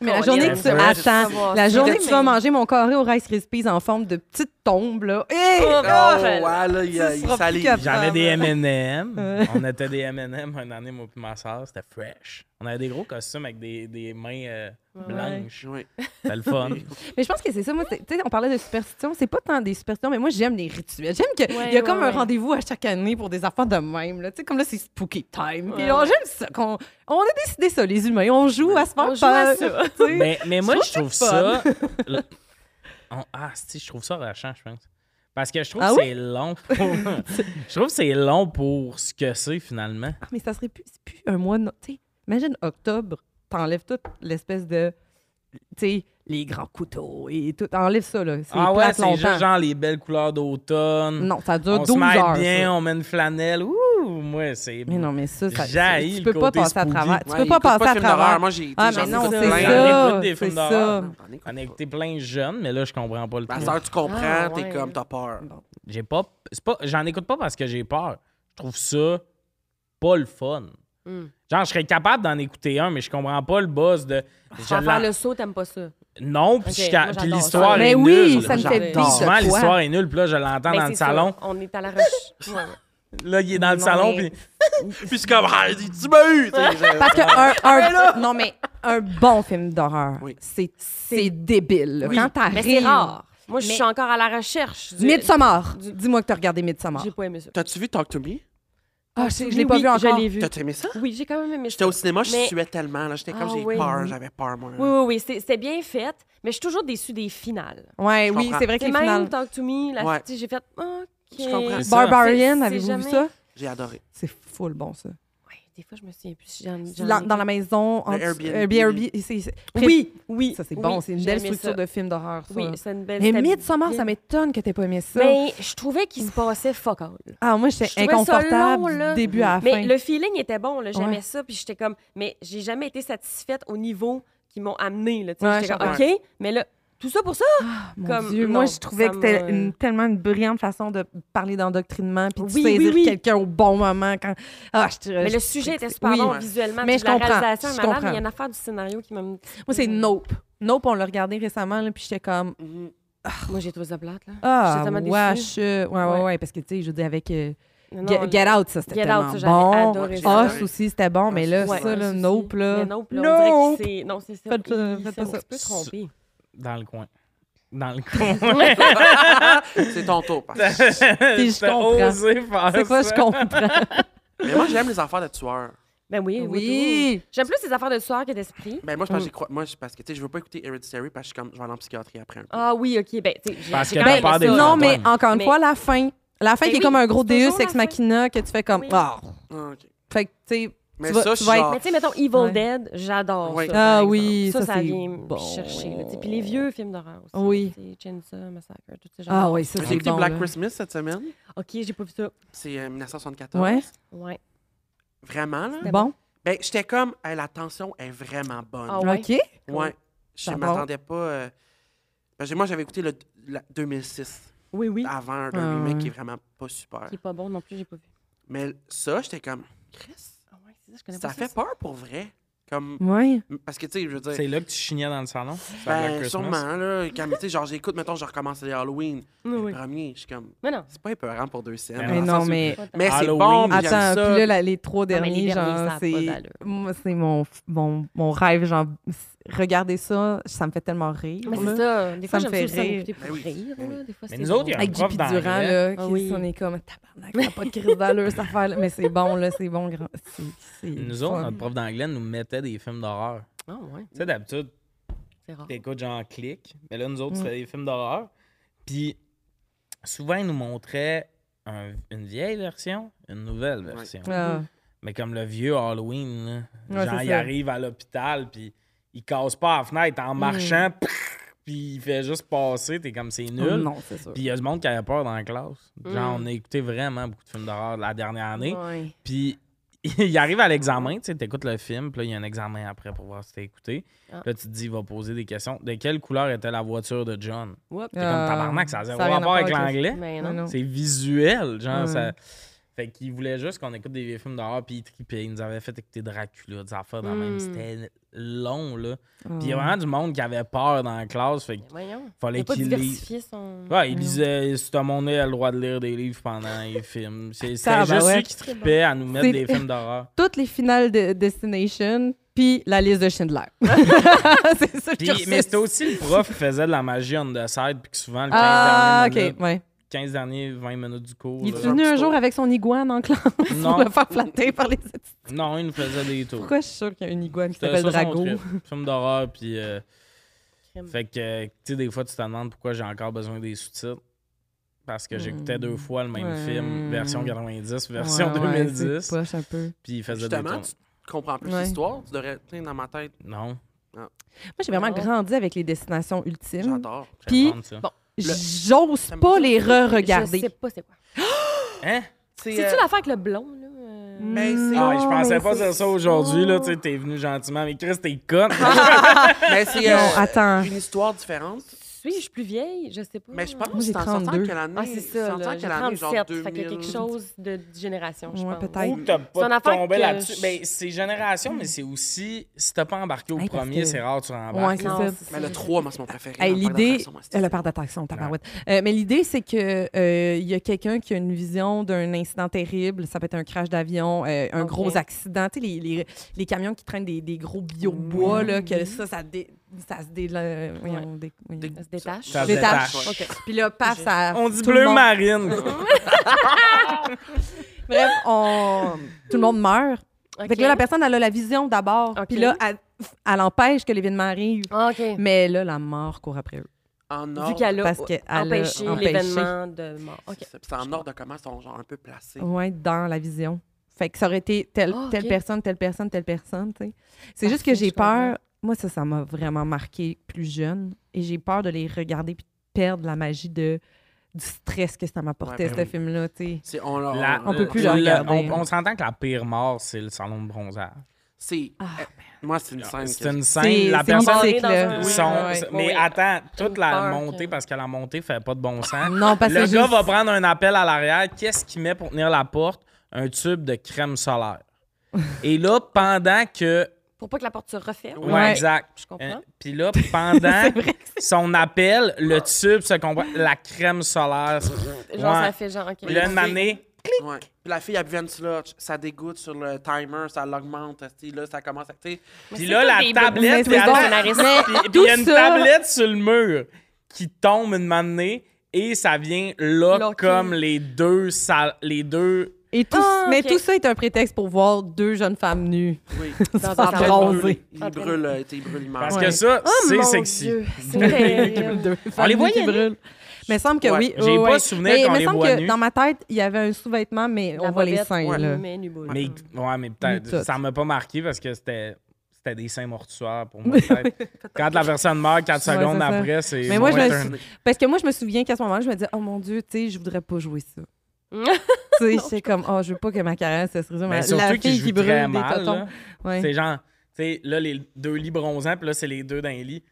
S2: Mais la
S4: Colin,
S2: journée que tu.
S4: j'aimerais juste
S2: Attends.
S4: savoir
S2: La
S4: ça.
S2: journée que
S4: Mais-
S2: tu vas manger mon carré au Rice Krispies en forme de petite tombe, là. eh! Hé!
S4: Oh,
S3: Oh,
S4: Ah,
S3: ouais, là, il,
S2: ça
S3: il
S2: sera plus
S3: salive.
S2: capable.
S1: J'avais des
S2: Ah,
S1: M&M. On était des M&M un année, moi puis ma soeur. C'était fresh. On avait des gros costumes avec des, des mains euh, blanches.
S3: Oui.
S1: C'était le fun.
S2: Mais je pense que c'est ça. Moi, c'est- tu sais, on parlait de superstition. C'est pas tant des superstitions, mais moi, j'aime les rituels. J'aime qu'il
S4: Ouais,
S2: y a
S4: ouais,
S2: comme un
S4: ouais.
S2: rendez-vous à chaque année pour des affaires de même. Là. Tu sais, Comme là, c'est spooky time. Puis
S4: Ouais.
S2: on- j'aime ça. qu'on- on a décidé ça, les humains. On joue à se faire
S4: On joue à
S2: peur,
S4: ça.
S2: tu sais.
S1: Mais, mais moi,
S2: trouve
S1: je trouve
S2: ça
S1: ça.
S2: le
S1: le- on- Ah, si, je trouve ça rachant, je pense. Parce que je trouve
S2: Ah
S1: que
S2: oui?
S1: c'est long. Pour... je trouve que c'est long pour ce que c'est finalement.
S2: Ah, mais ça serait plus, c'est plus un mois. de no- Tu sais, imagine octobre, t'enlèves toute l'espèce de. Tu sais, les grands couteaux et tout. Enlève ça, là. C'est
S1: Ah ouais,
S2: plate
S1: c'est
S2: longtemps.
S1: juste genre les belles couleurs d'automne.
S2: Non, ça dure
S1: on
S2: 12
S1: se maille
S2: heures.
S1: bien,
S2: ça.
S1: on met une flanelle. Ouh, moi, c'est.
S2: Mais non, mais ça, ça
S1: Jaillit
S2: tu
S1: le
S2: peux pas
S1: côté
S2: passer à
S1: spooky.
S2: travers. Tu
S3: Ouais,
S2: peux
S3: il
S2: pas
S3: écoute
S2: passer
S3: de
S2: à
S3: films d'horreur.
S2: travers.
S3: Moi, j'ai
S2: Ah,
S3: j'en
S2: mais
S3: ai
S2: non,
S3: écouté
S2: c'est
S1: On
S3: plein.
S2: ça,
S1: écoute des films
S2: c'est
S1: d'horreur.
S2: ça.
S3: J'en écoute
S1: On a écouté
S3: pas.
S1: plein de jeunes, mais là, je comprends pas le
S3: À
S1: truc.
S3: cette heure, tu comprends,
S4: Ah,
S3: t'es
S4: ouais.
S3: comme, t'as peur.
S1: J'ai pas. c'est pas... J'en écoute pas parce que j'ai peur. Je trouve ça pas le fun.
S4: Hmm.
S1: Genre, eh, je serais capable d'en écouter un, mais je comprends pas le buzz de. je
S4: Faire
S1: l'en-
S4: le saut, t'aimes pas ça.
S1: Non, puis
S4: Ok,
S1: je ca-
S4: moi,
S1: puis
S4: j'adore ça.
S1: l'histoire
S2: Mais
S1: est
S2: oui,
S1: nulle.
S2: ça me fait
S4: J'adore.
S2: pire.
S1: Souvent,
S2: quoi.
S1: l'histoire est nulle, puis là, je l'entends
S4: Ben,
S1: dans le
S4: c'est ça,
S1: salon.
S4: On est à la recherche. Ouais, ouais.
S1: Là, il est dans le
S4: Non,
S1: salon,
S4: mais-
S1: puis.
S3: Puis c'est comme, ah, tu m'as eu! tu sais, je-
S2: Parce que un,
S4: Ah,
S2: un- non mais un bon film d'horreur,
S3: Oui.
S2: c'est c'est débile. là. Quand
S4: Mais
S2: t'arrives,
S4: c'est rare. Moi, je
S2: Mais-
S4: suis encore à la recherche. Du...
S2: Midsommar. Dis-moi que t'as regardé Midsommar.
S4: J'ai pas aimé ça.
S3: T'as-tu vu Talk to Me?
S2: Ah, je je l'ai pas
S4: Oui,
S2: vu
S4: Je
S2: encore.
S4: l'ai vu.
S3: T'as aimé ça?
S4: Oui, j'ai quand même aimé
S3: J'étais
S4: ça.
S3: au cinéma, je
S4: Mais-
S3: suais tellement. là. J'étais comme,
S4: Ah,
S3: j'ai
S4: oui.
S3: peur, j'avais peur, moi.
S4: Oui, oui, oui. c'est- C'était bien fait, mais je suis toujours déçue des finales.
S2: Ouais,
S3: Je
S2: oui,
S3: comprends.
S2: c'est vrai que
S4: C'est
S2: les
S4: même
S2: finales.
S4: Talk to Me, la
S3: Ouais.
S4: tu sais, j'ai fait OK.
S3: Je comprends.
S1: C'est ça.
S2: Barbarian,
S4: C'est- c'est
S2: avez-vous vu
S4: jamais-
S2: ça
S3: J'ai adoré.
S2: C'est full bon ça.
S4: Ouais, des fois, je me souviens plus. j'en- j'en
S2: Dans,
S4: ai-
S2: dans la maison, en
S3: Le
S2: dessous-
S3: Airbnb.
S2: c'est- c'est-
S4: Oui, oui.
S2: ça c'est
S4: oui,
S2: bon, c'est une belle
S4: j'aimais
S2: structure
S4: ça.
S2: de film d'horreur. ça.
S4: Oui, c'est une belle
S2: Mais
S4: c'était
S2: Midsommar,
S4: bien.
S2: ça m'étonne que t'aies pas aimé ça.
S4: Mais je trouvais qu'il se passait fuck all.
S2: ah moi
S4: Je
S2: j'étais
S4: trouvais ça
S2: inconfortable
S4: long, là.
S2: du début à la
S4: Mais
S2: fin.
S4: le feeling était bon, là, j'aimais
S2: Ouais.
S4: ça, puis j'étais comme, mais j'ai jamais été satisfaite au niveau qu'ils m'ont amené, là, tu sais.
S2: Ouais,
S4: j'étais
S2: je
S4: comme,
S3: comprends.
S4: ok, mais là, tout ça pour ça?
S2: Ah, Mon
S4: Comme,
S2: Dieu, moi,
S4: non,
S2: je trouvais
S4: ça
S2: que c'était
S4: m'a, euh,
S2: une- tellement une brillante façon de parler d'endoctrinement puis de
S4: Oui, oui,
S2: saisir
S4: oui.
S2: quelqu'un au bon moment. Quand... Ah, je,
S4: mais le sujet était super
S2: oui.
S4: bon
S3: Ouais.
S4: visuellement,
S2: Mais
S4: puis
S2: je
S4: la
S2: comprends,
S4: réalisation
S2: je
S4: est malade,
S2: comprends.
S4: mais il y a une affaire du scénario qui m'a... Moi,
S2: Moi, c'est Nope. Nope, on l'a regardé récemment, là, puis j'étais comme
S3: Mhm.
S4: Moi, j'ai trouvé ça plate, là. J'étais
S2: Ah,
S4: tellement déçue.
S2: wesh. euh, Ouais, ouais,
S4: Ouais.
S2: ouais, parce que, tu sais, je veux dire, avec euh,
S4: Non,
S2: Get,
S4: non,
S2: Get Out, ça, c'était
S4: Get Out,
S2: tellement
S4: ça, j'avais
S2: bon.
S4: adoré
S3: ça.
S2: Us aussi, c'était bon, mais là,
S3: Ouais,
S2: ça, là,
S4: aussi.
S2: Nope, là.
S4: Mais Nope, là, on
S2: Nope.
S4: dirait qu'il s'est- Non, c'est ça.
S2: Faites, euh,
S4: il-
S2: faites
S4: ça,
S2: pas
S4: on
S2: ça.
S4: se peut tromper.
S1: Dans le coin. Dans le coin.
S3: C'est ton tour, parce que-
S1: je
S2: je comprends.
S1: osé faire
S2: C'est quoi,
S1: ça.
S2: je comprends.
S3: Mais moi, j'aime les affaires de tueurs.
S4: Ben oui, oui.
S2: oui.
S4: tout. J'aime plus les affaires de soir que d'esprit.
S3: Ben,
S2: Mm.
S3: moi, je pense que j'y crois- Moi, c'est parce que, tu sais, je veux pas écouter Hereditary parce que je suis comme, je vais aller en psychiatrie après un peu.
S4: Ah oui, OK. Ben, tu sais, j'ai-
S1: Parce
S4: j'ai
S1: que
S4: quand même
S1: t'as peur
S4: aimé
S1: des
S4: ça.
S2: Non,
S1: fantômes.
S2: mais encore une
S4: Mais-
S2: fois, la fin. La fin
S4: Mais
S2: qui est
S4: oui,
S2: comme un gros
S4: c'est toujours
S2: Deus Ex
S4: la fin.
S2: Machina que tu fais comme.
S4: Oui.
S2: Ah.
S3: Ah, ok.
S2: Fait que, tu sais.
S3: Mais
S2: vas- tu
S3: ça, je suis
S2: vas être-
S3: genre-
S4: Mais tu sais, mettons Evil
S2: Ouais.
S4: Dead, j'adore
S3: Ouais.
S4: ça. par
S2: Ah
S4: exemple.
S2: oui,
S4: Ça,
S2: ça,
S4: ça,
S2: c'est
S4: vient me
S2: bon.
S4: chercher. là, tu sais. Puis les vieux films d'horreur aussi.
S2: Oui.
S4: C'est Chainsaw, Massacre, tout ce genre.
S2: Ah oui, ça,
S3: J'ai
S2: c'est
S3: écouté
S2: bon.
S3: Black
S2: là.
S3: Christmas cette semaine.
S2: Ah.
S4: OK, j'ai pas vu ça.
S3: C'est euh, 1974.
S2: Ouais,
S4: Ouais.
S3: Vraiment, là?
S2: bon.
S3: Ben, j'étais comme, Hey, la tension est vraiment bonne.
S4: Ah ouais?
S2: OK.
S4: cool.
S3: Ouais. Je
S2: D'accord.
S3: m'attendais pas. euh, parce que moi, j'avais écouté le la 2006
S4: Oui, oui.
S3: avant d'un
S2: Ah,
S3: remake
S2: ouais.
S3: qui est vraiment pas super.
S4: Qui est pas bon non plus, j'ai pas vu.
S3: Mais ça, j'étais comme, Chris,
S4: Ah ouais, c'est ça, je connais
S3: ça
S4: pas
S3: fait peur pour vrai. Comme,
S2: Ouais.
S3: parce que, tu sais, je veux dire.
S1: C'est là que tu chignais dans le salon? sur Black
S3: Ben,
S1: Christmas?
S3: sûrement, là. Quand, tu sais, genre, j'écoute, mettons, je recommence les Halloween.
S4: Oui, oui.
S3: Le premier, je suis comme,
S4: Mais non.
S3: c'est pas épeurant pour deux scènes.
S1: Mais
S3: dans
S2: Mais
S3: le
S2: non,
S3: sens où-
S2: mais.
S3: Mais c'est
S1: Halloween.
S3: bon, puis j'aime
S2: Attends,
S3: ça.
S2: puis là, la- les trois
S4: mais les
S2: derniers,
S4: derniers, ça a
S2: genre,
S4: pas
S2: c'est.
S4: d'allure.
S2: Moi, c'est mon, f- mon, mon rêve, genre, regarder ça, ça me fait tellement rire.
S4: Mais
S2: là.
S4: Bah, c'est ça. Des
S2: Ça
S4: fois,
S2: me
S4: j'aime
S2: fait
S4: ça aussi
S2: rire.
S4: m'écouter
S3: Ben
S4: pour
S3: oui.
S4: rire.
S3: Ben oui.
S4: là, Des fois,
S1: Mais
S4: c'est
S1: nous autres,
S4: bon.
S1: il y a un
S2: Avec
S1: prof
S2: JP
S1: dans
S2: Durand, là, qui
S4: Ah oui.
S2: on est comme, tabarnak, ça a pas de crise d'allure, cette affaire-là. Mais c'est bon, là, c'est bon, grand. c'est- c'est
S1: Nous autres,
S2: fun.
S1: notre prof d'anglais nous mettait des films d'horreur.
S4: Ah ouais,
S1: Tu sais, d'habitude,
S4: c'est rare.
S1: t'écoutes genre clic, mais là, nous autres,
S2: Mm.
S1: c'était des films d'horreur. Puis souvent, ils nous montraient un- une vieille version, une nouvelle version.
S2: Ah.
S1: Mais comme le vieux Halloween, là,
S2: Ouais,
S1: genre,
S2: c'est
S1: il
S2: ça. Mm.
S1: arrive à l'hôpital, puis il casse pas la fenêtre en marchant, puis il fait juste passer, t'es comme Oh c'est nul.
S2: Oh Non, c'est sûr.
S1: Puis il y a du monde qui avait peur dans la classe. Genre,
S4: Mm.
S1: on a écouté vraiment beaucoup de films d'horreur la dernière année.
S4: Ouais.
S1: Puis il arrive à l'examen, tu sais, t'écoutes le film, puis là, il y a un examen après pour voir si t'as écouté.
S4: Ah.
S1: Là, tu te dis, il va poser des questions. De quelle couleur était la voiture de John?
S4: Whoop.
S1: C'est comme tabarnak, ça a zéro
S2: rien à
S1: rapport
S2: voir
S1: avec
S2: avec
S1: l'anglais.
S4: Mais Mm.
S2: Ah,
S4: Ben non.
S2: non.
S1: C'est visuel, genre,
S2: Ouais.
S1: ça... Fait qu'il voulait juste qu'on écoute des vieux films d'horreur, puis il tripait. Il nous avait fait écouter Dracula, des affaires dans le même.
S4: Mm.
S1: C'était long, là.
S2: Ah.
S1: Puis il y a vraiment du monde qui avait peur dans la classe, fait qu'il
S4: Mais Voyons. Il
S1: fallait
S4: a pas
S1: qu'il lise.
S4: diversifié Mm. son...
S1: Ouais, il lisait, tout le monde a le droit de lire des livres pendant les films. C'est c'était
S2: Ah, ben
S1: juste
S2: ouais.
S1: eux qui tripaient à nous mettre
S2: C'est-
S1: des films d'horreur.
S2: toutes les finales de Destination, puis la liste de Schindler. c'est ça que
S1: Puis-
S2: je ressens.
S1: mais c'était aussi le prof qui faisait de la magie on the side, puis que souvent, le 15,
S2: Ah,
S1: dernier
S2: OK, ouais.
S1: 15 derniers 20 minutes du cours.
S2: Il
S1: là,
S2: est
S3: genre
S2: venu un
S3: pistolet.
S2: jour avec son iguane en classe
S1: Non.
S2: pour le faire flatter par les études.
S1: Non, il nous faisait des tours.
S2: Pourquoi je suis sûre qu'il y a une iguane qui
S1: C'était
S2: s'appelle
S1: ça son
S2: Drago?
S1: trip. Film d'horreur, puis. euh,
S4: Crime.
S1: fait que, euh, tu sais, des fois, tu te demandes pourquoi j'ai encore besoin des sous-titres. Parce que j'écoutais deux fois le même
S2: Hmm. Ouais.
S1: film, version 90, version
S2: Ouais, ouais,
S1: 2010.
S2: c'est poche un peu.
S1: puis il faisait
S3: Justement,
S1: des
S3: tu
S1: tours.
S3: comprends plus
S2: Ouais.
S3: l'histoire. Tu devrais, tu sais, dans ma tête,
S1: Non,
S2: Moi, j'ai vraiment
S4: Non.
S2: grandi avec les destinations ultimes.
S3: j'adore.
S2: Puis-
S1: j'attends ça.
S2: J'ose
S3: Ça me-
S2: pas les
S4: Je sais
S2: re-regarder.
S4: pas c'est quoi.
S1: Hein?
S3: C'est euh,
S4: C'est-tu l'affaire avec le blond, là? euh?
S3: Ben, c'est-
S1: Ah, je
S2: Non,
S1: pensais
S2: mais
S1: pas
S2: c'est-
S1: dire ça aujourd'hui, là. Tu sais, t'es venu gentiment, mais Chris, t'es conne.
S3: Mais c'est
S2: Non,
S3: euh,
S2: attends.
S3: une histoire différente.
S4: suis-je? Je suis plus vieille? Je sais pas.
S1: Ben,
S3: Mais je pense
S2: Moi,
S3: que
S2: j'ai
S3: c'est en sortant
S2: 32.
S3: quelle année?
S4: Ah, c'est ça,
S3: en
S4: là.
S3: sortant
S4: J'ai
S3: quelle année?
S4: 37,
S3: Genre
S4: fait qu'il y a
S3: 2000.
S4: quelque chose de de génération, je
S2: Ouais,
S4: pense. Oh,
S2: peut-être.
S1: Ou t'as
S4: C'est une
S1: pas
S4: affaire
S1: tombé
S4: que
S1: là-dessus.
S4: je-
S1: Ben, c'est génération, mais c'est aussi si t'as pas embarqué au
S2: Hey, parce
S1: premier,
S2: que-
S1: c'est rare que tu
S2: Ouais,
S1: embarques.
S2: c'est
S4: Non,
S2: ça.
S4: c'est
S1: Ben,
S3: Mais
S4: ça.
S3: le 3, moi, c'est mon préféré.
S2: Hey,
S3: dans le parc
S2: l'idée,
S3: d'attraction, moi, c'est-
S2: Euh, le parc d'attraction, tabarouette. Euh, mais l'idée, c'est que euh, il y a quelqu'un qui a une vision d'un incident terrible. Ça peut être un crash d'avion, euh, un
S4: Ok.
S2: gros accident. Tu sais, les, les, les camions qui traînent des, des gros bio-bois, là, que ça, ça, dé- ça se dé... euh, voyons, dé- voyons.
S3: Dé-
S4: Ça se détache.
S1: Ça se
S2: Détache.
S1: détache.
S4: OK.
S2: Puis là, passe à
S1: On dit
S2: tout le
S1: bleu
S2: monde.
S1: marine.
S2: Bref, on- tout le monde meurt.
S4: OK.
S2: Fait que là, la personne, elle a la vision d'abord.
S4: Ok.
S2: Puis là, elle, elle empêche que l'événement arrive.
S4: Ah, OK.
S2: Mais là, la mort court après eux.
S3: En
S4: Vu
S3: ordre.
S4: qu'elle a
S2: parce qu'elle a
S4: empêché
S2: empêché.
S4: l'événement de mort. OK.
S3: C'est c'est en ordre de comment ils sont genre un peu placés.
S2: Ouais, dans la vision. Fait que ça aurait été telle,
S4: Ah, ok. Ah,
S2: telle personne, telle personne, telle personne, tu sais. C'est juste que
S4: Parfait,
S2: j'ai
S4: je comprends.
S2: peur. Moi, ça, ça m'a vraiment marqué plus jeune. Et j'ai peur de les regarder puis de perdre la magie de, du stress que ça m'apportait,
S3: Ouais, ben
S2: ce
S3: oui.
S2: film-là, tu sais.
S3: C'est- On, leur-
S1: La-
S2: On peut plus le
S1: le-
S2: regarder.
S1: on- on s'entend que la pire mort, c'est le salon de bronzage.
S3: C'est.
S2: Ah,
S3: euh, Moi, c'est une scène.
S1: C'est
S3: que-
S1: une
S2: C'est-
S1: scène. La
S2: c'est
S1: personne.
S2: mythique,
S4: Dans
S2: là.
S4: un-
S1: Son-
S2: Ouais, ouais.
S1: c'est-
S4: Oui.
S1: Mais attends, toute la
S4: peur
S1: montée,
S4: que-
S1: parce que la montée fait pas de bon sens.
S2: Non, Ah, parce que
S1: le
S2: j'ai-
S1: gars va prendre un appel à l'arrière. Qu'est-ce qu'il met pour tenir la porte? Un tube de crème solaire. Et là, pendant que.
S4: Pour pas que la porte se referme.
S1: Ouais,
S2: Ouais.
S1: exact.
S4: Je comprends.
S1: Hein, Puis là, pendant son appel, le tube se comprend. La crème solaire.
S4: Genre,
S1: Ouais.
S4: ça fait genre... OK.
S1: Puis là, une année,
S3: Ouais. Puis la fille, elle buvait une slotch. Ça dégoûte sur le timer, ça l'augmente. tu sais, Là, ça commence à. tu sais,
S4: Mais
S1: puis
S4: c'est
S1: là,
S4: comme
S1: la
S4: des
S1: tablette,
S4: bonnes
S1: puis
S4: raisons,
S1: attends,
S4: Anaris.
S1: Puis puis
S2: Ah, Tout
S1: il y a une
S2: ça-
S1: tablette sur le mur qui tombe une manée et ça vient là
S4: Bloqué.
S1: comme les deux sal- les deux
S2: Et tout,
S4: Ah,
S2: Mais
S4: ok.
S2: tout ça est un prétexte pour voir deux jeunes femmes nues.
S3: Oui.
S4: Dans
S2: Ça
S4: un
S3: Après,
S2: bronzé.
S3: il brûle- Il
S4: Après.
S3: brûle euh, tu sais, il brûle l'image.
S1: parce
S2: Ouais. Oh
S1: que ça c'est
S4: mon
S1: sexy.
S4: Dieu, C'est terrible.
S2: Deux
S1: On
S2: femmes
S1: les
S2: nues
S1: voyait
S2: qui
S1: nus?
S2: brûlent. Mais il semble que
S3: Ouais.
S2: oui.
S1: J'ai
S2: ouais,
S1: pas
S2: ouais.
S1: souvenir
S2: Mais
S1: qu'on les
S2: il me semble
S1: voit
S2: que
S1: nus.
S2: dans ma tête, il y avait un sous-vêtement, mais on
S4: La
S2: voit les
S4: bobette,
S2: seins.
S3: ouais.
S2: là.
S4: Mais nu boule.
S1: Mais ouais, mais
S2: Tout.
S1: peut-être ça m'a pas marqué parce que c'était c'était des seins mortuaires pour moi. peut-être. quand la personne meurt 4
S2: Ouais,
S1: secondes
S2: c'est ça.
S1: après, c'est
S2: Mais moi, je me
S1: c'est un-
S2: suis- Parce que moi, je me souviens qu'à ce moment-là, je me disais, oh mon Dieu, tu sais, je voudrais pas jouer ça. Tu sais, j'étais comme, oh, je veux pas que ma carrière se résume
S1: mais
S2: à
S1: surtout
S2: la
S1: qu'ils
S2: fille
S1: jouent
S2: qui brûle
S1: très
S2: des
S1: mal,
S2: totons.
S1: là.
S2: Ouais.
S1: C'est genre tu sais là les deux lits bronzants puis là c'est les deux dans les lits.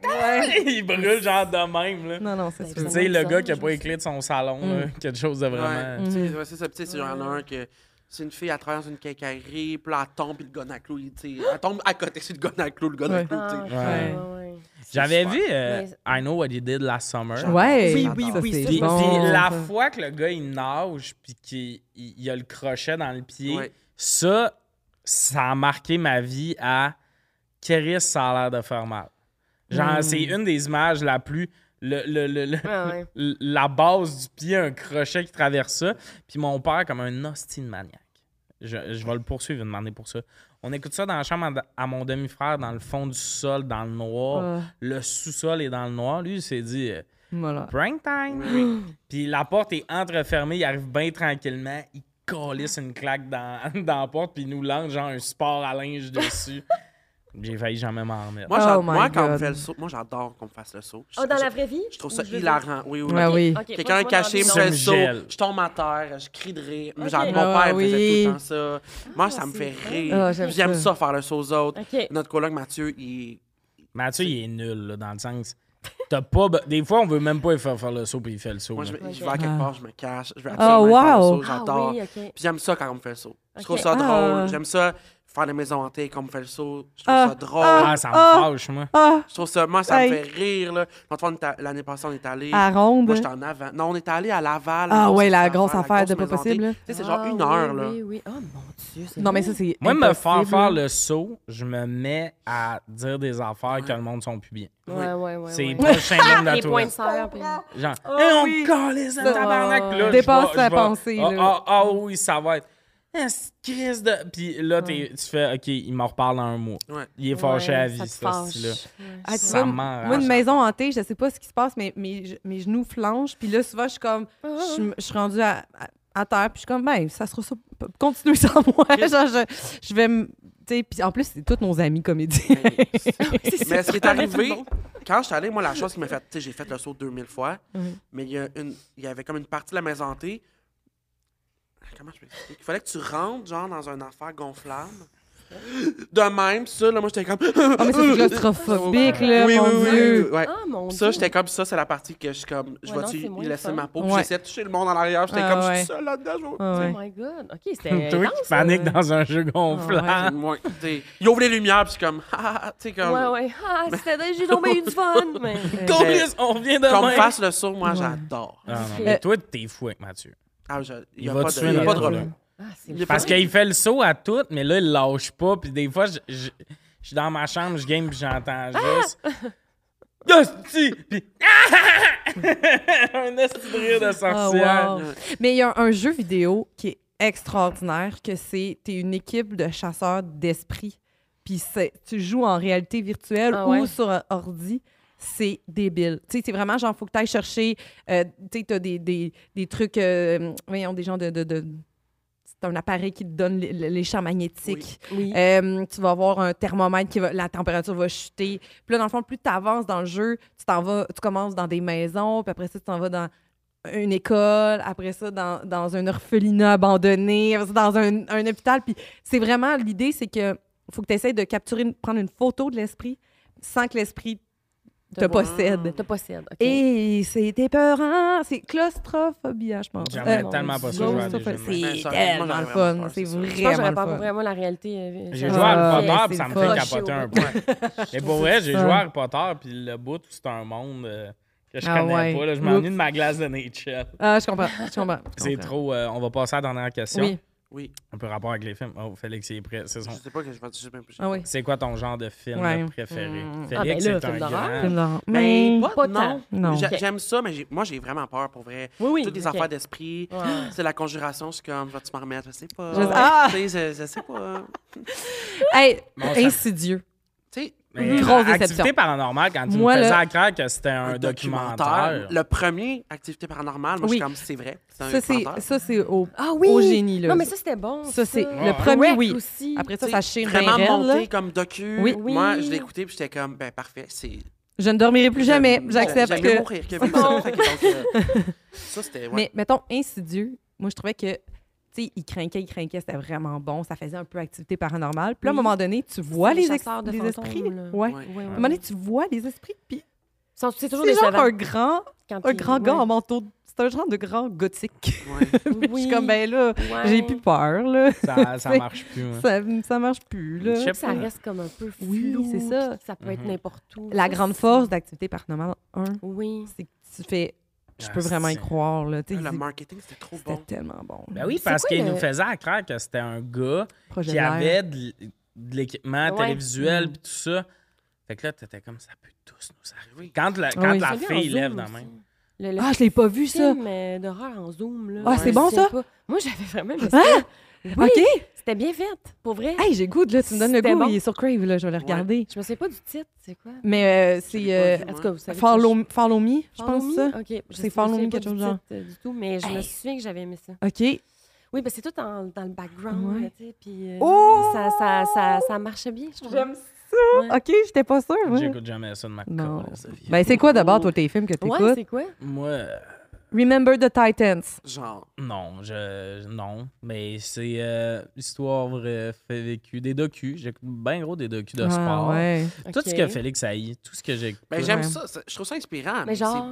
S1: Ils brûlent genre de même là.
S2: Non, non, c'est
S1: Tu
S2: sûr.
S1: sais le
S4: Ça,
S1: gars qui a
S4: je
S1: pas
S4: me
S1: écrit de son salon
S2: Mm.
S1: là, quelque chose de vraiment
S3: Ouais, Mm. tu sais, ouais, c'est ça. Puis, tu sais, il y en a un que c'est une fille, elle traverse une quincaillerie, puis là, elle tombe, puis le gonaclou, il, tu sais, elle tombe à côté sur le gonaclou, le gonaclou, tu sais.
S1: Ah, Ouais.
S4: ouais.
S1: J'avais vu euh,
S4: Mais-
S1: I Know What You Did Last Summer.
S2: Ouais.
S3: Oui, oui,
S2: Ça,
S4: oui,
S2: c'est
S4: ça,
S1: Puis,
S4: c'est
S2: bon,
S1: puis la
S2: ça.
S1: fois que le gars il nage puis qu'il il, il a le crochet dans le pied,
S3: Ouais.
S1: ça, ça a marqué ma vie à Chris, ça a l'air de faire mal. Genre,
S2: Mm.
S1: c'est une des images la plus. le- le- le- le-
S4: Ah ouais.
S1: l- la base du pied, un crochet qui traverse ça. Puis mon père, comme un hostile maniaque. Je, je vais le poursuivre, il va demander pour ça. On écoute ça dans la chambre à, à mon demi-frère, dans le fond du sol, dans le noir.
S2: Ah,
S1: Le sous-sol est dans le noir. Lui, il s'est dit. euh,
S2: voilà.
S1: Prank time! Puis la porte est entrefermée, il arrive bien tranquillement, il colisse une claque dans, dans la porte, puis il nous lance genre un sport à linge dessus. J'ai failli jamais m'en remettre.
S3: Moi,
S2: Oh
S3: j'ad-
S2: my
S3: moi, quand on
S2: God.
S3: me fait le saut, moi, j'adore qu'on me fasse le saut. Je-
S4: Oh, dans
S3: je-
S4: la vraie vie?
S3: Je trouve ça
S4: Ou je-
S3: hilarant. Oui, oui.
S2: Ouais, Ah
S3: ok.
S2: oui.
S4: OK, moi,
S3: Quelqu'un
S4: je vois
S3: caché me
S4: dans
S1: les
S3: fait le
S1: mains.
S3: saut,
S1: Ça me gèle.
S3: je tombe à terre, je crie de rire.
S4: Ok.
S3: Genre, mon
S2: Ah,
S3: père me faisait
S2: oui.
S3: tout le temps ça. Moi, ça me
S4: c'est
S3: fait
S4: vrai.
S2: Ah,
S3: rire.
S2: j'aime
S3: J'aime
S2: ça.
S3: ça faire le saut aux autres.
S4: OK.
S3: Notre collègue Mathieu, il.
S1: Mathieu, il est nul, là, dans le sens. T'as pas. be- Des fois, on veut même pas lui faire faire le saut, puis il fait le saut.
S3: Moi, je,
S1: là.
S3: vais- je
S4: Ok.
S3: vais à quelque
S2: Ah.
S3: part, je me cache. Je vais absolument
S2: wow.
S3: faire le saut,
S4: Ah
S3: j'adore.
S4: oui, OK.
S3: Puis j'aime ça quand on me fait le saut.
S4: Ok.
S3: Je trouve
S2: Ah.
S3: ça drôle. J'aime ça faire les maisons hantées quand on me fait le saut. Je trouve
S2: Ah.
S3: ça drôle.
S1: Ah, ça me
S2: Ah!
S1: fâche, moi.
S2: Ah,
S3: Je trouve ça, moi, ça
S2: Hey.
S3: me fait rire. Là. Quand on est à- L'année passée, on est allé.
S2: à ronde.
S3: Moi, j'étais en avant. Non, on est allé à Laval.
S2: Ah ouais, la
S3: affaire,
S2: grosse affaire de
S3: grosse
S2: pas
S3: maison
S2: possible,
S3: hantée.
S2: là.
S3: Tu sais, c'est genre
S4: Ah,
S3: une heure.
S4: oui,
S3: là.
S4: Oui, oui. Oh mon Dieu. c'est
S2: Non, mais
S4: vrai.
S2: ça, c'est.
S1: Moi, me faire
S2: impossible,
S1: faire
S2: là.
S1: le saut, je me mets à dire des affaires que le monde sont plus bien.
S4: Ouais, ouais, ouais.
S1: C'est
S4: ouais.
S1: prochain
S4: Ah,
S1: nombre
S4: les points Ah de
S1: d'atouts.
S4: serre. puis-
S1: Genre,
S2: Oh
S1: Eh, on
S2: oui.
S1: calisse un
S2: Ça-
S1: tabarnak, là. je
S2: Dépasse
S1: vais-
S2: la
S1: je vais-
S2: pensée,
S1: Ah,
S2: là.
S1: ah, ah oui, ça va être. Ah, c'est crise de. Puis là, t'es- tu fais, OK, il m'en reparle dans un mois.
S3: Ouais.
S1: Il est fâché
S4: Ouais,
S1: à
S4: ça
S1: vie,
S4: te
S1: ce style-là.
S4: fâche. Ouais.
S2: Ah, tu
S1: Ça
S2: vois,
S1: m'enrage.
S2: moi, une maison hantée, je sais pas ce qui se passe, mais mes, je- mes genoux flanchent. Puis là, souvent, je suis comme.
S3: Oh.
S2: Je me- je suis rendue à, à- à terre. Puis je suis comme, ben, ça sera ça. p- Continuez sans moi. Genre, je, je vais me. Tu sais, puis en plus, c'est tous nos amis comédiens. Ah
S3: Mais ce qui est arrivé, quand je suis allé, moi, la chose qui m'a fait. Tu sais, j'ai fait le saut 2000 fois,
S2: Mhm.
S3: mais il y, a une- il y avait comme une partie de la maison hantée. Comment je peux expliquer? Il fallait que tu rentres, genre, dans une affaire gonflable. De même, ça, là, moi, j'étais comme.
S2: Ah, mais ça, c'est claustrophobique, là,
S3: oui,
S2: mon
S3: oui, oui,
S2: Dieu.
S3: oui, oui, ouais.
S4: Ah, mon
S3: Ça,
S4: Dieu.
S3: j'étais comme ça, c'est la partie que je suis comme, je
S4: Ouais, non,
S3: vais-tu
S4: c'est moins
S3: y
S4: le
S3: laisser
S4: fun.
S3: ma peau, puis
S2: Ouais.
S3: j'essayais de toucher le monde en arrière, j'étais
S2: Ah,
S3: comme, je
S2: ouais.
S3: suis seul là-dedans, je vais-
S2: Ah,
S4: Oh
S2: ouais.
S4: my God. OK, c'était
S1: Toi
S4: intense, Ah,
S1: qui panique
S2: euh.
S1: dans un jeu gonflant.
S3: Moi, tu sais, il ouvre les lumières, puis je suis comme, ah, ah, tu sais,
S4: ça.
S3: comme,
S4: Ouais, ouais. Ah, c'était... J'ai tombé eu du fun, mais...
S1: Câlisse, on revient
S3: qu'on me
S1: demain.
S3: fasse le saut, moi,
S2: Ouais.
S3: j'adore.
S1: Ah, non,
S4: Euh,
S1: mais toi, t'es fou avec Mathieu.
S3: Ah, je- il n'y
S1: Il
S3: a
S1: va
S3: pas de,
S1: tuer
S3: il y a pas
S1: notre
S3: de
S1: problème.
S3: relou.
S4: Ah, c'est
S3: Il est
S1: Parce
S3: Ouais.
S1: qu'il fait le saut à tout, mais là, il lâche pas. Puis des fois, je, je- je suis dans ma chambre, je game, puis j'entends
S2: Ah!
S1: juste. Hostie! Puis. Un esti de rire de
S2: Ah,
S1: sorcière.
S2: wow. Mais il y a un jeu vidéo qui est extraordinaire, que c'est t'es une équipe de chasseurs d'esprit, puis c'est- tu joues en réalité virtuelle
S4: Ah ouais?
S2: ou sur un ordi. C'est débile. Tu sais, c'est vraiment genre, faut que tu ailles chercher. euh, tu sais, t'as des, des, des trucs. euh, voyons, des gens de. de, de- c'est un appareil qui te donne les, les champs magnétiques.
S4: Oui.
S2: Euh, tu vas avoir un thermomètre qui va. La température va chuter. Puis là, dans le fond, plus tu avances dans le jeu, tu t'en vas, tu commences dans des maisons, puis après ça, tu t'en vas dans une école, après ça, dans, dans un orphelinat abandonné, après ça, dans un, un hôpital. Puis c'est vraiment l'idée, c'est que faut que tu essaies de capturer, une- prendre une photo de l'esprit sans que l'esprit te
S4: Te voit.
S2: possède.
S4: Te possède, OK.
S2: Et c'est épeurant, c'est claustrophobie, hein, je pense.
S1: J'aimerais
S4: Euh,
S1: tellement pas ça jouer à des jeux de même.
S2: claustrophobie.
S3: même. Mais
S2: C'est
S3: ça, moi,
S2: tellement le
S3: j'aurais vraiment
S2: fun.
S3: peur,
S2: C'est
S3: c'est sûr.
S4: Je pense que
S2: vraiment
S4: j'aurais
S2: le
S4: pas
S2: fun.
S4: vraiment la réalité. euh,
S1: J'ai
S4: j'aurais
S1: joué à
S4: pas-
S1: Harry
S2: Ah,
S1: Potter,
S2: c'est
S1: puis ça me
S2: le
S1: fait
S4: fun.
S1: capoter un peu.
S4: Chill.
S1: Mais pour vrai, j'ai
S2: ça.
S1: joué à Harry Potter, puis le bout, c'est un monde euh, que je
S2: Ah
S1: connais
S2: ouais.
S1: pas. là. Je
S2: Oups.
S1: m'ennuie de ma glace de nature.
S2: Ah, je comprends. Je comprends. je
S1: C'est
S2: comprends.
S1: trop. euh, on va passer à la dernière question.
S2: Oui.
S3: Oui,
S1: Un peu rapport avec les films. Oh, Félix, il est prêt. C'est
S3: je
S1: son-
S3: sais pas que je vais dire, je sais même plus.
S2: Ah oui.
S1: C'est quoi ton genre de film
S2: Ouais.
S1: préféré?
S2: Mm.
S1: Félix,
S4: Ah, ben là,
S1: c'est
S4: film
S1: un
S4: d'horreur.
S1: grand.
S3: Mais
S1: Ben,
S2: Mais
S3: Ben, pas,
S4: pas
S3: non.
S2: tant. Non.
S3: J'a-
S4: Ok.
S3: J'aime ça, mais j'ai- moi, j'ai vraiment peur, pour vrai.
S4: Oui, oui.
S3: Toutes les
S4: ok.
S3: affaires d'esprit,
S4: Ouais, ouais.
S3: c'est la conjuration, c'est comme, vas-tu m'en remettre? Je sais pas.
S2: Je- Ah!
S3: Tu sais, je, je sais pas.
S2: Hey,
S1: Bon, ça-
S2: insidieux.
S3: Tu sais,
S1: Mais
S2: Grosse
S1: Activité
S2: déception.
S1: paranormale, quand tu
S2: Moi,
S1: me
S2: là-
S1: faisais à croire que c'était un, documentaire.
S3: Le premier, Activité paranormale,
S2: Oui.
S3: moi, je suis comme, c'est vrai. C'est un
S2: Ça, c'est,
S3: documentaire.
S1: hein.
S2: ça, c'est au.
S4: Ah oui!
S2: Au génie, là.
S4: Non, mais ça, c'était bon.
S2: Ça, c'est
S1: Ouais.
S2: le premier,
S4: Wreck
S2: oui.
S4: aussi.
S2: Après ça,
S3: Tu sais,
S2: ça chire bien
S3: Vraiment
S2: raide, là.
S3: monté comme docu.
S2: Oui.
S3: Moi,
S4: Oui.
S3: je l'ai écouté, puis j'étais comme, ben parfait, c'est...
S2: Je ne dormirai plus jamais.
S3: J'aime-
S2: J'accepte
S3: j'aime mieux
S2: que.
S3: mourir que vivre ça. Fait que donc, euh, ça, c'était... ouais.
S2: Mais mettons, insidieux, moi, je trouvais que. Tu sais, il craquait, il craquait, c'était vraiment bon. Ça faisait un peu activité paranormale. Puis là, à un
S4: Oui.
S2: moment donné, tu vois
S4: les
S2: les, ex-
S4: chasseurs de
S2: les
S4: fantômes,
S2: esprits.
S4: là.
S2: Ouais.
S3: Ouais.
S4: Ouais, ouais.
S2: À un moment donné, tu vois les esprits. Puis
S4: Sont- C'est toujours
S2: c'est
S4: des
S2: genre un grand,
S4: quand
S2: un
S4: ils-
S2: grand
S4: ouais.
S2: gars en manteau. de- C'est un genre de grand gothique.
S3: Ouais.
S2: Puis Je
S4: Oui.
S2: suis comme, ben là,
S4: Ouais.
S2: j'ai plus peur, là.
S1: Ça, ça marche plus. hein.
S2: Ça, ça marche plus, là.
S1: Je sais
S4: Ça reste comme un peu flou.
S2: Oui, c'est ça.
S4: puis Ça peut être
S1: Mhm.
S4: n'importe où.
S2: La
S4: Ça,
S2: grande
S4: c'est-
S2: force d'activité paranormale 1,
S4: Oui.
S2: c'est que tu fais. Je peux
S1: Ah,
S2: vraiment y
S1: c'est- Ah,
S2: croire. Là. Tu sais,
S3: Le
S2: c'est-
S3: marketing, c'était trop
S2: C'était
S3: bon.
S2: tellement bon.
S1: Ben oui,
S4: C'est
S1: parce
S4: quoi
S1: qu'il
S4: le-
S1: nous faisait à croire que c'était un gars
S2: Projet
S1: qui
S2: de l'air.
S1: avait de l- de l'équipement
S4: Ouais.
S1: télévisuel
S2: Mm.
S1: puis tout ça. Fait que là, t'étais comme ça peut tous nous arriver.
S3: Oui.
S1: Quand la, quand
S2: oui.
S1: la
S4: Celui en
S1: fille
S4: Zoom
S1: lève dans la
S4: aussi.
S1: main.
S4: Le, le
S2: Ah, je l'ai pas vu, ça.
S4: film euh, d'horreur en zoom. Là.
S2: Ah,
S3: c'est
S2: bon,
S4: je sais
S2: ça?
S4: pas. Moi, j'avais vraiment aimé ça.
S2: Ah!
S4: Oui,
S2: OK.
S4: C'était bien fait, pour vrai.
S2: Hey, j'ai goût, là. Tu me donnes le
S4: C'était
S2: goût.
S4: bon.
S2: Il est sur Crave, là. Je vais le regarder.
S4: Je me souviens pas du titre, c'est quoi?
S2: Mais euh,
S3: Je
S2: c'est.
S3: l'ai
S2: euh,
S3: pas
S4: En tout cas, vous savez.
S2: follow, follow Me, je
S4: Follow
S2: pense
S4: Me?
S2: ça.
S4: OK. Je
S2: C'est
S4: sais- je
S2: Follow
S4: me
S2: Me,
S4: souviens
S2: quelque
S4: pas
S2: chose
S4: du
S2: genre.
S4: titre, euh, Du tout, mais je me
S2: Hey.
S4: souviens que j'avais aimé ça.
S2: OK.
S4: Oui, parce que c'est tout en- dans le background,
S2: Ouais.
S4: là, tu sais, puis euh,
S2: Oh!
S4: ça, ça, ça, ça marchait bien, je trouve.
S2: ça.
S4: Ouais.
S2: OK, j'étais pas sûre. moi.
S1: J'écoute jamais ça de ma
S2: Non.
S1: colère, ça vient.
S2: Ben, c'est quoi d'abord, toi, tes films que t'écoutes?
S4: Oh. Ouais, c'est quoi?
S1: Moi, euh,
S2: Remember the Titans.
S3: Genre,
S1: non, je non. Mais c'est euh, histoire vraie, fait vécu. Des docus. J'écoute bien gros des docus de
S2: Ah,
S1: sport.
S2: ouais.
S1: Tout
S4: Ok.
S1: ce que Félix haït, tout ce que j'écoute.
S3: ben j'aime
S2: Ouais.
S3: ça, ça- je trouve ça inspirant.
S4: Mais
S3: c'est-
S4: genre,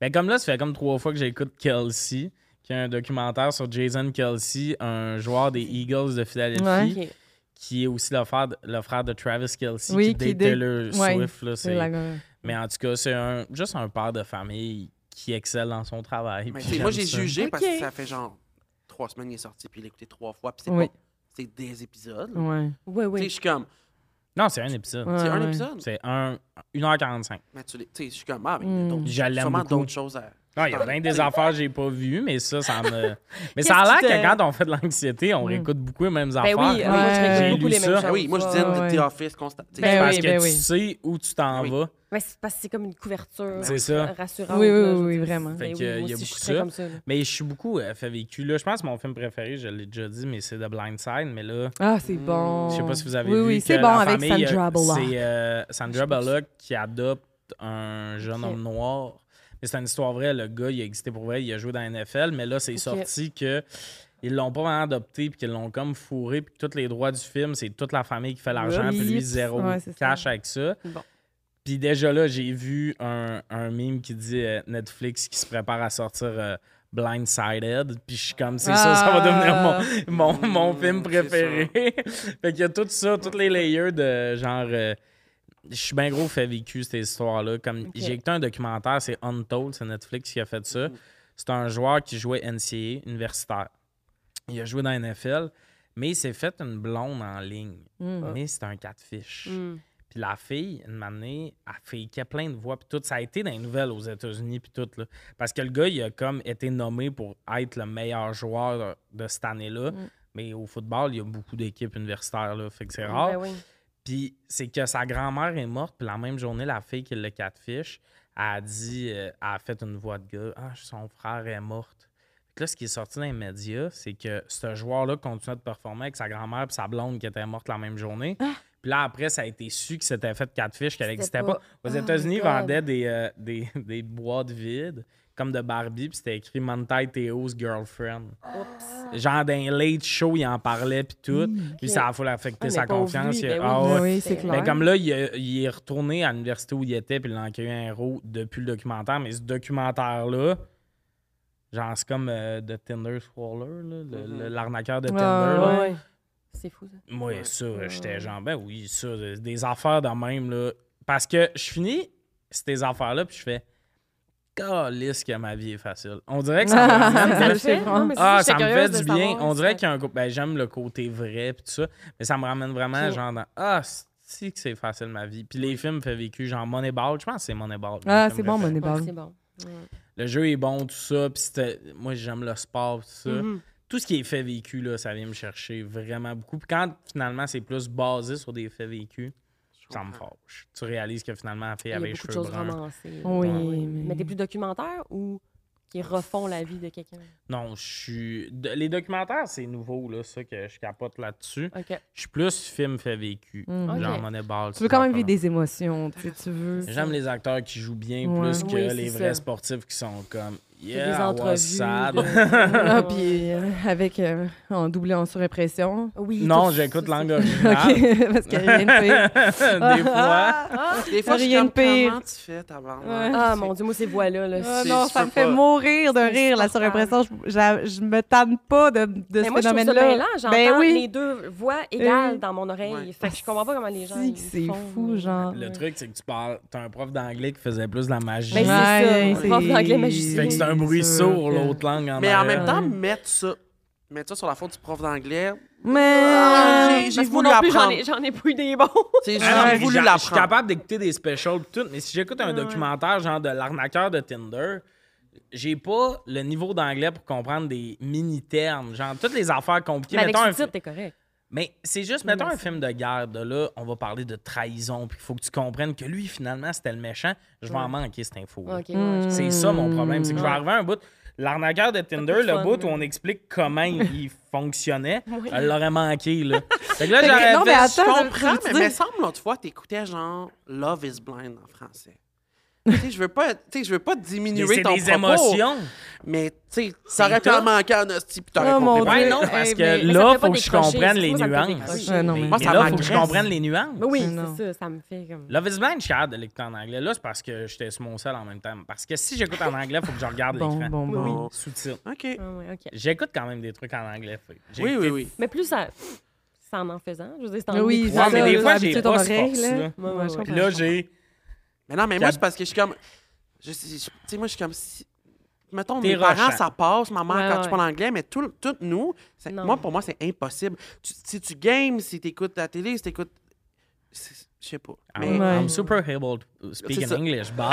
S1: Ben, comme là, ça fait comme trois fois que j'écoute Kelsey, qui a un documentaire sur Jason Kelsey, un joueur des Eagles de Philadelphie,
S2: Ouais.
S4: ok.
S1: qui est aussi le frère, de- le frère de Travis Kelsey,
S2: Oui,
S1: qui,
S2: qui
S1: date
S2: date-
S1: Taylor
S2: ouais,
S1: Swift. là, c'est-
S2: C'est la gueule.
S1: Mais en tout cas, c'est un, juste un père de famille qui excelle dans son travail.
S3: Mais
S1: puis
S3: c'est- moi,
S1: j'aime
S3: j'ai
S1: ça.
S3: jugé parce
S4: Ok.
S3: que ça fait genre trois semaines qu'il est sorti, puis il l'a écouté trois fois, puis c'est
S2: Oui.
S3: pas- C'est des épisodes. Tu
S2: Ouais.
S4: Ouais,
S3: sais,
S4: ouais.
S3: je suis comme,
S1: Non, c'est un épisode.
S2: Ouais,
S3: c'est un
S2: ouais.
S3: épisode.
S1: C'est un, 1h45.
S3: Mais tu l'es- tu sais, je suis comme, ah, mais
S4: Hmm.
S2: Mm.
S3: il y
S1: Je
S3: a
S1: l'aime
S3: d'autres- sûrement
S1: beaucoup.
S3: d'autres choses à.
S1: Non, il y a plein des affaires que j'ai pas vues, mais ça, ça me. Mais ça
S4: Qu'est-ce
S1: a l'air
S4: qui
S1: que
S4: te-
S1: quand on fait de l'anxiété, on réécoute beaucoup les mêmes
S4: Ben
S1: affaires.
S4: oui, oui, moi, je
S2: Ouais.
S4: réécoute
S1: J'ai
S4: beaucoup
S1: lu
S4: les mêmes
S1: ça.
S4: choses.
S3: Ah oui, moi, je
S4: Ouais.
S3: disais
S2: Ah,
S3: de
S2: ouais.
S3: The Office constant. tu sais,
S4: Ben
S3: je-
S1: Parce
S2: oui,
S1: que
S2: ben
S1: tu
S2: oui.
S1: sais où tu t'en
S3: Ah oui.
S1: vas.
S4: Ouais, c'est parce que c'est comme une couverture
S1: C'est ça.
S4: rassurante.
S2: Oui, oui,
S4: là, je
S2: oui,
S4: veux dire.
S2: vraiment.
S1: Fait
S4: Ben
S1: que,
S4: oui,
S1: euh,
S4: moi
S1: il y a
S4: aussi, je
S1: beaucoup
S4: serais
S1: ça.
S4: comme ça, là.
S1: Mais je suis beaucoup euh, fait vécu. Là, je pense que mon film préféré, je l'ai déjà dit, mais c'est The Blind Side. Mais là,
S2: Ah, c'est
S4: Hmm.
S2: bon.
S1: je sais pas si vous avez
S2: oui,
S1: vu.
S2: Oui,
S1: que
S2: c'est
S1: la
S2: bon avec
S1: famille, euh,
S2: Sandra Bullock.
S1: C'est euh, Sandra
S4: Je pense.
S1: Bullock qui adopte un jeune
S4: Ok.
S1: homme noir. Mais c'est une histoire vraie. Le gars, il a existé pour vrai. Il a joué dans la NFL. Mais là, c'est
S4: Ok.
S1: sorti que ils l'ont pas vraiment adopté, puis qu'ils l'ont comme fourré, puis que tous les droits du film, c'est toute la famille qui fait l'argent, puis lui,
S2: Oups.
S1: zéro
S2: Ouais, c'est ça.
S1: cash avec ça.
S4: Bon.
S1: Puis déjà là, j'ai vu un, un meme qui dit euh, Netflix qui se prépare à sortir euh, Blindsided, puis je suis comme, c'est ça, ça va
S2: Ah.
S1: devenir mon, mon, mon
S3: Mm,
S1: film
S3: c'est ça.
S1: préféré. fait qu'il y a tout ça, tous les layers de genre. euh, je suis bien gros fait vécu cette histoire-là. Comme j'ai écouté un documentaire, c'est Untold, c'est Netflix qui a fait ça. C'est un joueur qui jouait NCA universitaire. Il a joué dans la NFL, mais il s'est fait une blonde en ligne.
S2: Hmm.
S1: Mais c'est un catfish.
S4: Mm.
S1: Puis la fille, une année, elle fakeait plein de voix, puis tout. Ça a été dans les nouvelles aux États-Unis, puis tout. Là. Parce que le gars, il a comme été nommé pour être le meilleur joueur de cette année-là.
S4: Mm.
S1: Mais au football, il y a beaucoup d'équipes universitaires, là. Fait que c'est rare.
S4: Ben oui.
S1: Puis c'est que sa grand-mère est morte, puis la même journée, la fille qui le catfish a dit, euh, a fait une voix de gars, ah, son frère est morte. Fait que là, ce qui est sorti dans les médias, c'est que ce joueur-là continuait de performer avec sa grand-mère puis sa blonde qui était morte la même journée. Puis là, après, ça a été su que c'était fait de catfish, qu'elle
S4: Ah! C'était
S1: n'existait
S4: pas-
S1: pas. Aux
S4: Oh my
S1: États-Unis, ils
S4: God.
S1: vendaient des, euh, des, des boîtes vides, comme de Barbie, puis c'était écrit Monty Theo's girlfriend. Genre, dans les late show, il en parlait, puis
S4: Mmh.
S1: tout.
S2: Hmm.
S1: Puis ça a full affecté
S4: Ah, mais
S1: sa
S4: pauvre
S1: confiance.
S4: lui,
S1: il a-
S4: ben oui.
S1: ah
S2: Ben
S1: ouais.
S2: oui, c'est clair.
S1: Ben, comme là, il, a- il est retourné à l'université où il était, puis il a eu un héros depuis le documentaire. Mais ce documentaire-là, genre, c'est comme euh, The Tinder Swallower, là, le- le- l'arnaqueur de Tinder.
S2: Ah,
S1: là.
S4: Mm-hmm. Ouais. C'est fou, ça.
S1: Moi, ça, j'étais genre, ben oui, ça, euh, des affaires de même, là. Parce que je finis ces affaires-là, puis je fais, calisse que ma vie est facile. On dirait que ça me ramène
S2: Ça
S1: vers-
S2: le fait vraiment.
S4: Non, mais c'est-
S1: ah,
S4: j'étais
S1: ça me fait
S4: curieuse de
S1: du bien.
S4: savoir,
S1: On dirait
S4: ça.
S1: qu'il y a un co- Ben, j'aime le côté vrai puis tout ça, mais ça me ramène vraiment genre dans Ah, si que c'est facile ma vie. Puis les films fait vécu, genre Moneyball, je pense que c'est Moneyball.
S2: Ah,
S1: le film
S2: c'est bon,
S1: préféré.
S4: Ouais,
S2: Moneyball.
S4: c'est bon.
S1: Le jeu est bon, tout ça. Puis c'était- moi, j'aime le sport, tout ça.
S4: Mm-hmm.
S1: Tout ce qui est fait vécu, là, ça vient me chercher vraiment beaucoup. Puis quand finalement c'est plus basé sur des faits vécus, ça me fâche. Tu réalises que finalement la fille
S4: Il y a
S1: avait les
S4: beaucoup de
S1: cheveux
S4: choses
S1: bruns.
S4: romancées. là.
S2: Oui,
S4: Ouais.
S2: mais-
S4: Mais t'es plus documentaire ou qui refont la vie de quelqu'un?
S1: Non, je suis. de- Les documentaires, c'est nouveau, là, ça que je capote là-dessus.
S4: OK.
S1: Je suis plus film fait vécu.
S2: Mm.
S1: Genre
S4: Ok.
S1: Moneyball.
S2: Tu veux quand même vivre des émotions, tu sais, tu veux.
S1: J'aime les acteurs qui jouent bien
S2: Ouais.
S1: plus que
S4: Oui, c'est
S1: les vrais
S4: ça.
S1: sportifs qui sont comme.
S4: C'est des
S1: Yeah, I was
S4: entrevues.
S1: sad.
S4: de-
S2: Ah, puis euh, avec euh, en doublé en surimpression.
S4: Oui.
S1: Non,
S4: tout-
S1: j'écoute
S4: c'est-
S1: langue
S2: OK,
S1: originale.
S2: parce qu'il y a rien de pire.
S1: Ah. des
S2: Ah.
S1: fois.
S3: Des fois, je suis
S2: Rien de
S3: comme,
S2: pire.
S3: comment tu fais, ta
S2: Ouais.
S4: Ah, mon Dieu, moi, ces voix-là. Là,
S2: Ah
S3: C'est-
S2: non,
S3: tu
S2: ça
S3: peux
S2: me fait
S3: pas.
S2: mourir de
S4: C'est
S2: rire, la
S4: insupportable.
S2: surimpression. Je, je- je me tanne pas de, de
S4: Mais
S2: ce
S4: moi, je trouve ça
S2: phénomène-là.
S4: mêlant. J'entends
S2: Ben oui.
S4: les deux voix égales
S2: Euh.
S4: dans mon oreille.
S3: Ouais.
S4: Fait que je comprends pas comment les gens.
S2: Si,
S4: ils
S2: que c'est
S4: font, euh,
S2: fou,
S4: là.
S2: genre.
S1: Le truc, c'est que tu parles. T'as un prof d'anglais qui faisait plus de la magie.
S4: Ben, c'est ça,
S2: Ouais,
S4: on prof d'anglais magicien.
S1: fait que c'est un bruit
S2: sûr
S1: sourd,
S2: que-
S1: l'autre langue en
S3: Mais en
S1: arrière.
S3: même temps, mettre ça. Mettre ça sur la faute du prof d'anglais. Ah,
S2: Mais.
S3: j'ai- j'ai
S4: Parce que moi
S3: voulu
S4: non plus, j'en
S3: apprendre.
S4: ai, j'en ai pas eu des bons.
S3: C'est
S1: Ah non,
S3: j'ai
S1: mais
S3: voulu
S1: j'a- Je suis
S3: l'apprendre.
S1: capable d'écouter des specials pis tout, mais si j'écoute un documentaire genre de l'arnaqueur de Tinder, j'ai pas le niveau d'anglais pour comprendre des mini-termes, genre toutes les affaires compliquées.
S4: Mais avec
S1: Mettons un
S4: ce
S1: fi-
S4: titre, t'es correct.
S1: mais c'est juste, mettons un film de guerre, de là, on va parler de trahison, puis il faut que tu comprennes que lui, finalement, c'était le méchant. Je vais en manquer cette info.
S4: OK,
S2: Mm.
S4: ouais, je-
S1: C'est ça mon problème, c'est que je vais
S4: Ouais.
S1: arriver à un bout. L'arnaqueur de Tinder,
S4: pas de
S1: le
S4: fun,
S1: bout où
S4: ouais.
S1: on explique comment il fonctionnait,
S4: Oui.
S1: elle l'aurait manqué, là. Fait que là,
S2: Fait que-
S1: j'aurais
S2: non,
S1: fait-
S2: mais
S3: Je
S2: attends,
S3: comprends, mais
S2: veux
S3: me
S2: dire-
S3: semble l'autre fois, t'écoutais genre Love is Blind en français. tu sais, je veux pas, tu sais, je veux pas
S1: Mais
S3: diminuer
S1: c'est
S3: ton
S1: des
S3: propos,
S1: émotions.
S3: mais tu sais, ça aurait pu
S1: tough.
S3: en manquer un hostie, puis t'aurais
S2: Oh, mon
S3: compris.
S1: Ben
S2: Dieu.
S1: non,
S2: Eh,
S1: parce que
S2: mais-
S4: mais ça
S1: là,
S4: me fait pas
S1: faut que je
S4: décrocher,
S1: comprenne
S4: c'est
S1: les
S4: moi, ça me fait
S1: nuances.
S4: décrocher.
S2: Ouais, non, mais-
S1: Moi,
S3: Moi,
S1: ça
S3: ça
S1: là, faut que je
S3: m'agresse.
S1: comprenne les nuances.
S4: Mais oui,
S2: Non.
S4: c'est ça, ça me fait comme.
S1: Love is Blind, je suis capable de l'écouter en anglais. Là, c'est parce que j'étais sur mon sel en même temps. Parce que si j'écoute en anglais, faut que je regarde
S2: Bon,
S1: l'écran.
S2: bon, bon.
S3: Bon.
S1: Sous-titres.
S3: OK.
S4: Ah ouais, OK.
S1: J'écoute quand même des trucs en anglais. fait. J'ai
S3: Oui, oui,
S1: écouté-
S3: oui.
S4: Mais plus ça. C'est en en faisant. Je veux dire, c'est en
S2: Oui,
S1: Ouais,
S4: écoutant.
S2: c'est
S1: mais
S2: ça,
S1: des
S2: là,
S1: fois,
S2: habitué
S1: j'ai
S2: ton
S1: pas ce
S2: oreille,
S1: force,
S2: là.
S1: là.
S2: Ouais, ouais, je
S4: Puis
S1: Puis là, j'ai.
S3: Mais non, mais moi,
S1: Cap-
S3: c'est parce que je suis comme. Je, suis- je- tu sais, moi, je suis comme si. Mettons,
S1: T'es
S3: mes parents,
S1: rochant.
S3: ça passe, maman,
S4: Ouais,
S3: quand
S4: ouais.
S3: tu parles anglais, mais tout, tout nous, c'est-
S4: Non.
S3: moi, pour moi, c'est impossible. Tu- si tu games, si t'écoutes la télé, si t'écoutes. c'est- Je sais pas. Mais.
S1: I'm,
S2: Ouais.
S1: I'm super able to speak
S3: C'est
S1: in
S3: ça.
S1: English, but.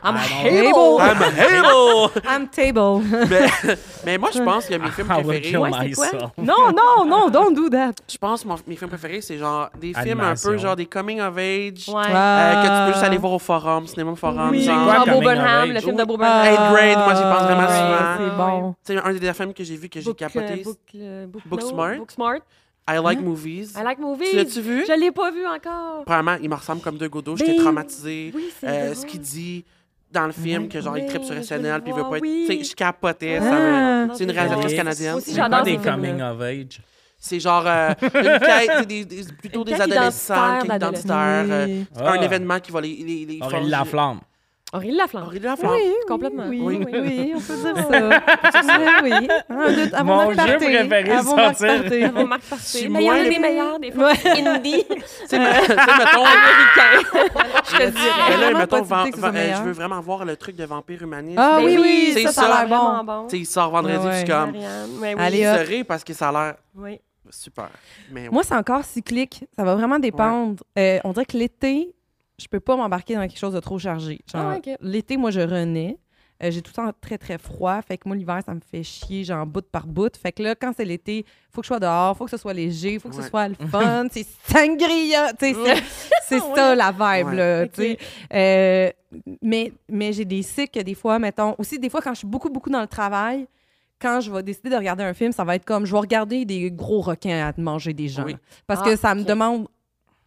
S2: Ah,
S4: I'm
S1: I don't-
S4: able.
S3: I'm able!
S2: I'm table.
S3: mais, mais moi, je pense que mes films
S1: I will
S3: préférés.
S1: kill
S4: Ouais, c'est quoi?
S1: myself.
S2: non, non, non, don't do that.
S3: Je pense que mon- mes films préférés, c'est genre des films
S1: Animation.
S3: un peu genre des coming of age.
S4: Ouais.
S3: euh, que tu peux
S2: Ah.
S3: juste aller voir au forum, cinéma au forum.
S1: Oui.
S3: genre.
S1: C'est quoi
S4: Genre
S1: Coming of
S4: Bonham, le
S1: Age?
S4: film de Beau
S2: Ah,
S4: Bonham.
S3: grade, moi, j'y pense vraiment
S2: ouais,
S4: souvent.
S2: C'est bon.
S3: Tu sais, un des derniers films que j'ai vu que j'ai
S4: euh,
S3: capoté, Booksmart.
S4: Booksmart.
S3: I Like Movies.
S4: Hein? I like movies.
S3: Tu l'as-tu vu?
S4: Je l'ai pas vu encore.
S3: Premièrement, il me ressemble comme deux gouttes d'eau. J'étais
S4: Ben,
S3: traumatisée.
S4: Oui, c'est
S3: Euh,
S4: drôle.
S3: ce qu'il dit, dans le film que genre il tripe sur
S4: oui, je veux
S3: SNL
S4: le
S3: puis il veut
S4: voir,
S3: pas être.
S4: oui.
S3: Tu sais, je capotais. ça me-
S2: Ah.
S3: C'est une
S1: Des-
S3: réalisatrice canadienne.
S4: Aussi,
S1: C'est
S4: j'adore
S1: pas
S4: ce
S1: des
S4: film-là.
S1: coming of age.
S3: C'est genre euh, une quête, c'est des- des- plutôt
S4: Une
S3: des
S4: quête
S3: adolescents,
S4: identitaire,
S3: quête
S4: d'adolescents.
S3: identitaire. euh,
S2: Oui.
S1: Ah.
S3: Un événement qui va les, les, les
S1: Aurélie Laflamme.
S4: Aurélie Laflamme.
S3: Aurélie Laflamme.
S2: Oui,
S4: Complètement.
S2: Oui,
S3: Oui.
S2: oui, oui, on peut dire ça. oui, oui. Un, deux, avant
S1: Mon
S2: Marc
S1: jeu
S2: Parté,
S1: préféré
S2: avant Marc
S1: sortir.
S2: Parté.
S4: Avant Marc Parté.
S3: C'est
S4: Mais il y en
S3: moins
S4: a
S3: le-
S4: des meilleurs, des fois. Indie.
S3: Tu sais, me- tu sais, mettons.
S4: Je te
S3: Mais
S4: dirais.
S3: là,
S2: vraiment
S3: mettons,
S2: pas
S3: van-
S2: d'idée que ce soit
S3: van- euh, je
S2: meilleur.
S3: veux vraiment voir le truc de vampire humaniste.
S2: Ah
S4: Ben
S2: oui, oui,
S3: c'est
S2: ça, ça a l'air bon.
S4: bon.
S3: Tu sais, il sort vendredi,
S2: Ouais,
S3: puis je suis
S2: ouais.
S3: comme.
S4: Mais oui.
S2: Allez,
S3: Il
S2: hop.
S3: se rit parce que ça a l'air
S4: Oui.
S3: super. Mais ouais.
S2: Moi, c'est encore cyclique. Ça va vraiment dépendre. Euh, on dirait que l'été, je peux pas m'embarquer dans quelque chose de trop chargé. Genre,
S4: Ah, ok.
S2: L'été, moi, je renais. Euh, j'ai tout le temps très, très froid. Fait que moi, l'hiver, ça me fait chier, genre, bout par bout. Fait que là, quand c'est l'été, faut que je sois dehors, faut que ce soit léger, faut que
S3: Ouais.
S2: ce soit le fun. c'est sangria! Tu sais, c'est- c'est ça, la vibe,
S3: Ouais.
S2: là,
S4: Ok.
S2: tu sais. Euh, mais mais j'ai des cycles, que des fois, mettons... Aussi, des fois, quand je suis beaucoup, beaucoup dans le travail, quand je vais décider de regarder un film, ça va être comme... Je vais regarder des gros requins à manger des gens.
S3: Oui.
S2: Parce
S4: Ah,
S2: que ça me
S4: ok.
S2: demande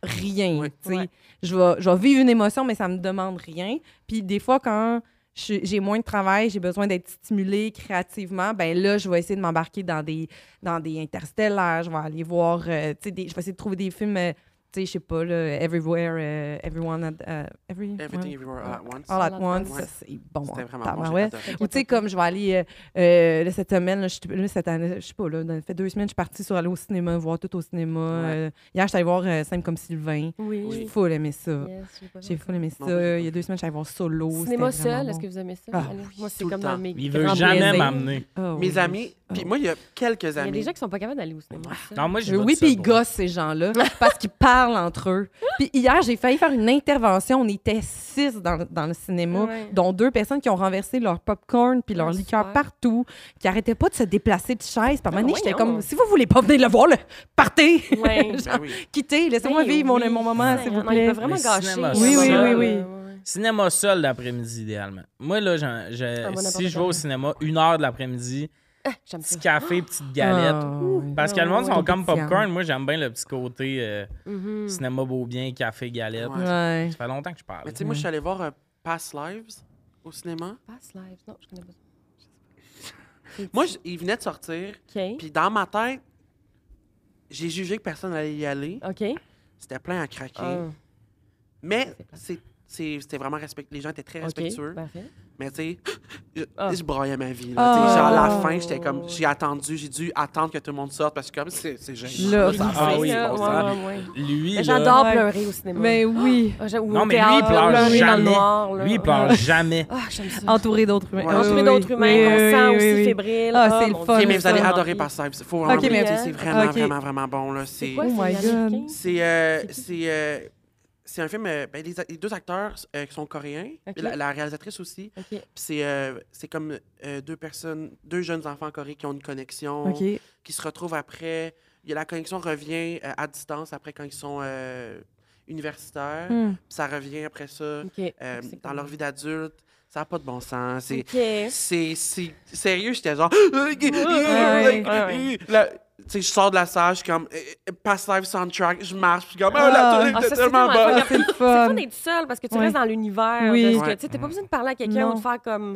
S2: rien,
S3: Oui.
S2: tu sais.
S4: Ouais.
S2: Je vais, je vais vivre une émotion, mais ça me demande rien. Puis des fois, quand je- j'ai moins de travail, j'ai besoin d'être stimulée créativement, ben là, je vais essayer de m'embarquer dans des, dans des interstellaires, je vais aller voir, euh, tu sais, des- je vais essayer de trouver des films, euh, tu sais, je sais pas, là, Everywhere, euh, Everyone, at- euh, every-
S3: Everything
S2: ouais, Ah,
S3: Everywhere All at Once.
S2: All at
S4: All at
S2: Once,
S3: Once.
S2: ça, c'est bon,
S3: C'était
S2: en
S3: vraiment bon. j'ai
S2: tabarouette.
S3: adoré.
S2: Ou tu sais, comme je vais aller euh, euh, là, cette semaine, là, je suis- là, cette année, je sais pas, là, dans- fait deux semaines, je suis partie sur aller au cinéma, voir tout au cinéma. Euh, hier, je suis allée voir euh, Simple comme Sylvain. J'ai
S4: Oui.
S2: full aimé ça.
S4: Yes, j'ai pas vu.
S2: J'ai full aimé
S3: Non, j'ai
S2: ça. Il y a deux semaines, je suis allée voir Solo.
S4: Cinéma seul, est-ce que vous aimez ça?
S2: Ah,
S4: Allez, Moi, c'est
S3: tout
S4: comme
S3: le
S4: dans
S3: temps.
S4: mes
S1: Il veut
S4: grands
S1: jamais
S4: plaisirs.
S1: m'amener.
S3: Mes amis, puis moi, il y a quelques
S4: Il y a
S3: amis.
S4: des gens qui sont pas capables d'aller au cinéma. ça.
S1: Non, moi, je
S2: oui, puis ils gossent, ces gens-là, parce qu'ils parlent entre eux. Puis hier, j'ai failli faire une intervention. On était six dans, le- dans le cinéma,
S4: Ouais.
S2: dont deux personnes qui ont renversé leur popcorn puis leur
S4: Ah,
S2: liqueur
S4: super.
S2: partout, qui arrêtaient pas de se déplacer de chaise. Puis à un moment donné,
S4: Ah,
S2: j'étais
S4: voyons.
S2: comme, si vous voulez pas venir le voir, là, partez!
S4: Ouais.
S3: Ben oui.
S2: Quittez, laissez-moi
S4: Ben
S2: vivre mon,
S4: oui,
S2: mon moment,
S4: c'est
S2: s'il
S4: vrai.
S2: vous
S4: Non, il
S2: plaît.
S4: peut vraiment
S1: Le
S4: gâcher.
S1: cinéma,
S2: Oui, oui,
S4: Ouais,
S2: oui, oui.
S4: ouais, ouais.
S1: Cinéma seul l'après-midi, idéalement. Moi, là, j'en- je-
S4: Ah, moi, n'importe
S1: si je vais au
S4: quoi.
S1: cinéma, une heure de l'après-midi,
S4: J'aime ça.
S1: petit café, petite galette.
S2: Ah, ouais.
S1: Parce que le monde
S4: ouais.
S1: sont comme
S2: Compétition.
S1: popcorn. Moi, j'aime bien le petit côté euh,
S4: Mhm.
S1: cinéma beau bien, café, galette.
S3: Ouais.
S2: Ouais.
S1: Ça fait longtemps que je parle.
S3: Mais tu sais, moi, je suis allé voir euh, Past Lives au cinéma.
S4: Pass live. Non, je connais pas ça.
S3: Moi, je- il venait de sortir,
S4: OK.
S3: puis dans ma tête, j'ai jugé que personne n'allait y aller.
S2: Ah.
S4: OK.
S3: C'était plein à craquer.
S4: Ah,
S3: Mais c'est- c'est- c'était vraiment respectueux. Les gens étaient très respectueux.
S4: OK. Parfait.
S3: Mais tu sais, je,
S4: Ah.
S3: je broyais ma vie. Là, Tu sais, genre, à la
S2: Oh.
S3: fin, j'étais comme, j'ai attendu, j'ai dû attendre que tout le monde sorte parce que comme c'est c'est gênant.
S2: Là,
S3: ça
S2: Ah
S3: a pas
S1: oui,
S3: de bon
S1: ouais,
S3: sens.
S1: sens. Lui, là,
S4: J'adore
S2: Ouais.
S4: pleurer au cinéma.
S2: Mais Ben oui,
S4: Ah, j'aime- ou au
S1: euh, Non, mais lui, il
S4: théâtre,
S1: pleure
S4: pleurer dans le
S1: jamais.
S4: noir, là.
S1: Lui, il pleure jamais.
S4: Ah, j'aime ça.
S2: entouré d'autres humains.
S3: Ouais.
S2: Ah,
S4: Entouré
S2: oui,
S4: d'autres
S2: oui,
S4: humains,
S2: oui,
S4: on
S2: oui,
S4: sent
S2: oui,
S4: aussi
S2: oui.
S4: fébrile.
S2: Ah, c'est
S4: mon
S2: le fun.
S4: Dieu,
S3: Ok, mais vous allez
S4: ça,
S3: adorer
S4: mon
S3: Past Lives. Faut vraiment
S2: Ok,
S3: que vous
S2: mais-
S3: écoutiez, c'est vraiment,
S2: ok.
S3: vraiment, vraiment bon. là.
S4: C'est
S3: C'est
S4: quoi,
S2: Oh my
S4: c'est
S2: God.
S4: américain?
S3: c'est, euh,
S4: C'est qui?
S3: c'est, euh, c'est un film. euh, ben, les, a- les deux acteurs euh, qui sont coréens,
S4: Ok.
S3: la, la réalisatrice aussi.
S4: OK.
S3: Puis C'est, euh, c'est comme euh, deux personnes, deux jeunes enfants coréens qui ont une connexion,
S2: OK.
S3: qui se retrouvent après. Il y a- la connexion revient euh, à distance après quand ils sont euh, universitaires.
S2: Hmm.
S3: Puis Ça revient après ça euh,
S4: OK. Donc, c'est
S3: dans
S4: comme-
S3: leur vie d'adulte. Ça n'a pas de bon sens. C'est,
S4: OK.
S3: c'est, c'est sérieux, j'étais genre.
S2: ouais,
S4: ouais.
S3: Là, tu sais, je sors de la salle, je suis comme. euh, Pass Live Soundtrack, je marche, puis comme. Ah, la
S2: Ah.
S3: tune
S4: Ah,
S3: était
S4: ça, c'est
S3: tellement bonne.
S4: tellement incroyable.
S2: C'est le
S4: C'est
S2: fun.
S4: fun d'être seul parce que tu
S2: Ouais.
S4: restes dans l'univers.
S2: Oui.
S4: Oui.
S3: Ouais.
S4: Tu n'as pas besoin de parler à quelqu'un
S2: Non.
S4: ou de faire comme.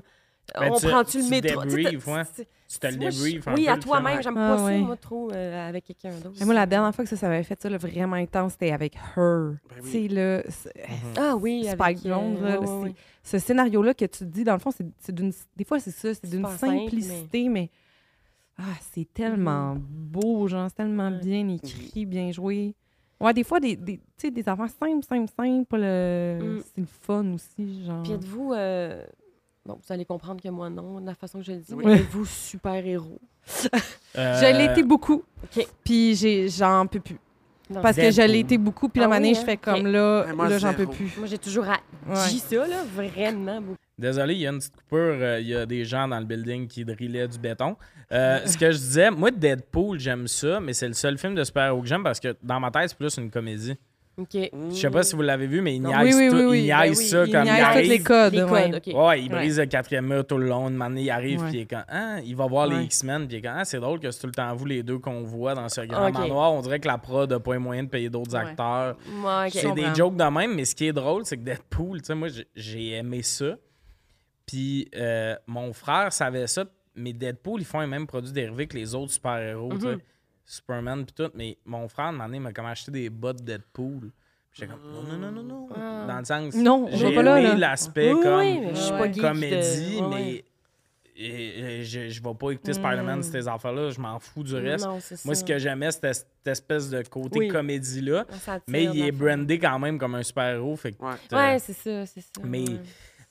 S4: euh,
S1: Ben,
S4: on
S1: tu-
S4: prend-tu
S1: tu
S4: le métro? Tu sais,
S1: débriefes,
S4: t'as-
S1: ouais.
S4: c'est-
S1: Tu te le
S4: moi, je-
S1: débrief un
S4: Oui,
S1: peu,
S4: à
S1: le
S4: toi-même.
S1: film.
S4: J'aime
S2: Ah,
S4: pas ça,
S2: ouais.
S4: moi, trop, euh, avec quelqu'un d'autre.
S2: Et moi, la dernière fois que ça, ça avait fait ça, là, vraiment intense, c'était avec Her.
S3: Ben
S2: Tu sais, là, ce-
S4: Ah oui, avec,
S2: Spike
S4: euh,
S2: Jonze, là,
S4: ouais,
S2: le-
S4: ouais, ouais.
S2: ce scénario-là que tu te dis, dans le fond, c'est c'est d'une... Des fois, c'est ça, c'est d'une
S4: Super simple, Mm-hmm.
S2: simplicité, mais... Ah, c'est tellement beau, genre, c'est tellement
S4: Ouais.
S2: bien écrit, bien joué. Ouais, des fois, des, des, tu sais, des affaires simples, simples, simples, euh,
S4: Mm.
S2: c'est le fun aussi, genre...
S4: Puis êtes-vous. euh, Bon, vous allez comprendre que moi, non, de la façon que je le dis,
S3: Oui.
S4: mais êtes-vous super-héros?
S1: Euh,
S2: Je l'ai été beaucoup.
S4: OK.
S2: Puis j'ai- j'en peux plus.
S4: Non,
S2: Parce que je
S1: Deadpool.
S2: l'ai été beaucoup. Puis la
S4: Ah oui,
S2: manée,
S4: hein?
S2: je fais
S4: Ok.
S2: comme là,
S3: Ouais, moi,
S2: là, j'en peux
S3: zéro.
S2: plus.
S4: Moi, j'ai toujours à
S2: Ouais.
S4: dit ça, là, vraiment beaucoup.
S1: Désolé, il y a une petite coupure. euh, Il y a des gens dans le building qui drillaient du béton. Euh,
S4: Ah.
S1: ce que je disais, moi, Deadpool, j'aime ça, mais c'est le seul film de super-héros que j'aime parce que dans ma tête, c'est plus une comédie.
S4: OK.
S1: Je sais pas si vous l'avez vu, mais il
S2: Non.
S1: niaise,
S2: Oui, oui,
S1: tout-
S2: oui,
S1: il
S2: oui.
S1: niaise
S4: Ben oui,
S1: ça
S4: il
S1: comme
S4: niaise
S1: il
S4: toutes
S2: toutes
S1: arrive.
S2: les codes.
S4: Les
S2: ouais.
S4: codes, OK.
S1: Ouais, il
S2: Ouais.
S1: brise le quatrième mur tout le long. Une manée, il arrive,
S2: Ouais.
S1: puis il est quand. Hein, il va voir les
S2: Ouais.
S1: X-Men, puis il est quand. Ah, c'est drôle que c'est tout le temps vous, les deux, qu'on voit dans ce grand
S4: Ok.
S1: manoir. On dirait que la prod n'a pas les moyens de payer d'autres
S2: Ouais.
S1: acteurs.
S4: Ouais, OK.
S1: C'est des
S2: comprends.
S1: jokes de même, mais ce qui est drôle, c'est que Deadpool, tu sais, moi, j'ai- j'ai aimé ça. Puis euh, mon frère savait ça, mais Deadpool, ils font les mêmes produits dérivés que les autres super-héros, tu sais.
S4: Mhm.
S1: Superman puis tout. Mais mon frère, un moment donné, m'a comme acheté des bottes Deadpool. Puis J'étais comme, non, non, non, non, non.
S4: Ah.
S1: Dans le sens,
S2: Non, on
S1: j'ai
S2: va pas là,
S1: aimé
S2: là.
S1: l'aspect
S4: Oui,
S1: comme
S4: oui, mais je suis pas geek
S1: comédie,
S4: de- ouais,
S1: mais
S4: ouais. Hmm.
S1: et- et je, je vais pas écouter Spider-Man, ces affaires-là, je m'en fous du reste.
S4: Non, c'est
S1: Moi,
S4: ça.
S1: ce que j'aimais, c'était cette espèce de côté
S4: Oui.
S1: comédie-là.
S4: Ça
S1: Mais
S4: attire,
S1: il est
S4: dans le fond.
S1: brandé quand même comme un super-héros. Fait que
S3: Ouais.
S1: t'as-
S4: Ouais, c'est ça, c'est ça.
S1: Euh, mais
S4: Ah ouais.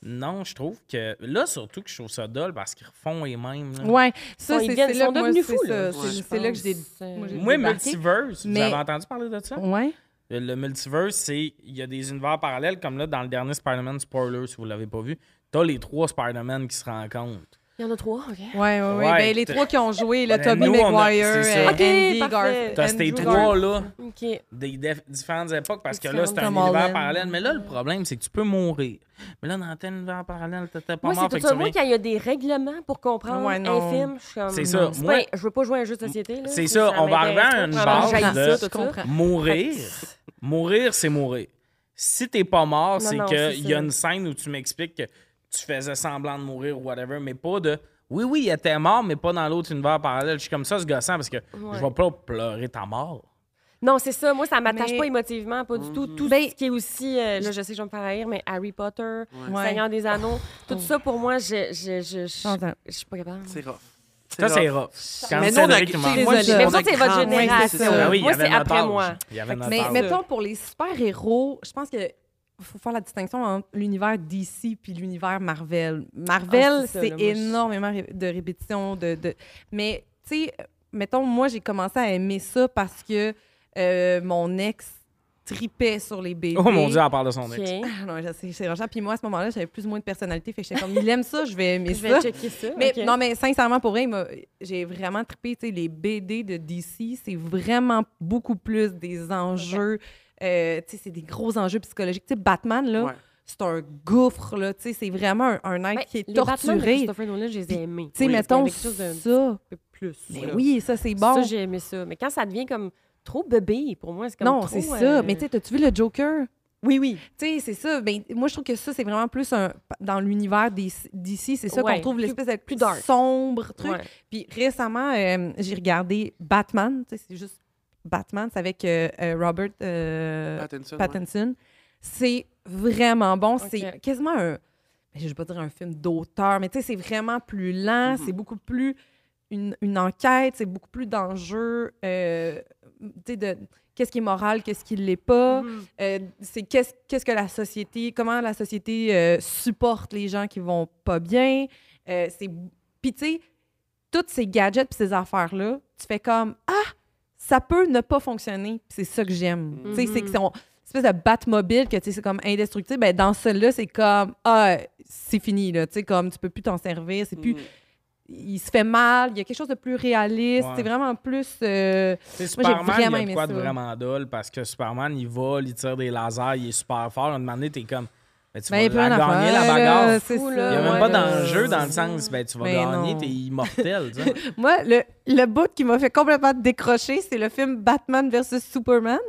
S1: non, je trouve que. Là, surtout que je trouve ça dole parce qu'ils refont les mêmes. là.
S2: Ouais, ça, c'est
S4: Ils sont-
S2: c'est
S4: ils
S2: là
S4: sont
S2: que moi,
S4: devenus
S2: c'est
S4: fous,
S2: ça.
S4: là.
S2: C'est
S4: Ouais.
S2: c'est là que j'ai.
S4: Ouais.
S2: j'ai
S1: Moi,
S2: débarqué.
S1: Multiverse,
S2: mais-
S1: vous avez entendu parler de ça?
S2: Ouais.
S1: Le, le multiverse, c'est. Il y a des univers parallèles, comme là, dans le dernier Spider-Man, spoiler, si vous l'avez pas vu, t'as les trois Spider-Man qui se rencontrent.
S4: Il y en a trois, OK.
S2: Ouais, ouais, ouais.
S1: Ouais,
S2: Ben, les
S1: t'as-
S2: trois qui ont joué, le
S1: Ben,
S2: Tobey
S1: nous, on a-
S2: Maguire,
S1: c'est ça.
S2: euh,
S4: Ok,
S2: Andy
S4: parfait.
S2: Garfield.
S1: T'as ces
S2: Andrew
S1: trois-là,
S4: OK.
S1: des def- différentes époques, parce que là,
S4: Différentes.
S1: c'est un
S2: Tom
S1: univers
S2: Holland.
S1: parallèle. Mais là, le problème, c'est que tu peux mourir. Mais là, dans tel univers parallèle, t'étais pas
S4: Moi,
S1: mort,
S4: c'est
S1: fait
S4: tout
S1: que tu
S4: ça. Moi,
S1: reviens-
S4: quand il y a des règlements pour comprendre
S2: Ouais, non.
S4: un film, je suis comme.
S1: C'est ça,
S4: c'est
S1: moi-
S4: pas- je veux pas jouer à un jeu de société. là.
S1: C'est ça, on va arriver à une
S4: m'intéresse pas,
S1: base
S4: j'haïs
S1: de-
S4: ça, tout ça.
S1: Mourir, mourir, c'est mourir. Si t'es pas mort,
S4: Non,
S1: c'est
S4: non,
S1: que
S4: c'est
S1: il y a
S4: ça.
S1: une scène où tu m'expliques que tu faisais semblant de mourir ou whatever, mais pas de. Oui, oui, il était mort, mais pas dans l'autre univers parallèle. Je suis comme ça, ce gossant, parce que je vais pas pleurer ta mort.
S4: Non, c'est ça. Moi, ça m'attache
S2: Mais-
S4: pas émotivement, pas du tout. Tout
S2: Ben-
S4: ce qui est aussi, euh, là, je sais que je vais me faire haïr, mais Harry Potter,
S2: Ouais. Oh.
S4: Seigneur des Anneaux, tout ça, pour moi, je, je, je,
S2: J'entends.
S4: je, je suis pas capable.
S3: C'est rough.
S1: Ça, c'est rough. Quand
S3: Mais nous, on a-
S1: Cédric m'a-
S3: tu sais, moi,
S2: Désolée.
S3: j'ai-
S2: Mais
S3: on
S4: ça,
S3: a
S4: c'est votre
S3: grandi-
S2: génération.
S3: Ouais, c'est ça.
S1: Ben oui, il y
S4: Moi,
S1: avait
S4: c'est
S1: notre
S4: après
S1: âge.
S4: moi.
S1: Il y avait notre
S2: Mais
S1: âge.
S2: mettons, pour les super-héros, je pense que faut faire la distinction entre l'univers DC puis l'univers Marvel. Marvel,
S4: Ah, c'est ça,
S2: c'est
S4: là, moi, je-
S2: énormément ré- de répétitions. De, de... Mais, tu sais, mettons, moi, j'ai commencé à aimer ça parce que euh, mon ex tripait sur les BD.
S1: Oh mon Dieu, elle parle de son ex.
S4: Ok.
S2: Ah non, je sais, c'est rochant. Puis moi, à ce moment-là, j'avais plus ou moins de personnalité. Fait que j'étais comme, il aime ça, je vais aimer
S4: Je
S2: ça.
S4: vais checker ça.
S2: Mais
S4: ok.
S2: non, mais sincèrement, pour vrai, il m'a- j'ai vraiment trippé. Tu sais, les BD de DC, c'est vraiment beaucoup plus des enjeux. euh, tu sais, c'est des gros enjeux psychologiques. Tu sais, Batman, là,
S3: Ouais.
S2: c'est un gouffre, là. Tu sais, c'est vraiment un, un être
S4: Ben,
S2: qui est
S4: les Batman de
S2: torturé. Tu
S4: Christopher Nolan, je les ai aimés.
S2: sais,
S4: Oui, parce qu'il
S2: mettons
S4: y avait quelque chose de
S2: ça.
S4: plus.
S2: Mais
S4: là.
S2: oui, ça, c'est
S4: Ça,
S2: bon.
S4: j'ai aimé ça. Mais quand ça devient comme trop bébé, pour moi, c'est comme
S2: non,
S4: trop,
S2: c'est
S4: euh,
S2: ça. Mais tu sais, t'as-tu vu le Joker?
S4: Oui, oui.
S2: Tu sais, c'est ça. Ben, moi, je trouve que ça, c'est vraiment plus un, dans l'univers des- d'ici. C'est ça
S4: Ouais,
S2: qu'on trouve
S4: plus-
S2: l'espèce de plus
S4: plus dark.
S2: sombre truc.
S4: Ouais.
S2: Puis récemment, euh, j'ai regardé Batman. Tu sais, c'est juste Batman. C'est avec euh, euh, Robert euh,
S3: Pattinson, ouais.
S2: Pattinson. C'est vraiment bon.
S4: Ok.
S2: C'est quasiment un. ben, je vais pas dire un film d'auteur, mais tu sais, c'est vraiment plus lent.
S3: Mhm.
S2: C'est beaucoup plus une, une enquête. C'est beaucoup plus d'enjeux. euh, tu sais, de qu'est-ce qui est moral, qu'est-ce qui l'est pas.
S4: Mm-hmm.
S2: Euh, c'est qu'est-ce qu'est-ce que la société, comment la société euh, supporte les gens qui vont pas bien. Euh, c'est puis tu sais, toutes ces gadgets puis ces affaires là, tu fais comme ah ça peut ne pas fonctionner. Puis C'est ça que j'aime. Tu sais, c'est que c'est on- espèce de Batmobile que tu sais c'est comme indestructible. Ben dans celle-là c'est comme ah c'est fini là. Tu sais comme tu peux plus t'en servir. C'est plus
S3: Mhm.
S2: il se fait mal. Il y a quelque chose de plus réaliste.
S1: Ouais.
S2: C'est vraiment plus euh,
S1: C'est
S2: Moi, j'ai
S1: Superman, il y
S2: vraiment
S1: a de
S2: aimé
S1: quoi de
S2: ça.
S1: vraiment dole parce que Superman, il vole, il tire des lasers, il est super fort. À un moment donné, t'es comme, ben, tu
S2: ben, il y a
S1: vas
S2: plein
S1: la gagner la
S2: d'affaires,
S1: bagarre.
S2: là, c'est
S4: fou,
S2: ça,
S4: là.
S1: Il n'y a même
S2: Euh, ouais,
S1: pas
S2: là.
S1: d'enjeu dans le sens, ben, tu vas
S2: Mais
S1: gagner,
S2: non.
S1: t'es immortel. tu sais.
S2: Moi, le, le bout qui m'a fait complètement décrocher, c'est le film Batman versus Superman.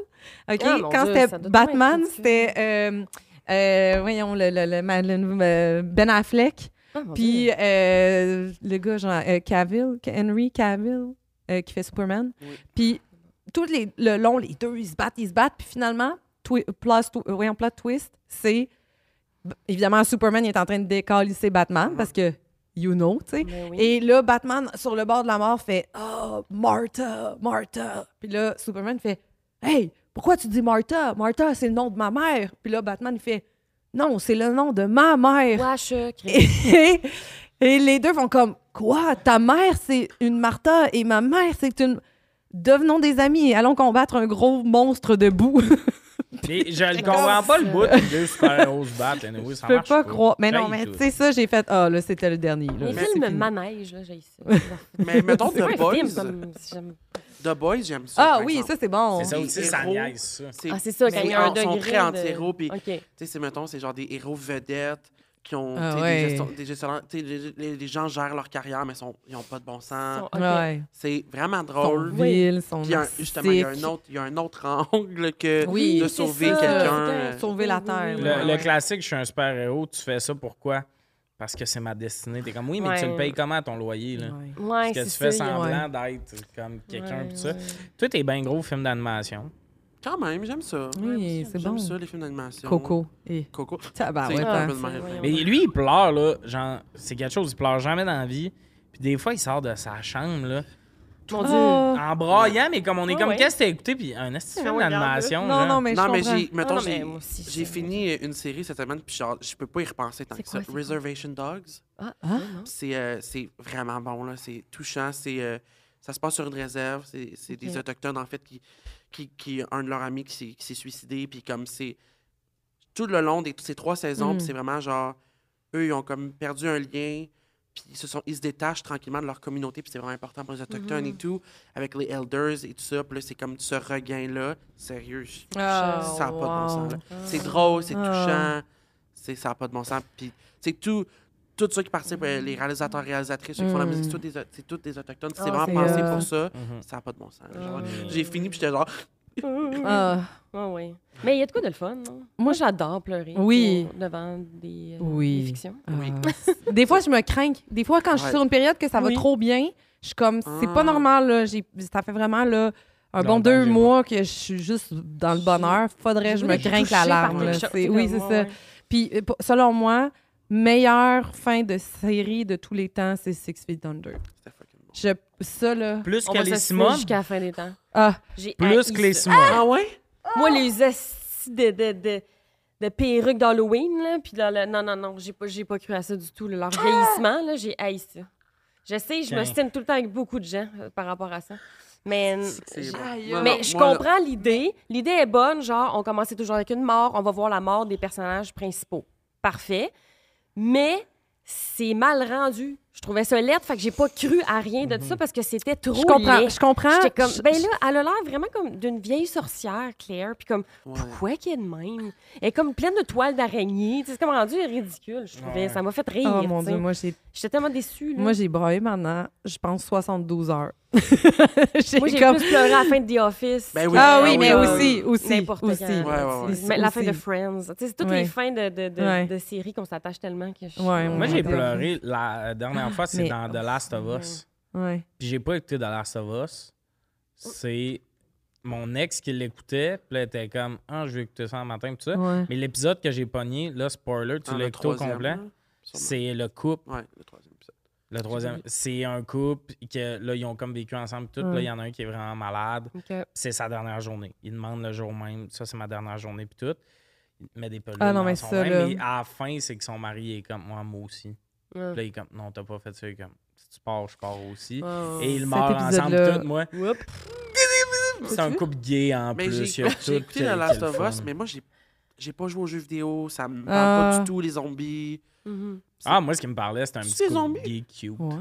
S2: OK?
S4: Ah, mon
S2: Quand
S4: Dieu,
S2: c'était
S4: ça doit
S2: Batman,
S4: tellement être
S2: c'était. euh, euh, voyons, le, le- le- ma- le- euh, Ben Affleck.
S4: Ah, mon
S2: Puis
S4: Dieu.
S2: euh, le gars, genre, euh, Cavill, Henry Cavill, euh, qui fait Superman.
S3: Oui.
S2: Puis tout les, le long, les deux, ils se battent, ils se battent. Puis finalement, twi- plot, tw- euh, voyons, plot twist, c'est. b- Évidemment, Superman il est en train de décalisser Batman
S4: Ah.
S2: parce que, you know, tu sais.
S4: Mais oui.
S2: Et là, Batman, sur le bord de la mort, fait Oh, Martha, Martha. Puis là, Superman fait Hey, pourquoi tu dis Martha? Martha, c'est le nom de ma mère. Puis là, Batman, il fait Non, c'est le nom de ma mère.
S4: Wesh, euh, Chris.
S2: Et, et les deux font comme Quoi? Ta mère, c'est une Martha et ma mère, c'est une. Devenons des amis et allons combattre un gros monstre debout.
S1: Mais je ne comprends pas le bout de deux super-héros se battre. Anyway,
S2: Je
S1: ça
S2: peux
S1: marche
S2: pas croire. Mais non,
S1: Hey,
S2: mais
S1: toi.
S2: tu sais, ça, j'ai fait Ah, là, c'était le dernier. là.
S4: Les
S2: C'est
S4: films
S2: fini.
S4: manège, là, j'ai ça.
S3: Mais mettons
S4: C'est pas un
S3: The
S4: film,
S3: Boys.
S4: comme- j'aime-
S3: The Boys, j'aime ça.
S2: Ah
S3: par
S2: oui,
S3: exemple.
S2: ça, c'est bon.
S1: C'est ça
S3: Les
S1: aussi, ça
S3: héros,
S1: niaise, ça.
S4: Ah, c'est ça,
S3: mais
S4: quand il y a un
S3: ils sont
S4: degré
S3: très
S4: de-
S3: anti-héros, puis
S4: OK.
S3: Tu sais, c'est, mettons, c'est genre des héros vedettes qui ont.
S2: Ah
S3: tu sais,
S2: ouais.
S3: des gestion- des gestionnaires- tu sais, les, les- les gens gèrent leur carrière, mais sont, ils n'ont pas de bon sens.
S4: Sont-
S2: Ouais.
S3: C'est vraiment
S2: Son
S3: drôle.
S4: Oui.
S2: ville, son
S3: Puis, il y a un- justement, il y, a un
S2: narcissique.
S3: autre, il y a un autre angle que
S2: Oui,
S3: de
S2: c'est
S3: sauver
S4: ça.
S3: quelqu'un.
S4: C'est
S2: Sauver la terre.
S1: Le,
S2: ouais,
S1: le
S2: ouais.
S1: classique, je suis un super-héros, tu fais ça pourquoi? parce que c'est ma destinée. T'es comme, oui, mais tu
S4: Ouais.
S1: le payes comment ton loyer? Là?
S2: Ouais.
S4: Ouais,
S1: Parce que
S4: c'est
S1: tu
S4: ça,
S1: fais
S4: il y a-
S1: semblant d'être comme quelqu'un.
S4: Ouais,
S1: pis ça.
S4: ouais.
S1: Toi, t'es bien gros film d'animation.
S3: Quand même, j'aime ça.
S2: Oui, c'est
S3: J'aime
S2: bon.
S3: ça, les films d'animation.
S2: Coco. Et...
S3: Coco.
S2: Tabarouette,
S3: C'est
S2: hein.
S3: un peu de
S4: Ah,
S3: même.
S4: c'est-
S1: Mais lui, il pleure, là. Genre, c'est quelque chose, il pleure jamais dans la vie. Puis des fois, il sort de sa chambre, là,
S4: Mon Dieu.
S2: Ah.
S1: en braillant, mais comme on est
S4: Ah
S1: comme,
S4: ouais.
S1: qu'est-ce que t'as écouté? Puis un esti de film
S4: regarde, là.
S1: d'animation.
S2: Non,
S1: genre.
S2: non, mais je
S3: Non, mais
S2: comprends.
S3: j'ai, mettons,
S4: Ah, non, mais
S3: j'ai,
S4: moi aussi,
S3: j'ai
S4: ça.
S3: fini une série cette semaine, puis genre, je peux pas y repenser tant
S4: C'est
S3: que
S4: quoi,
S3: ça.
S4: c'est quoi?
S3: Reservation Dogs,
S4: Ah,
S2: Ah.
S4: non.
S3: c'est, euh, c'est vraiment bon, là. C'est touchant, c'est, euh, ça se passe sur une réserve. C'est, c'est des
S4: Ok.
S3: Autochtones, en fait, qui, qui, qui un de leurs amis qui s'est, qui s'est suicidé, puis comme c'est tout le long de ces trois saisons,
S2: Mm.
S3: puis c'est vraiment genre, eux, ils ont comme perdu un lien, puis ils se, sont, ils se détachent tranquillement de leur communauté, puis c'est vraiment important pour les Autochtones et tout, avec les Elders et tout ça, puis là, c'est comme ce regain-là, sérieux, je-
S2: Ah,
S3: ça n'a pas de bon sens. là.
S4: wow.
S3: C'est drôle, c'est
S2: Ah.
S3: touchant, c'est ça n'a pas de bon sens. Puis, c'est tout, tout ceux qui participent, euh, les réalisateurs, réalisatrices, ceux qui font la
S2: Mm.
S3: musique, c'est tous des, au- c'est tous des autochtones. puis
S4: Ah,
S3: c'est vraiment
S2: c'est,
S3: pensé
S2: euh,
S3: pour ça.
S1: Mhm.
S3: Ça n'a pas de bon sens. là.
S4: Ah.
S3: Genre, J'ai fini, puis j'étais genre,
S2: Ah,
S4: Ah oui. Mais il y a de quoi de le fun, non? Moi, j'adore pleurer.
S2: Oui.
S4: pour- devant des, euh,
S2: Oui.
S4: des fictions.
S3: Oui.
S2: ah. des fois, je me crains. Des fois, quand je suis
S3: Ouais.
S2: sur une période que ça va
S4: Oui.
S2: trop bien, je suis comme, c'est pas
S3: Ah.
S2: normal, là. J'ai- Ça fait vraiment, là, un
S1: Dans
S2: bon
S1: le
S2: deux
S1: danger,
S2: mois que je suis juste dans le bonheur. Faudrait que je
S4: J'ai
S2: me
S4: été
S2: grinque la
S4: touchée par
S2: larme, là.
S4: quelque chose,
S2: C'est-
S4: comme,
S2: Oui, c'est
S4: ouais,
S2: ça.
S4: ouais.
S2: Puis, euh, pour- selon moi, meilleure fin de série de tous les temps, c'est Six Feet Under.
S3: c'était fucking bon.
S2: Je, ça, là.
S1: Plus
S4: On
S1: que
S4: va
S1: les
S4: s'assiner
S1: Simone.
S4: jusqu'à la fin des temps.
S2: Ah,
S4: J'ai haï
S1: Plus que les
S4: ça.
S1: Simone.
S3: Ah ouais?
S4: Moi, les astis de, de, de, de perruques d'Halloween, là, puis là, là, non, non, non, j'ai pas, j'ai pas cru à ça du tout. là. Leur vieillissement, là, j'ai haï ça. Je sais, je me
S1: Tiens.
S4: stine tout le temps avec beaucoup de gens euh, par rapport à ça. Mais,
S2: Mm.
S3: C'est bon.
S2: Aïe,
S3: Ah, Non,
S4: mais
S3: non,
S4: je
S3: moi, là,
S4: comprends l'idée. L'idée est bonne, genre, on commençait toujours avec une mort, on va voir la mort des personnages principaux. Parfait. Mais c'est mal rendu. Je trouvais ça lettre, fait que j'ai pas cru à rien
S3: Mhm.
S4: de ça parce que c'était trop
S2: je comprends.
S4: laid.
S2: Je comprends.
S4: hein. J'étais comme,
S2: Je-
S4: ben là, elle a l'air vraiment comme d'une vieille sorcière, Claire. Puis comme,
S3: ouais.
S4: pourquoi qu'elle est de même? Elle est comme pleine de toiles d'araignée. Tu sais, C'est comme rendu ridicule, je trouvais.
S1: Ouais.
S4: Ça m'a fait rire.
S2: Oh mon
S4: tu sais.
S2: Dieu, moi, j'ai
S4: J'étais tellement déçue. là.
S2: Moi, j'ai braillé maintenant, je pense, 72 heures. j'ai
S4: Moi, j'ai
S2: comme...
S4: plus pleuré à la fin de The Office.
S3: Ben oui.
S2: Ah oui,
S3: Ah oui,
S2: mais
S3: ah
S2: aussi, aussi,
S4: N'importe
S2: aussi.
S4: quand.
S3: Ouais, ouais, ouais.
S2: Aussi,
S4: Mais la fin
S2: aussi.
S4: de Friends. Tu sais, C'est toutes
S2: Ouais.
S4: les fins de, de, de,
S2: Ouais.
S4: de séries qu'on s'attache tellement que je...
S2: Ouais,
S1: Moi,
S2: ouais.
S1: j'ai pleuré la dernière fois, c'est
S2: mais-
S1: dans The Last of Us.
S2: Ouais.
S1: Puis j'ai pas écouté The Last of Us. C'est mon ex qui l'écoutait. Puis là, elle était comme, ah, je vais écouter ça le matin, pis tout ça.
S2: Ouais.
S1: Mais l'épisode que j'ai pogné, là, spoiler, tu
S3: Dans Ah, le
S1: l'as écouté au
S3: troisième,
S1: complet.
S3: là, sûrement.
S1: C'est le couple,
S3: Ouais, le troisième épisode.
S1: le troisième. C'est un couple que là, ils ont comme vécu ensemble, pis tout.
S2: Ouais.
S1: Là, il y en a un qui est vraiment malade.
S4: Ok.
S1: C'est sa dernière journée. Il demande le jour même, ça, c'est ma dernière journée, puis tout. Il met des pelules
S2: Ah non,
S1: dans
S2: mais
S1: son
S2: ça,
S1: bain,
S2: là.
S1: mais à la fin, c'est que son mari est comme, moi, moi aussi. Puis
S4: Ouais.
S1: là, il est comme, non, t'as pas fait ça. Il est comme, si tu pars, je pars aussi.
S4: Ouais, ouais.
S1: Et ils
S2: Cet
S1: meurent ensemble,
S2: épisode-là.
S1: tout, moi.
S4: Oh. Whoop.
S1: C'est un couple gay en
S3: Mais j'ai
S1: plus. il y a tout
S3: j'ai écouté The
S1: quel-
S3: Last
S1: quel
S3: of Us,
S1: fun.
S3: mais moi, j'ai j'ai pas joué aux jeux vidéo, ça me parle
S2: Ah.
S3: pas du tout, les zombies.
S4: Mhm.
S1: Ah, moi, ce qui me parlait, c'était un
S3: C'est
S1: petit couple
S3: zombie.
S1: gay cute.
S2: Ouais,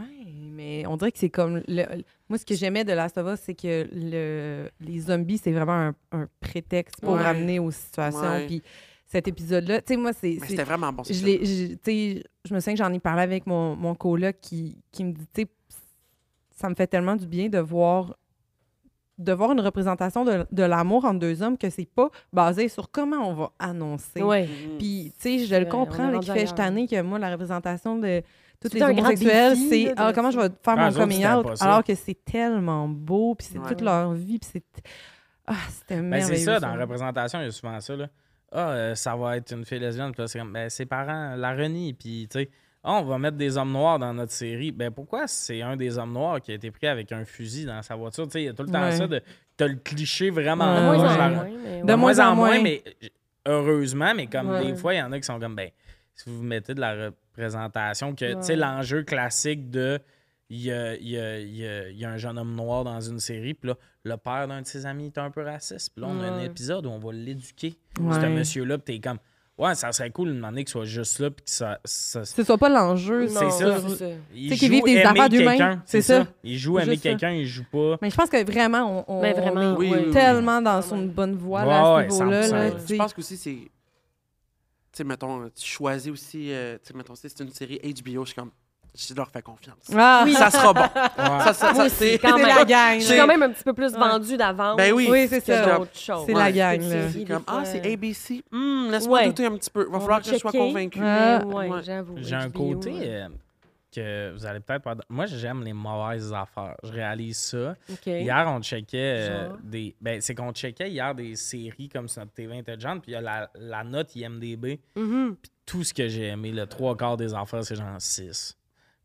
S2: mais on dirait que c'est comme... le- Moi, ce que j'aimais de Last of Us, c'est que le... les zombies, c'est vraiment un, un prétexte pour
S3: Ouais.
S2: ramener aux situations.
S3: Ouais.
S2: Puis cet épisode-là, tu sais, moi, c'est...
S3: Mais
S2: c'est-
S3: c'était vraiment bon.
S2: je
S3: ça.
S2: l'ai- je- tu sais, je me sens que j'en ai parlé avec mon, mon coloc qui, qui me dit, tu sais, ça me fait tellement du bien de voir de voir une représentation de, de l'amour entre deux hommes que c'est pas basé sur comment on va annoncer.
S4: Ouais.
S3: Mhm.
S2: Puis, tu sais, je
S4: C'est
S2: le
S4: vrai,
S2: comprends,
S4: on est
S2: là,
S4: rendu
S2: qui fait
S4: ailleurs.
S2: tanner que moi, la représentation de toutes
S4: C'est
S2: les
S4: un grand
S2: homosexuels,
S4: défi,
S2: c'est
S4: là, de
S2: ah, comment je vais faire
S1: Ah,
S2: mon
S1: eux autres,
S2: coming
S1: c'était
S2: out,
S1: pas ça.
S2: alors que c'est tellement beau, puis c'est
S3: Ouais.
S2: toute leur vie, puis c'est... Ah, c'était
S1: Ben,
S2: merveilleux.
S1: c'est ça, dans
S2: ça.
S1: la représentation, il y a souvent ça. Là. Ah, euh, ça va être une fille lesbienne. Puis là, c'est comme, ben, ses parents la renient. Puis, tu sais, ah, on va mettre des hommes noirs dans notre série. Ben, pourquoi c'est un des hommes noirs qui a été pris avec un fusil dans sa voiture? Tu sais, il y a tout le temps
S2: Ouais.
S1: ça de. T'as le cliché vraiment.
S2: Euh, Ouais.
S4: De
S1: proche
S4: moins
S1: de la-
S4: en moins, mais
S2: De
S4: ouais.
S1: De moins en moins,
S2: moins.
S1: mais heureusement, mais comme
S4: Ouais.
S1: des fois, il y en a qui sont comme, ben, si vous mettez de la représentation, que, tu sais,
S4: Ouais.
S1: l'enjeu classique de. Il y a, il y a- il y a- il y a un jeune homme noir dans une série, puis là, le père d'un de ses amis est un peu raciste. Puis là, on a un
S4: Ouais.
S1: épisode où on va l'éduquer.
S2: Ouais.
S1: Ce monsieur-là, puis t'es comme, ouais, ça serait cool de demander qu'il soit juste là, puis que ça. ça-
S2: Ce soit pas l'enjeu,
S4: Non,
S1: c'est ça.
S2: Tu
S1: il
S2: sais, qu'ils vivent des affaires d'humains,
S1: quelqu'un.
S2: c'est ça.
S1: Il joue aimer
S2: Juste ça.
S1: quelqu'un, il joue pas.
S2: Mais je pense que vraiment, on, on-
S4: Mais Ben, vraiment,
S2: on est
S3: Oui, oui, oui.
S2: tellement dans sur une bonne voie là,
S1: Ouais,
S2: à
S1: ouais,
S2: ce niveau-là.
S1: 100%.
S2: là,
S1: Je
S2: tu
S3: Je
S2: sais.
S3: pense qu'aussi, c'est. Tu euh, sais, mettons, tu choisis aussi. euh, tu sais, mettons, si c'est une série HBO, je suis comme. je leur fais confiance.
S2: Ah,
S4: Oui.
S3: Ça sera bon.
S1: Ouais.
S3: Ça, ça, ça,
S4: Moi
S3: c'est-
S4: aussi, quand
S2: c'est
S4: même.
S2: la gang. là.
S4: Je suis quand même un petit peu plus
S2: Ouais.
S4: vendue d'avance
S3: Ben oui.
S2: Oui, c'est
S4: que
S2: ça.
S4: d'autres choses.
S2: C'est la gang, là.
S3: C'est comme, ah, c'est ABC. Hmm, laisse-moi
S4: Ouais.
S3: douter un petit peu. Va
S4: euh, On
S3: falloir
S4: va
S3: que je sois
S4: checker.
S3: convaincu.
S2: Ah.
S4: ouais,
S3: Ouais.
S4: j'avoue.
S1: J'ai un
S4: HBO,
S1: côté
S4: ouais.
S1: euh, que vous allez peut-être pas. Moi, j'aime les mauvaises affaires. Je réalise ça.
S4: OK.
S1: Hier, on checkait euh,
S4: Genre?
S1: des. Ben, c'est qu'on checkait hier des séries comme sur notre TV intelligente, puis il y a la, la note IMDB.
S4: Mhm.
S1: Tout ce que j'ai aimé, le trois quarts des affaires, c'est genre 6.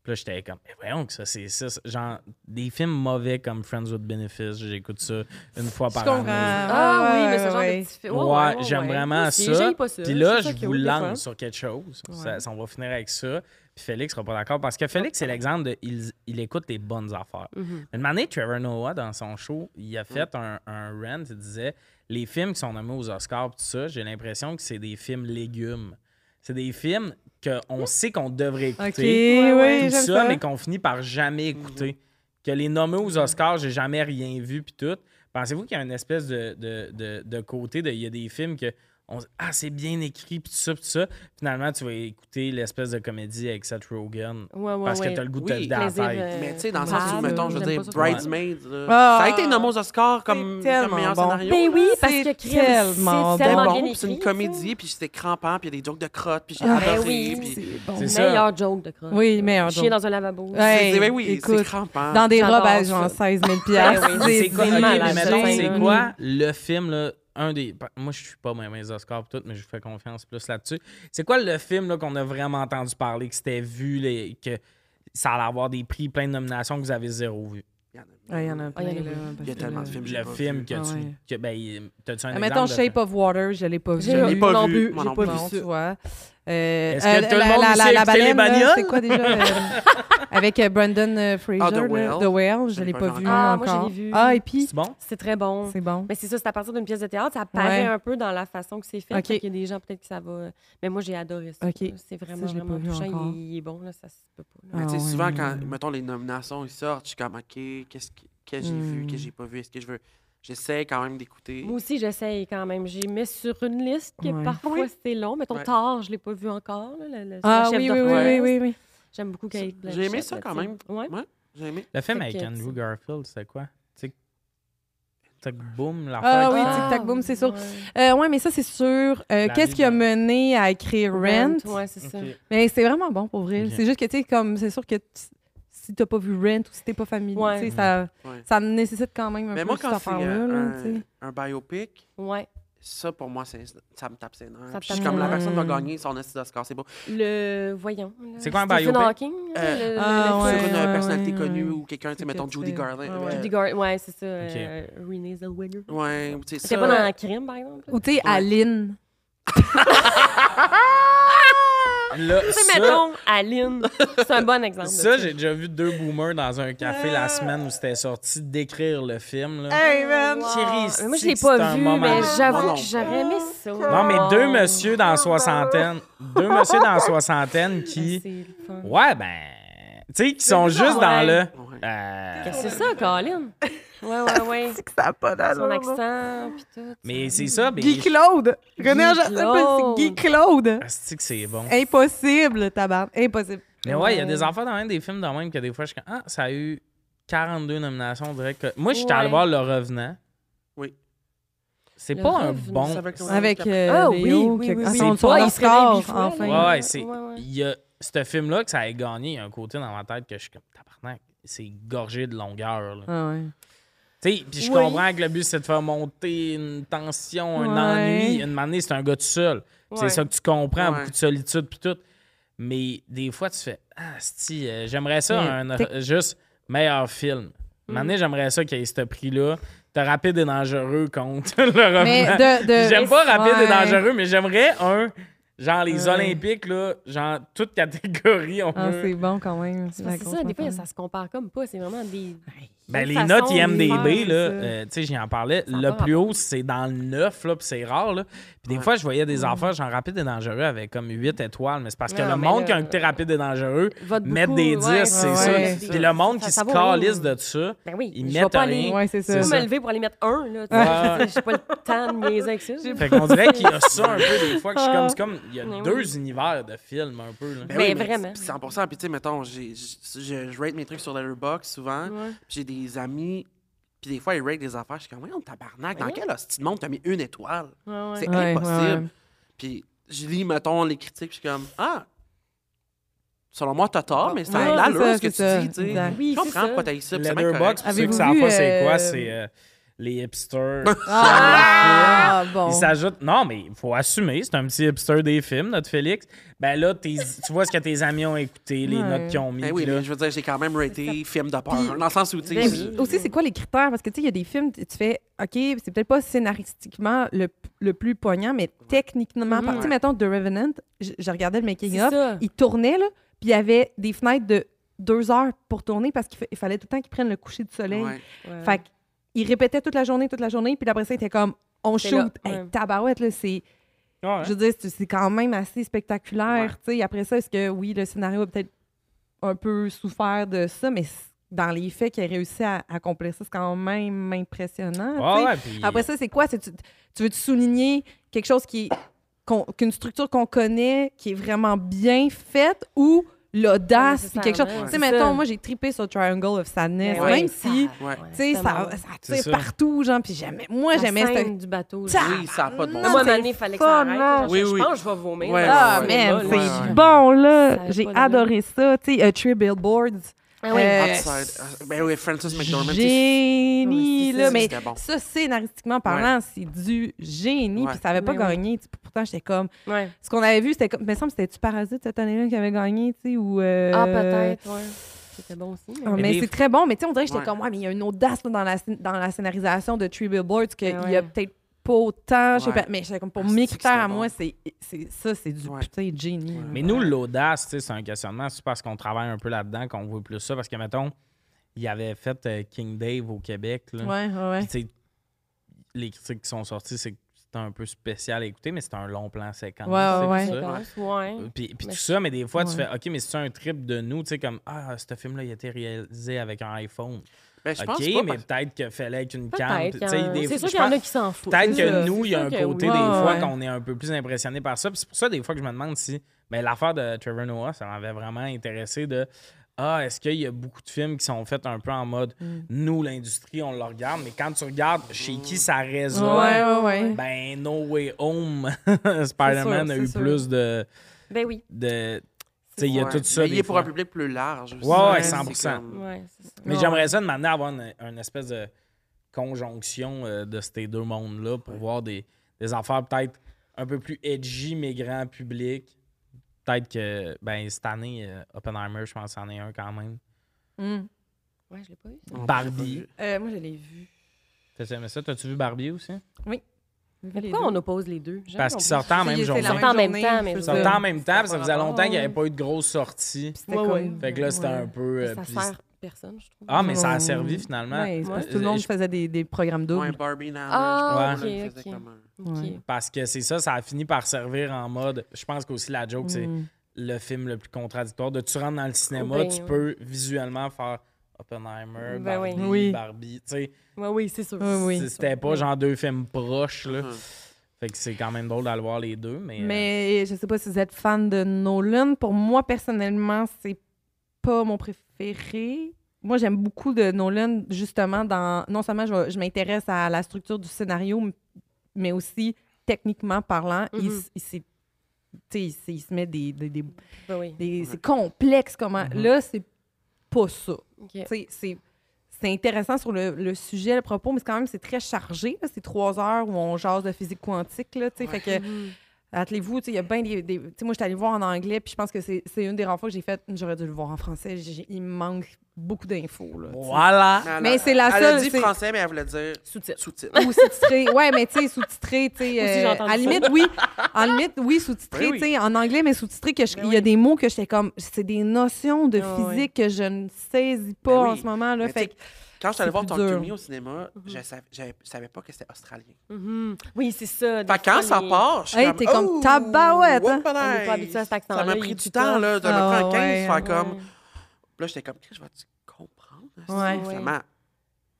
S1: Puis là, j'étais comme, mais voyons que ça, c'est 6. Genre, des films mauvais comme Friends with Benefits, j'écoute ça une fois
S2: Je
S1: par
S2: comprends.
S1: année.
S4: Ah oui, mais
S2: ouais,
S4: ce genre
S2: ouais.
S4: de petit film.
S1: Ouais, j'aime vraiment ça. Puis là, je vous lance sur quelque chose. Ça-
S4: Ouais.
S1: ça- on va finir avec ça. Puis Félix sera pas d'accord parce que Félix, c'est l'exemple de il, il écoute les bonnes affaires.
S4: Mhm.
S1: Une année, Trevor Noah, dans son show, il a fait un, un rant. Il disait Les films qui sont nommés aux Oscars, pis tout ça, j'ai l'impression que c'est des films légumes. C'est des films qu'on sait qu'on devrait écouter
S2: OK, oui,
S1: tout
S2: j'aime
S1: ça,
S2: ça.
S4: Ah,
S1: mais qu'on finit par jamais écouter. Que les nommés aux Oscars, j'ai jamais rien vu, puis tout. Pensez-vous qu'il y a une espèce de, de, de- de côté de. Il y a des films que. On, ah, c'est bien écrit, puis tout ça, puis tout ça. Finalement, tu vas écouter l'espèce de comédie avec Seth Rogen
S4: Ouais, ouais,
S1: parce que
S4: ouais.
S1: tu as le goût de
S3: Oui,
S1: te vider la
S4: plaisir,
S1: tête.
S4: euh,
S3: Mais tu sais, dans le
S4: Ouais.
S3: sens où, mettons, je veux
S4: J'aime
S3: dire,
S4: pas ça, ça.
S3: Bridesmaids, là,
S2: Ah.
S3: ça a été nommé aux Oscars comme,
S2: C'est
S3: comme
S2: tellement
S3: meilleur
S2: bon.
S3: scénario.
S4: Ben oui,
S2: C'est
S4: parce que crime, c'est
S2: tellement
S4: tellement,
S3: C'était
S2: tellement
S3: bon,
S4: bien
S3: puis c'est une
S4: écrit, ça.
S3: comédie, puis c'était crampant, puis il y a des jokes de crotte, puis j'ai
S2: Ah,
S3: adoré.
S4: ben oui.
S3: puis-
S2: C'est bon.
S1: C'est ça.
S4: Meilleur joke de crotte.
S2: Oui, meilleur
S4: Chier
S2: joke.
S4: dans un lavabo.
S2: Ouais. Hey,
S3: C'est- ben oui, c'est
S2: écoute,
S3: crampant.
S2: Dans des
S4: J'adore
S2: robes à genre
S4: ça.
S2: 16 000
S4: Ben oui.
S1: C'est
S2: C'est
S1: quoi, ok,
S4: vraiment
S1: mais
S4: la
S1: mettons,
S4: scène,
S1: c'est
S4: là.
S1: quoi le film, là, un des. pa- Moi, je suis pas même les Oscars pis tout, mais je vous fais confiance plus là-dessus. C'est quoi le film là, qu'on a vraiment entendu parler, que c'était vu, les- que ça allait avoir des prix, plein de nominations que vous avez zéro vu?
S3: Il y en a-
S2: Il y en a plein,
S4: Ah, il y en a
S2: là,
S4: beaucoup.
S2: parce
S3: Il y a
S2: que
S3: tellement
S2: là-
S3: de films.
S1: Le
S3: j'ai pas
S1: film
S3: vu.
S1: que
S2: Ah
S1: tu.
S2: ouais.
S1: que, ben, t'as-tu un
S2: Ah,
S1: exemple
S2: Mettons
S1: de
S2: Shape
S1: film?
S2: of Water, je l'ai pas vu.
S4: J'ai
S3: l'ai pas
S4: non
S3: vu,
S4: plus,
S3: moi
S4: j'ai
S3: non
S4: pas
S3: plus.
S2: Non,
S4: vu
S2: tu
S4: ça.
S2: vois. Euh,
S1: Est-ce que tout le
S2: la-
S1: monde
S2: la,
S1: ici
S2: la,
S1: a
S2: la
S1: écouté les
S2: baleine, là,
S1: bagnoles?
S2: c'est quoi déjà? euh, avec euh, Brandon euh, Fraser,
S3: Ah, The
S2: là,
S3: Whale.
S2: The Whale, je l'ai
S3: pas
S2: pas
S3: vu
S2: vu
S4: encore. Ah, moi, je l'ai
S2: encore.
S4: vu.
S2: Ah, et puis,
S1: C'est bon?
S4: C'est très bon.
S2: c'est bon.
S4: Mais c'est ça, c'est à partir d'une pièce de théâtre, ça paraît
S2: Ouais.
S4: un peu dans la façon que c'est fait.
S2: OK.
S4: Fait qu'il y a des gens peut-être que ça va. Mais moi, j'ai adoré ça.
S2: OK.
S4: là. C'est vraiment,
S2: je l'ai pas
S4: vraiment
S2: vu
S4: touchant.
S2: encore.
S4: Il, il est bon, là, ça se peut pas.
S3: Mais
S4: là.
S2: Ah,
S3: tu sais,
S2: ouais,
S3: souvent,
S2: ouais,
S3: quand,
S2: ouais.
S3: mettons, les nominations, ils sortent, je suis comme, OK, qu'est-ce que, qu'est-ce que j'ai vu,
S2: Hmm.
S3: qu'est-ce que j'ai pas vu, est-ce que je veux. J'essaie quand même d'écouter.
S4: Moi aussi, j'essaye quand même. J'ai mis sur une liste que
S2: Ouais.
S4: parfois
S3: Oui.
S4: c'est long. Mettons,
S3: Ouais.
S4: tard, je ne l'ai pas vu encore. là, le- le-
S2: Ah
S4: la chef
S2: oui, oui, oui,
S4: d'orchestre.
S2: oui, oui, oui.
S4: J'aime beaucoup
S3: Ça-
S4: Kate
S3: j'ai aimé
S4: Blanchett,
S3: ça
S4: là,
S3: quand
S4: tu sais.
S3: même.
S4: Ouais.
S3: Ouais, j'ai aimé.
S1: Le film
S4: Fait
S1: avec
S4: que
S1: Andrew
S4: c'est-
S1: Garfield, c'est quoi? Tic Tic Boom, la
S2: Ah oui,
S1: fin.
S2: Tic Tac Boom, c'est sûr.
S4: Ouais.
S2: Euh, ouais, mais ça, c'est sûr. Euh,
S1: La
S2: Qu'est-ce qui a
S1: vie de-
S2: mené à écrire Rent?
S4: ouais, c'est ça.
S2: Mais c'est vraiment bon pour vrai.
S1: Ok.
S2: C'est juste que, tu sais, comme, c'est sûr que tu- si t'as pas vu Rent ou si t'es pas familier,
S4: Ouais.
S2: tu sais, ça,
S3: Ouais.
S2: ça nécessite quand même un
S3: Mais
S2: peu
S3: moi,
S2: cette
S3: quand c'est
S2: affaire-là.
S3: euh,
S2: là, tu sais.
S3: un, un biopic,
S4: Ouais.
S3: ça, pour moi, c'est- ça me tape ses nerfs.
S4: Ça
S3: Puis je
S4: tape
S3: suis comme, la
S2: ses
S3: personne va
S2: nerfs.
S3: gagner son assise d'Oscar, c'est beau.
S4: Le voyons. là,
S1: C'est quoi un
S4: Stephen
S1: biopic?
S4: Hawking. là,
S3: Euh,
S4: le- le-
S2: Ah,
S4: le-
S2: ouais,
S3: Sur une
S2: ouais,
S3: personnalité
S2: ouais,
S3: connue
S2: ouais.
S3: ou quelqu'un, tu sais,
S2: C'est
S3: mettons,
S2: que
S3: Judy
S2: c'est-
S3: Garland. euh,
S2: ouais, ouais.
S4: Judy Garland, ouais, c'est ça.
S1: Ok.
S4: euh, Renée Zellweger.
S3: Ouais, tu sais, ça.
S4: C'était pas dans Crime, par exemple. là?
S2: Ou, tu sais, Aline.
S1: Là,
S4: Mais
S1: ça-
S4: mettons, Aline, c'est un bon exemple. de
S1: Ça, j'ai déjà vu deux boomers dans un café la semaine où c'était sorti d'écrire le film. là.
S2: Hey, man!
S1: Chérie,
S4: Ah, Mais Moi, je
S1: c'est-
S4: l'ai pas
S1: c'est un
S4: vu,
S1: moment
S4: mais
S1: de-
S3: Non, non.
S4: j'avoue que j'aurais aimé ça.
S1: Non, mais deux messieurs dans la soixantaine. Deux messieurs dans la soixantaine
S4: Ah,
S1: qui. Ouais, ben. Tu sais, qui sont juste dans le.
S3: Ouais.
S1: euh,
S4: Ah, C'est ça, Colin. Ouais, ouais, ouais.
S2: que ça a pas
S4: Son accent, puis tout.
S1: mais c'est ça, ben, mais.
S2: Guy Claude! René
S4: Guy
S2: Argentin,
S4: Claude.
S2: c'est Guy Claude!
S1: Asti que c'est bon.
S2: Impossible, tabarne. Impossible.
S1: Mais ouais, il y a des enfants dans même des films dans même que des fois, je suis comme, ah, ça a eu 42 nominations. On dirait que. Moi, je suis allé
S4: Ouais.
S1: voir Le Revenant.
S3: Oui.
S1: C'est
S4: Le
S1: pas un
S4: Revenant.
S1: bon.
S3: C'est avec-
S1: Ouais,
S2: Avec euh,
S4: Ah oui,
S2: Léo,
S4: oui,
S2: qui a-
S4: oui,
S2: ah,
S4: oui.
S2: son,
S1: C'est
S2: son
S4: pas- il se
S2: Oscar,
S4: réveille huit fois,
S2: enfin. Ah
S4: là.
S1: ouais, c'est.
S4: Ouais, ouais.
S1: Il y a ce film-là que ça a gagné. Il y a un côté dans ma tête que je suis comme, tabarnak, c'est gorgé de longueur. là.
S2: Ah ouais.
S1: Tu sais, puis je
S4: Oui.
S1: comprends que le but, c'est de faire monter une tension, un
S2: Ouais.
S1: ennui. Une année, c'est un gars tout seul. Puis
S4: Ouais.
S1: C'est ça que tu comprends,
S3: Ouais.
S1: beaucoup de solitude, puis tout. Mais des fois, tu fais Ah, si, j'aimerais ça,
S2: Mais
S1: un,
S2: t'es-
S1: juste meilleur film. Maintenant, j'aimerais ça qu'il y ait ce prix-là. de rapide et dangereux contre le
S2: Mais
S1: revenant.
S2: de.
S4: Euh,
S2: de...
S1: J'aime pas rapide et
S2: Ouais.
S1: dangereux, mais j'aimerais un, genre les
S2: Ouais.
S4: Euh.
S1: Olympiques, là, genre toute catégorie. On
S2: Ah,
S1: veut.
S2: c'est bon quand même.
S4: C'est parce que ça, des fois, ça se compare comme pas. C'est vraiment des,
S1: Ben,
S4: Une
S1: les
S4: façon
S1: notes
S4: de
S1: IMDB,
S4: faire,
S1: là,
S4: ça.
S1: euh, tu sais, j'en parlais,
S4: Ça a
S1: le
S4: pas
S1: plus haut, c'est dans le 9, là, puis c'est rare, là. Puis des
S3: Ouais.
S1: fois, je voyais des affaires, genre rapide et dangereux, avec comme 8 étoiles, mais c'est parce que
S4: Non,
S1: le
S4: Ah, mais
S1: monde
S4: là,
S1: qui a un côté rapide et dangereux
S4: Vote
S1: met
S4: beaucoup,
S1: des 10,
S4: ouais,
S1: c'est
S4: ouais,
S1: ça.
S4: ouais.
S3: c'est
S1: Puis le monde
S4: Ça-
S1: qui
S4: ça
S1: se
S4: va au-
S1: calisse de ça,
S4: Ben oui,
S1: ils
S4: je vais
S1: mettent
S4: pas aller
S1: rien.
S2: Ouais, c'est ça.
S1: C'est
S4: je vais
S1: ça.
S4: me lever pour aller mettre un, là. tu
S1: Ouais, ouais.
S4: sais. J'ai pas le temps de niaiser avec ça. là.
S1: Fait qu'on dirait qu'il y a ça un peu des fois, que je suis
S2: Ah.
S1: comme, c'est comme, il y a
S4: Mais oui.
S1: deux univers de films, un peu, là.
S3: Ben
S4: Mais
S3: oui, mais
S4: vraiment.
S3: pis 100 Puis, tu sais, mettons, j'ai- je, je, je rate mes trucs sur Letterboxd souvent.
S4: Ouais.
S3: Puis j'ai des amis. Puis des fois, ils rate des affaires. Je suis comme, ouais, on tabarnak. Dans
S4: Ouais.
S3: quel hostie de monde t'as mis une étoile?
S4: Ouais, ouais.
S3: C'est
S2: Ouais,
S3: impossible.
S2: ouais.
S3: Puis je lis, mettons, les critiques. puis Je suis comme, ah, selon moi, t'as tort, mais ça
S2: Ouais,
S3: a
S2: c'est
S3: l'allure
S2: ça,
S3: ce que tu
S2: c'est ça,
S3: dis, tu sais.
S2: exact.
S4: Oui,
S3: Je
S4: c'est
S3: comprends
S4: ça.
S3: pourquoi t'as ça. puis c'est bien
S1: Letterboxd,
S3: correct.
S1: pour ceux
S2: Avez-vous
S1: qui savent
S2: vu,
S1: pas c'est quoi,
S2: euh,
S1: c'est euh, les hipsters.
S2: Ah, bon.
S1: Il s'ajoute. Non, mais il faut assumer. C'est un petit hipster des films, notre Félix. Ben là, tes- tu vois ce que tes amis ont écouté, les
S2: Ouais.
S1: notes qu'ils ont mis.
S3: Ben oui,
S1: puis là,
S3: mais je veux dire, j'ai quand même raté film de peur.
S2: Puis-
S3: hein, Dans le sens où, tu sais,
S4: Ben
S3: je-
S4: oui.
S2: Aussi, c'est quoi les critères? Parce que, tu sais, il y a des films, tu tu fais, OK, c'est peut-être pas scénaristiquement le, p- le plus poignant, mais techniquement,
S4: Mhm.
S2: par- tu sais, mettons, The Revenant, j- je regardais le
S4: C'est
S2: making-of,
S4: ça.
S2: il tournait, là, puis il y avait des fenêtres de deux heures pour tourner parce qu'il fa- il fallait tout le temps qu'ils prennent le coucher du soleil.
S3: Ouais.
S4: Ouais.
S2: Fait qu'il répétait toute la journée, toute la journée, puis après ça, il était comme, on
S4: C'est là,
S2: shoot. Hey,
S4: ouais.
S2: tabarouette, là, c'est,
S1: ouais.
S2: je veux dire, c'est- c'est quand même assez spectaculaire,
S3: Ouais.
S2: tu sais. Après ça, est-ce que, oui, le scénario a peut-être un peu souffert de ça, mais c- dans les faits qu'il a réussi à accomplir ça, c'est quand même impressionnant, tu
S1: Ouais,
S2: sais.
S1: ouais, puis- euh,
S2: Après ça, c'est quoi? C'est- Tu, tu veux te souligner quelque chose qui est- qu'on- qu'une structure qu'on connaît, qui est vraiment bien faite ou l'audace,
S4: Ouais,
S2: puis quelque chose.
S4: nécessairement,
S2: Tu sais,
S4: ouais. C'est ça.
S2: mettons, moi, j'ai tripé sur Triangle of Sadness,
S4: Mais
S3: ouais.
S2: même si,
S3: Ouais.
S2: tu sais, ça,
S4: Tellement.
S2: ça
S1: C'est
S2: tire
S1: ça.
S2: partout, genre, puis j'aimais, moi,
S4: La
S2: j'aimais cette-
S4: scène du bateau. là.
S2: Ça-
S3: Oui, ça n'a pas de bon
S2: Non,
S3: sens.
S4: Moi, à un
S2: c'est
S4: moment donné, fallait que ça
S2: fun, hein.
S4: arrête. là.
S3: non?
S4: Je-
S3: Oui,
S4: Je
S3: oui.
S4: pense que je vais vomir.
S3: Ouais,
S4: là.
S2: Ah,
S3: ouais,
S2: man,
S3: ouais,
S2: c'est
S3: ouais, ouais.
S2: bon, là!
S4: Ça a
S2: J'ai
S4: pas d'allure.
S2: adoré ça, tu sais, euh, Three Billboards.
S4: Ah oui.
S2: Euh,
S3: Outside. Ah, Ben oui, Francis McDormand. tu sais,
S2: Génie,
S4: Ouais, c'est
S2: là,
S4: ça,
S2: mais
S3: c'était bon.
S2: ça, scénaristiquement parlant, c'est du génie,
S3: Ouais.
S2: puis ça avait pas
S4: Mais oui.
S2: gagné. tu sais, Pourtant, j'étais comme,
S4: Ouais.
S2: Ce qu'on avait vu, c'était comme. Mais il me semble que c'était-tu Parasite cette année-là qui avait gagné, tu sais, ou. euh,
S4: Ah, peut-être, ouais. C'était bon aussi.
S2: Ah,
S4: mais-
S1: Mais
S2: mais
S1: des-
S2: c'est très bon, mais tu sais, on dirait que j'étais
S3: Ouais.
S2: comme, ouais, mais il y a une audace là, dans, la, scén- dans la scénarisation de Tree Billboards qu'il
S4: Ben Ouais,
S2: y a
S4: ouais.
S2: peut-être pas autant, je sais
S3: Ouais.
S2: pas. Mais j'étais comme, pour
S3: Ah,
S2: mes
S3: c'est-tu que
S2: critères à
S3: c'était
S2: moi,
S3: bon.
S2: c'est c'est- ça, c'est du
S3: Ouais.
S2: putain de génie.
S3: Ouais.
S1: Mais nous, l'audace, tu sais, c'est un questionnement. C'est parce qu'on travaille un peu là-dedans qu'on voit plus ça. Parce que, mettons, il avait fait euh, King Dave au Québec. Là.
S2: Ouais, ouais, ouais.
S1: Puis, tu sais, les critiques qui sont sorties, c'est que c'était un peu spécial à écouter, mais c'était un long plan séquence.
S2: Ouais, ouais,
S1: tu sais, puis
S2: ouais.
S1: ça.
S4: Séquence, ouais.
S1: Euh, Puis, puis
S4: Mais
S1: tout ça, mais des fois, tu
S2: Ouais.
S1: fais OK, mais c'est un trip de nous, tu sais, comme Ah, ce film-là, il a été réalisé avec un iPhone.
S3: Ben, je
S1: OK,
S3: pense pas,
S1: mais
S3: parce-
S1: peut-être qu'il fallait avec une cam.
S4: Peut-être.
S1: tu
S4: qu'il y
S1: sais,
S4: en-
S1: des-
S4: C'est sûr
S1: je
S4: qu'il y en
S1: pense-
S4: a qui s'en foutent.
S1: Peut-être
S2: C'est
S1: que
S2: ça,
S1: nous, il y a un
S4: c'est sûr que
S1: côté
S4: oui.
S1: des
S2: Ouais,
S1: fois
S2: ouais.
S1: qu'on est un peu plus impressionné par ça. Puis c'est pour ça, des fois, que je me demande si. Mais l'affaire de Trevor Noah, ça m'avait vraiment intéressé de. Ah, est-ce qu'il y a beaucoup de films qui sont faits un peu en mode nous, l'industrie, on le regarde, mais quand tu regardes chez qui ça
S2: Ouais,
S1: résonne,
S2: ouais, ouais.
S1: ben No Way Home, Spider-Man a
S2: c'est
S1: eu
S2: sûr.
S1: plus de.
S4: Ben oui.
S1: de tu sais, il y a
S3: Ouais.
S1: tout ça.
S3: Mais il
S1: des
S3: est pour
S1: fois.
S3: un public plus large aussi.
S1: Ouais, ouais,
S3: C'est
S1: 100%.
S3: comme-
S4: Ouais, c'est ça.
S1: Mais
S2: Ouais.
S1: j'aimerais ça de m'amener à avoir une, une espèce de conjonction euh, de ces deux mondes-là pour voir des, des affaires peut-être un peu plus edgy, mais grand public. Peut-être que, ben, cette année, euh, Oppenheimer, je pense, en est un quand même.
S2: Mm.
S4: Ouais, je l'ai pas eu.
S3: On peut
S1: Barbie.
S2: Euh, moi, je l'ai vu.
S1: T'as aimé ça? T'as-tu vu Barbie aussi?
S4: Mais pourquoi on oppose les deux? J'aime
S1: Parce
S4: qu'on
S1: qu'ils sortaient en même
S2: C'est- c'est
S1: journée.
S2: la
S1: Ils
S4: Sortaient en même
S2: journée,
S4: temps, mais-
S2: c'est
S1: sortaient
S2: ça.
S1: en même temps, puis ça faisait
S2: rapport.
S1: longtemps qu'il n'y avait pas eu de grosse sortie.
S2: C'était
S4: Ouais,
S2: comme-
S4: ouais.
S1: Fait que là, c'était un peu. euh,
S4: Ça
S1: puis-
S4: sert personne, je trouve.
S1: Ah, mais ça a
S2: Ouais.
S1: servi finalement.
S2: Ouais, c'est parce
S1: hein. Ouais.
S2: que
S1: Euh,
S2: tout le monde
S1: Je-
S2: faisait des, des programmes
S3: Ouais,
S2: doubles.
S3: Barbie Nana.
S4: Ah,
S3: je pense que
S4: ok,
S3: ça faisait
S4: ok.
S3: comme un-
S4: Ok.
S2: Ouais.
S1: Parce que c'est ça, ça a fini par servir en mode. Je pense qu'aussi la joke, c'est.
S2: Mm.
S1: le film le plus contradictoire. De tu rentres dans le cinéma,
S4: Ben,
S1: tu
S4: oui.
S1: peux visuellement faire Oppenheimer,
S4: Ben oui.
S1: Barbie,
S2: Oui.
S1: Barbie. Tu sais,
S4: Ouais, oui, c'est sûr.
S2: Ouais, oui.
S1: c'est- c'était pas genre deux films proches. Là.
S3: Mhm.
S1: Fait que c'est quand même drôle d'aller voir les deux. Mais, euh,
S2: Mais je sais pas si vous êtes fan de Nolan. Pour moi, personnellement, c'est pas mon préféré. Moi, j'aime beaucoup de Nolan, justement, dans. Non seulement je, vais- je m'intéresse à la structure du scénario, m- mais aussi techniquement parlant, il
S4: Mhm.
S2: s- il, s'est- tu sais, il s- il se met des. des- des-
S4: Ben oui.
S2: des- c'est complexe comment.
S1: Mhm.
S2: Là, c'est pas ça.
S4: Ok.
S2: Tu sais, c'est c'est intéressant sur le, le sujet, le propos, mais c'est quand même c'est très chargé. là. C'est trois heures où on jase de physique quantique. Là, tu sais.
S3: Ouais.
S2: Fait que
S4: Mhm.
S2: Attelez-vous, tu sais, il y a bien des. des- tu sais, moi, je suis allée le voir en anglais, puis je pense que c'est c'est une des rares fois que j'ai fait. J'aurais dû le voir en français. j'ai- Il me manque beaucoup d'infos. là, tu sais.
S1: Voilà.
S3: elle
S2: Mais
S3: a-
S2: c'est la
S3: elle
S2: seule,
S3: a dit
S2: c'est-
S3: français, mais elle voulait dire
S4: Sous-titres.
S3: sous-titre.
S2: ou sous-titré. Ouais, mais tu sais, sous-titré, tu sais.
S4: Aussi, j'ai
S2: euh,
S4: entendu
S2: à
S4: ça.
S2: limite, oui. En limite, oui, sous-titré,
S1: Oui,
S3: Ben
S1: oui.
S2: tu sais. En anglais, mais sous-titré, que je-
S4: Ben
S2: il y a
S4: oui.
S2: des mots que j'étais comme. C'est des notions de
S4: Ah ouais.
S2: physique que je ne saisis pas
S3: Ben
S2: en
S3: oui.
S2: ce moment, là.
S3: Mais
S2: Fait que-
S3: Quand je suis allée
S2: C'est
S3: voir
S2: plus
S3: Talk to
S2: dur. Mhm.
S3: Me au cinéma, je savais, j'avais- je savais pas que c'était australien.
S4: Mhm. Oui, c'est ça. des
S3: Fait que quand
S4: fois,
S3: ça
S4: les-
S3: part, je suis
S2: Hey,
S3: comme,
S2: t'es comme
S3: oh,
S2: tabarouette, hein?
S3: whoopalaise.
S4: On n'est pas habitué à cet accent-là,
S3: Ça m'a
S4: il
S3: pris
S4: est
S3: du
S4: plus
S3: temps,
S4: tough.
S3: là. Ça m'a
S2: Ah,
S3: pris un 15,
S2: ouais,
S3: faire
S4: Ouais.
S3: comme... Là, j'étais comme, Chris, vas-tu comprendre?
S2: Ouais.
S3: c'est Vraiment.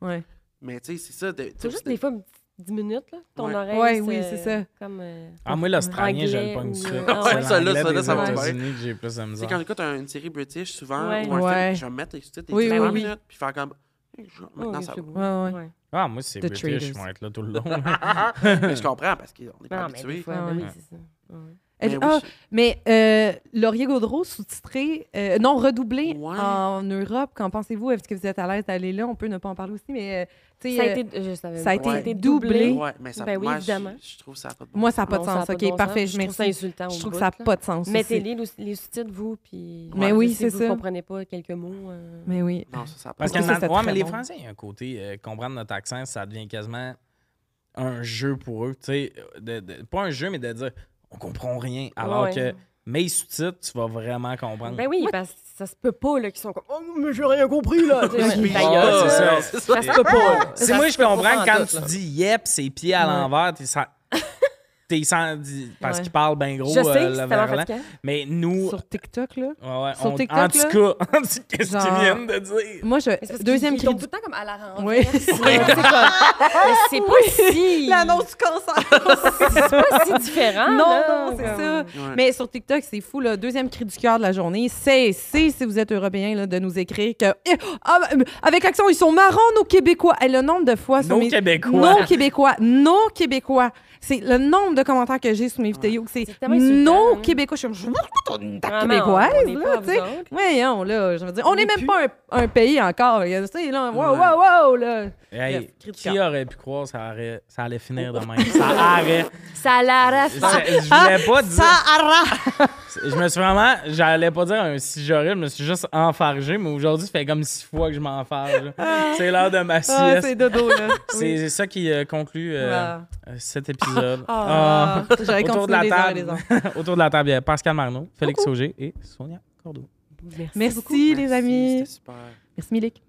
S2: Ouais.
S3: Mais tu sais, c'est ça. de-
S4: C'est juste des fois 10 minutes, là, ton
S3: Ouais.
S4: oreille.
S2: Ouais,
S4: se-
S2: oui, c'est ça.
S4: Comme. euh,
S1: Ah, moi, l'Australien, je le
S4: Anglais
S1: pogne
S4: ou,
S1: tout de
S4: euh,
S1: suite.
S4: ah
S1: C'est
S4: ouais,
S3: ça, là,
S1: l'anglais
S3: ça, là,
S1: des
S3: ça
S2: va bien.
S1: États-Unis que j'ai plus de
S3: Tu sais,
S1: misère.
S3: quand j'écoute un- une série british, souvent,
S4: Ouais.
S3: ou un
S2: Ouais.
S3: film, je vais mettre les sous-titres des
S2: Oui,
S3: oui,
S2: oui,
S4: oui.
S3: minutes, puis faire comme... Hey, je- Maintenant,
S4: Oh, oui,
S3: ça
S4: c'est
S3: va.
S4: bon.
S2: Ouais, ouais.
S4: ouais.
S1: Ah, moi, c'est
S2: The
S1: British, je
S2: Traders.
S1: vais être là tout le long.
S3: Mais je comprends, parce qu'on n'est pas
S4: Non, mais des
S3: habitué.
S4: fois,
S2: Ah
S4: ben oui,
S1: ouais.
S4: c'est ça. Ouais.
S2: Elle-
S3: Mais Ben oui,
S2: ah,
S3: je-
S2: mais euh, Laurier Gaudreau, sous-titré, euh, non, redoublé
S3: Ouais.
S2: en Europe. Qu'en pensez-vous? Est-ce que vous êtes à l'aise d'aller là? On peut ne pas en parler aussi, mais euh, tu sais,
S4: Ça a
S2: euh,
S4: été, je savais
S2: ça a
S4: pas.
S3: été
S2: doublé.
S3: Ouais, mais ça,
S4: Ben oui,
S3: moi,
S4: évidemment.
S3: Je, je trouve ça a pas de bon
S2: moi, ça n'a pas
S4: Non,
S2: de sens.
S4: a
S2: OK,
S4: bon
S2: parfait,
S4: sens.
S2: je
S4: Je trouve ça
S2: merci.
S4: insultant. au
S2: Je trouve
S4: bout,
S2: que ça n'a
S4: là.
S2: pas de sens.
S4: Mettez
S2: aussi.
S4: les, les sous-titres, vous, puis.
S2: Mais oui,
S4: si
S2: c'est
S4: vous
S2: ça.
S4: comprenez pas quelques mots. euh,
S2: Mais oui.
S3: Non, ça, ça a pas
S1: Parce
S3: de
S1: qu'il y en a-
S2: Parce que ça, c'est
S1: ouais,
S2: très
S1: mais les
S2: bon.
S1: Français, il y a un côté, euh, comprendre notre accent, ça devient quasiment un jeu pour eux. tu sais, de- de- pas un jeu, mais de dire, on comprend rien. Alors
S4: Ouais.
S1: que mes sous-titres, tu vas vraiment comprendre.
S4: Ben oui, parce que ça se peut pas, là, qu'ils sont comme. Oh, mais j'ai rien compris, là. Tu sais,
S2: Oui.
S4: ta
S1: Ah,
S4: gueule,
S1: c'est
S4: là.
S1: ça.
S3: C'est ça.
S4: Ça se peut pas. là.
S1: Si
S4: Ça
S1: moi,
S4: se
S1: je
S4: peut pas
S1: comprends
S4: en
S1: que quand
S4: tout,
S1: tu
S4: là.
S1: dis yep, ses pieds à l'envers, t'es sans- t'es sans. di- Parce
S2: Ouais.
S1: qu'il parle bien gros,
S4: Je sais,
S1: euh,
S4: c'est
S1: le
S4: tellement
S1: verlan.
S4: fatigant.
S1: Mais nous.
S2: Sur TikTok, là.
S1: Ouais, ouais,
S2: sur
S1: on-
S2: TikTok,
S1: en tout cas, en tout cas, qu'est-ce qu'ils
S2: Genre-
S1: viennent de dire?
S2: Moi,
S4: Mais c'est parce
S2: je.
S4: qu'ils-
S2: Deuxième
S4: ils
S2: cri
S4: sont
S2: du-
S4: tout le temps comme à la rentrée.
S2: Oui.
S4: C'est comme- mais c'est pas si.
S2: L'annonce du cancer.
S4: C'est pas si différent.
S2: non,
S4: là,
S2: non, c'est
S4: comme-
S2: ça.
S3: Ouais.
S2: Mais sur TikTok, c'est fou, là. Deuxième cri du cœur de la journée. C'est, c'est, si vous êtes européen, là, de nous écrire que. Eh, ah, euh, avec l'accent, ils sont marrants, nos Québécois. Et le nombre de fois. sur
S1: Nos
S2: mes-
S1: Québécois.
S2: Nos Québécois. Nos Québécois. C'est le nombre de commentaires que j'ai sous mes vidéos. que C'est
S4: C'est tellement insultant,
S2: nos
S4: hein.
S2: Québécois. Je suis comme, je veux pas ton
S4: Vraiment,
S2: Québécoise,
S4: on est
S2: là,
S4: pas
S2: tu sais.
S4: vous autres.
S2: Voyons, là. Je veux dire, on n'est
S4: est
S2: même
S4: plus.
S2: pas un, un pays encore. là, Tu sais, là. Wow, wow, wow, là.
S1: Hey,
S2: Bref, cri du
S1: qui
S2: cœur.
S1: aurait pu croire que ça, aurait- ça allait finir de même? Ça arrête.
S4: Ça a l'air
S1: Je, je voulais pas dire.
S2: Sahara.
S1: Je me suis vraiment. J'allais pas dire un si j'aurais, je me suis juste enfargé, mais aujourd'hui, ça fait comme six fois que je m'enfarge. c'est l'heure de ma
S2: Ah,
S1: sieste.
S2: c'est dodo, là.
S1: c'est c'est ça qui euh, conclut euh,
S2: Wow.
S1: euh, cet épisode.
S2: Ah.
S1: Ah.
S2: J'aurais
S1: Autour de
S2: continué
S1: la
S2: les heures et les
S1: table.
S2: heures.
S1: Autour de la table, il y a Pascal Marneau, Félix Auger et Sonia Cordeau.
S2: Merci, les
S3: Merci,
S2: amis.
S3: C'était super.
S2: Merci, Milik.